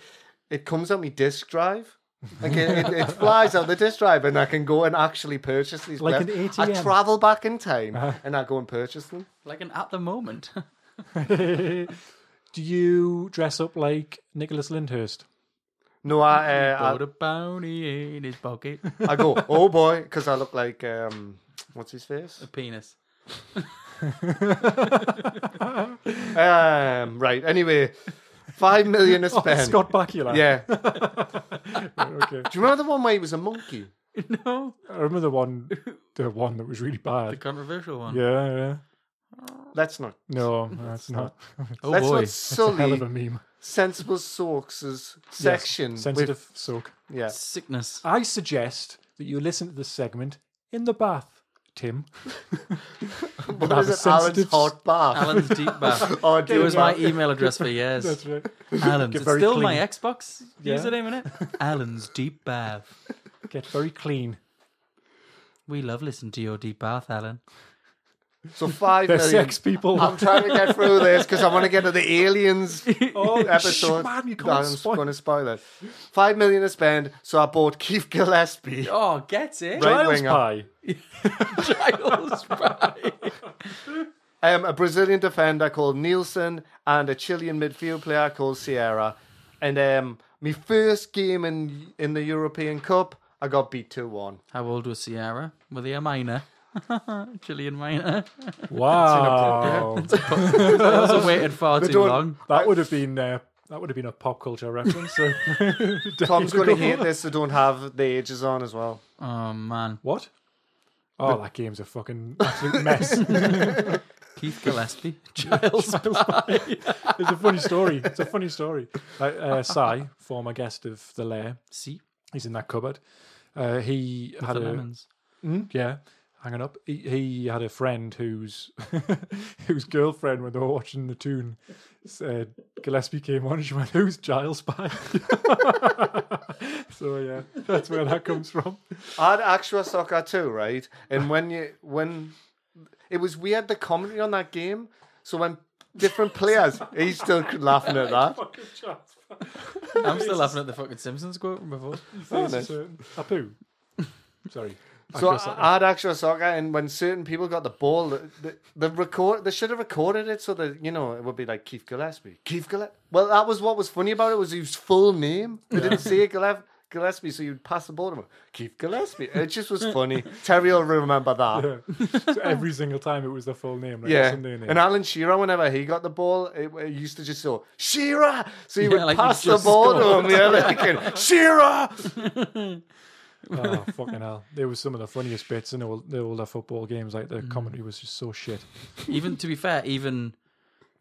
C: it comes on my disc drive. Like it, it, it flies out the disc drive, and I can go and actually purchase these.
A: Like
C: players.
A: an
C: I
A: ATM.
C: travel back in time
A: Uh-huh.
C: and I go and purchase them.
B: Like an at the moment. <laughs>
A: <laughs> Do you dress up like Nicholas Lyndhurst?
C: No, I
B: Got
C: uh,
B: a bounty in his pocket,
C: I, I go, oh boy, because I look like um, what's his face?
B: a penis.
C: Um, right. Anyway, five million to
A: <laughs> Oh,
C: spend.
A: Scott Bakula.
C: yeah. Do
A: <laughs> okay.
C: you remember the one where he was a monkey?
B: no,
A: I remember the
C: <laughs>
A: one, the one that was really
B: the
A: bad.
B: controversial one.
A: Yeah, yeah.
C: Let's not. <laughs>
A: No, that's not.
B: Oh
C: let's
B: boy,
C: not
A: It's a hell of a
C: sully
A: meme.
C: sensible sources
A: Yes,
C: section.
A: sensitive soak.
C: With, yeah.
B: sickness.
A: I suggest that you listen to this segment in the bath, Tim.
C: What
A: have
C: is
A: a
C: it? Alan's
A: sensitive-
C: hot
B: <laughs>
C: bath.
B: Alan's deep
C: <laughs>
B: bath.
C: Oh,
B: It
C: dear
B: was my
C: God.
B: email address for years.
C: <laughs>
A: right.
B: Alan's.
A: Get
B: It's
A: very
B: still
A: clean.
B: my Xbox
A: Yeah.
B: username, isn't it? Alan's deep bath.
A: Get very clean.
B: We love listening to your deep bath, Alan.
C: So five
A: They're
C: million.
A: sex people. <laughs>
C: I'm trying to get through this because I want to get to the aliens
A: Oh,
C: episode.
A: sh- man, you can't
C: I'm
A: spoil-
C: going to spoil it. Five million to spend, so I bought Keith Gillespie.
B: Oh, get it?
C: Right
A: Giles
C: winger.
A: Pye.
B: Giles Pye.
C: Um, a Brazilian defender called Nielsen and a Chilean midfield player called Sierra. And um, my first game in in the European Cup, I got beat two one.
B: How old was Sierra? Were they a minor? <laughs> Chilean minor.
C: <laughs>
A: Wow.
B: I also waited far too
C: don't-
B: long.
A: that would have been uh, that would have been a pop culture reference.
C: <laughs>
A: So.
C: Tom's going to hate this. They don't have the ages on as well.
B: Oh man.
A: What? Oh, that game's a fucking absolute mess.
B: Keith Gillespie, Giles, Pye.
A: It's a funny story. It's a funny story. Like, uh, Cy, former guest of the Lair,
B: See,
A: he's in that cupboard. Uh, he
B: with
A: had
B: the
A: a
B: lemons.
A: Mm, yeah, hanging up. He, he had a friend whose <laughs> whose girlfriend, when they were watching the tune, said Gillespie came on, and she went, "Who's Giles Pye?" <laughs> so yeah, that's where that comes from.
C: I had actual soccer too, right? And when you when it was weird the commentary on that game. So when different players, he's still laughing at
A: <laughs>
C: that.
B: I'm still laughing at the fucking Simpsons quote from before.
C: isn't it?
A: Apu. Sorry.
C: So
A: Akira Saka.
C: I, I had actual soccer, and when certain people got the ball, the, the, the record they should have recorded it so that you know it would be like Keith Gillespie. Keith Gillespie. Well, that was what was funny about it was his full name. They didn't say Gillespie. Gillespie, so you'd pass the ball to him. Keith Gillespie. It just was funny. Terry will remember that.
A: Yeah. <laughs> so every single time it was the full name, like
C: Yeah,
A: Sunday name.
C: and Alan Shearer, whenever he got the ball, it, it used to just go Shearer. So he
B: Yeah,
C: would
B: like he
C: pass the
B: just
C: ball to him,
B: <laughs>
C: yeah, like, and, Shearer.
B: <laughs>
A: oh fucking hell! There was some of the funniest bits in all the older football games. Like
B: Mm.
A: the commentary was just so shit.
B: Even to be fair, even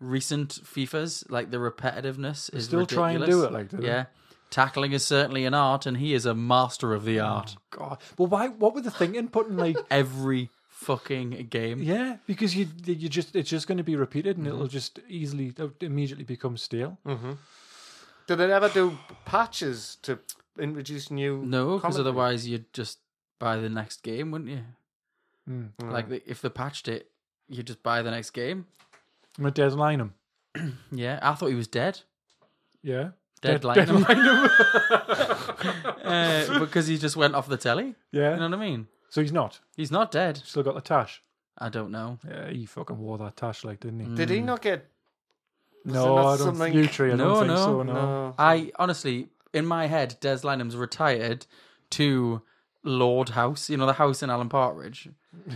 B: recent FIFAs, like the repetitiveness is
A: still try and
B: ridiculous.
A: do it, like, do they?
B: yeah, tackling is certainly an art, and he is a master of the art.
A: God, well, why? What were the thinking? Putting like <laughs>
B: Every fucking game.
A: Yeah, because you you just it's just going to be repeated and
B: Mm.
A: it'll just easily it'll immediately become stale.
C: Did they ever do patches to introduce new?
B: No, because
C: commentary?
B: otherwise you'd just buy the next game, wouldn't you?
A: Mm.
B: Like the, if they patched it, you just buy the next game.
A: I'm a deadline him.
B: Yeah, I thought he was dead.
A: Yeah,
B: Dead,
A: Dead-
B: lightning. <laughs> uh, because he just went off the telly.
A: yeah.
B: You know what I mean?
A: So he's not
B: He's not dead.
A: still got the tash.
B: I don't know.
A: Yeah, he fucking wore that tash like didn't
B: Mm.
A: he?
C: Did he not get?
A: No,
C: there not
A: I don't.
C: something-
A: think Nutri, I
B: No,
A: don't think
B: no,
A: so. No.
C: No.
B: I honestly, in my head, Des Lynam's retired to Lord House. You know the house in Alan
C: <laughs>
B: Partridge.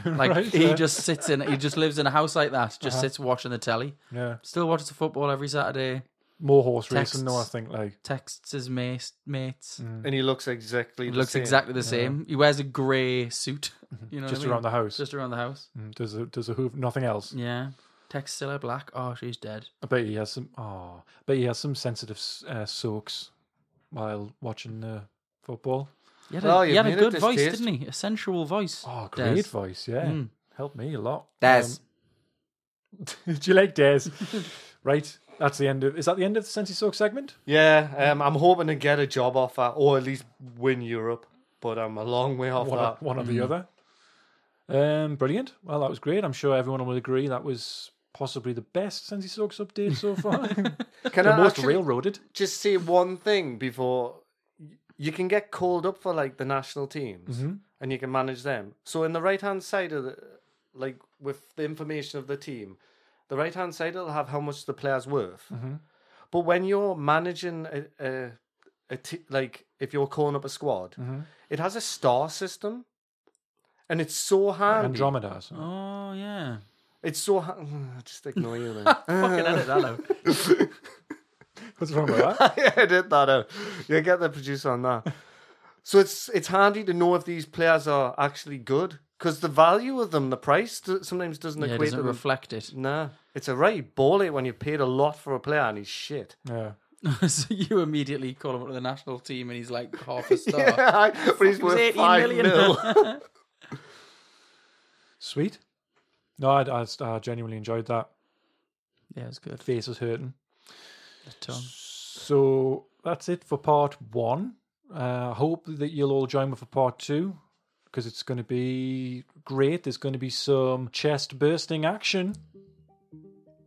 B: Like
A: Right,
B: he
A: yeah.
B: just sits in. He just lives in a house like that.
C: Uh-huh.
B: Just sits watching the telly.
A: Yeah,
B: Still watches the football every Saturday.
A: more horse racing. No, I
B: Texts.
A: think like
B: Texts his mates. mates.
A: Mm.
C: And he looks exactly.
B: He
C: Mm-hmm. the
B: looks
C: same.
B: exactly the same. He wears a grey suit. <laughs> You know,
A: just
B: what I mean?
A: around the house.
B: Just around the house.
A: Mm, does a, does a hoof nothing else?
B: Yeah. Text Scylla Black. Oh, she's dead.
A: I bet he has some. Oh, I bet he has some sensitive s- uh, soaks while watching the football.
B: He had a,
C: Well,
B: he
C: you've
B: had a
C: made it
B: good
C: this
B: voice,
C: taste.
B: didn't he? A sensual voice.
A: Oh,
B: Des.
A: great voice. Yeah,
B: Mm.
A: helped me a lot.
B: Des.
A: Um, <laughs> Do you like Des? right. That's the end of. Is that the end of the Sensi Soak segment?
C: Yeah, um, I'm hoping to get a job offer or at least win Europe, but I'm a long way off
A: One, or, <laughs>
C: that.
A: one or the other. Um, brilliant. Well, that was great. I'm sure everyone will agree that was possibly the best Sensi Soaks update so far.
C: Can
A: the
C: I
A: most
C: actually
A: railroaded.
C: just say one thing before? You can get called up for like the national teams, and you can manage them. So in the right hand side of the, like with the information of the team, the right hand side will have how much the player's worth. But when you're managing a, a, a t- like if you're calling up a squad, it has a star system, and it's so handy.
A: Andromeda.
C: um,
A: So.
B: Oh, yeah.
C: It's so ha- <sighs> just ignore you then.
B: Fucking edit that
C: <laughs>
B: out.
A: What's wrong with that?
C: I edit that out. You get the producer on that. So it's it's handy to know if these players are actually good because the value of them, the price d- sometimes doesn't
B: Yeah, it
C: equate
B: doesn't
C: to them.
B: reflect it.
C: nah, it's a right ball it when you paid a lot for a player and he's shit.
A: Yeah.
B: <laughs> so you immediately call him up to the national team and he's like half a
C: <laughs>
B: star.
C: Yeah, but he's
B: It was
C: worth
B: 18
C: five
B: million.
C: mil.
B: <laughs>
C: <laughs>
A: Sweet. No, I, I, I genuinely enjoyed that.
B: yeah, it's good.
A: Face was hurting.
B: The tongue.
A: So that's it for part one. Uh, I hope that you'll all join me for part two because it's going to be great. There's going to be some chest bursting action.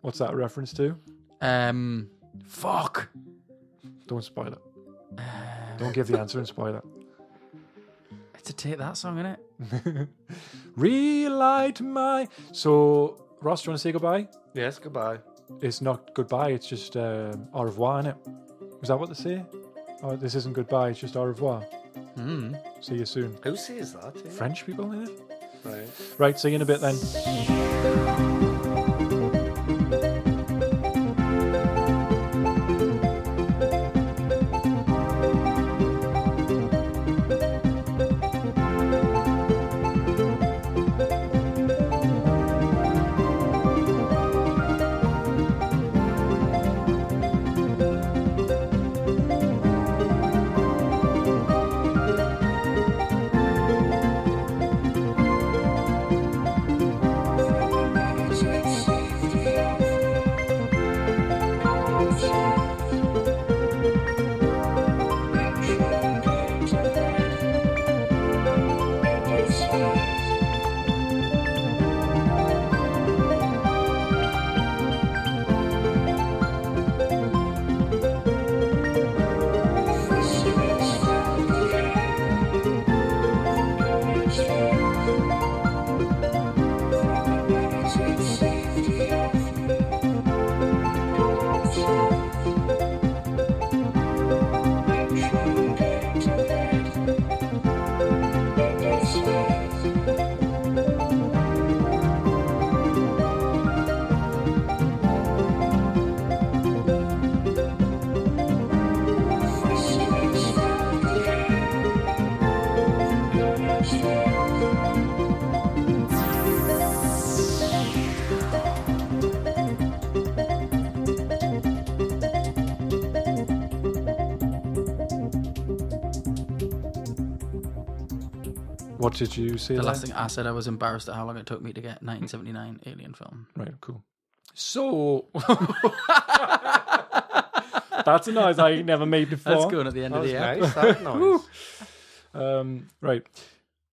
A: What's that reference to?
B: Um, fuck. Uh,
A: Don't spoil it. Don't give the answer and spoil it.
B: It's a take that song, innit?
A: Relight my. So, Ross, do you want to say goodbye?
C: yes, goodbye.
A: It's not goodbye, it's just um, au revoir, innit? Is that what they say? Oh, this isn't goodbye, it's just au revoir.
B: Mm.
A: See you soon.
C: Who says that? eh?
A: French people, innit?
C: Right.
A: Right, see you in a bit then.
G: What did you say?
B: The
G: there?
B: last thing I said, I was embarrassed at how long it took me to get 1979 Alien film.
G: Right, cool. So <laughs> that's a noise I ain't never made
B: <laughs>
G: before.
B: That's going at the end
A: That
B: of
A: was
B: the app.
A: nice. That noise.
G: Um, right.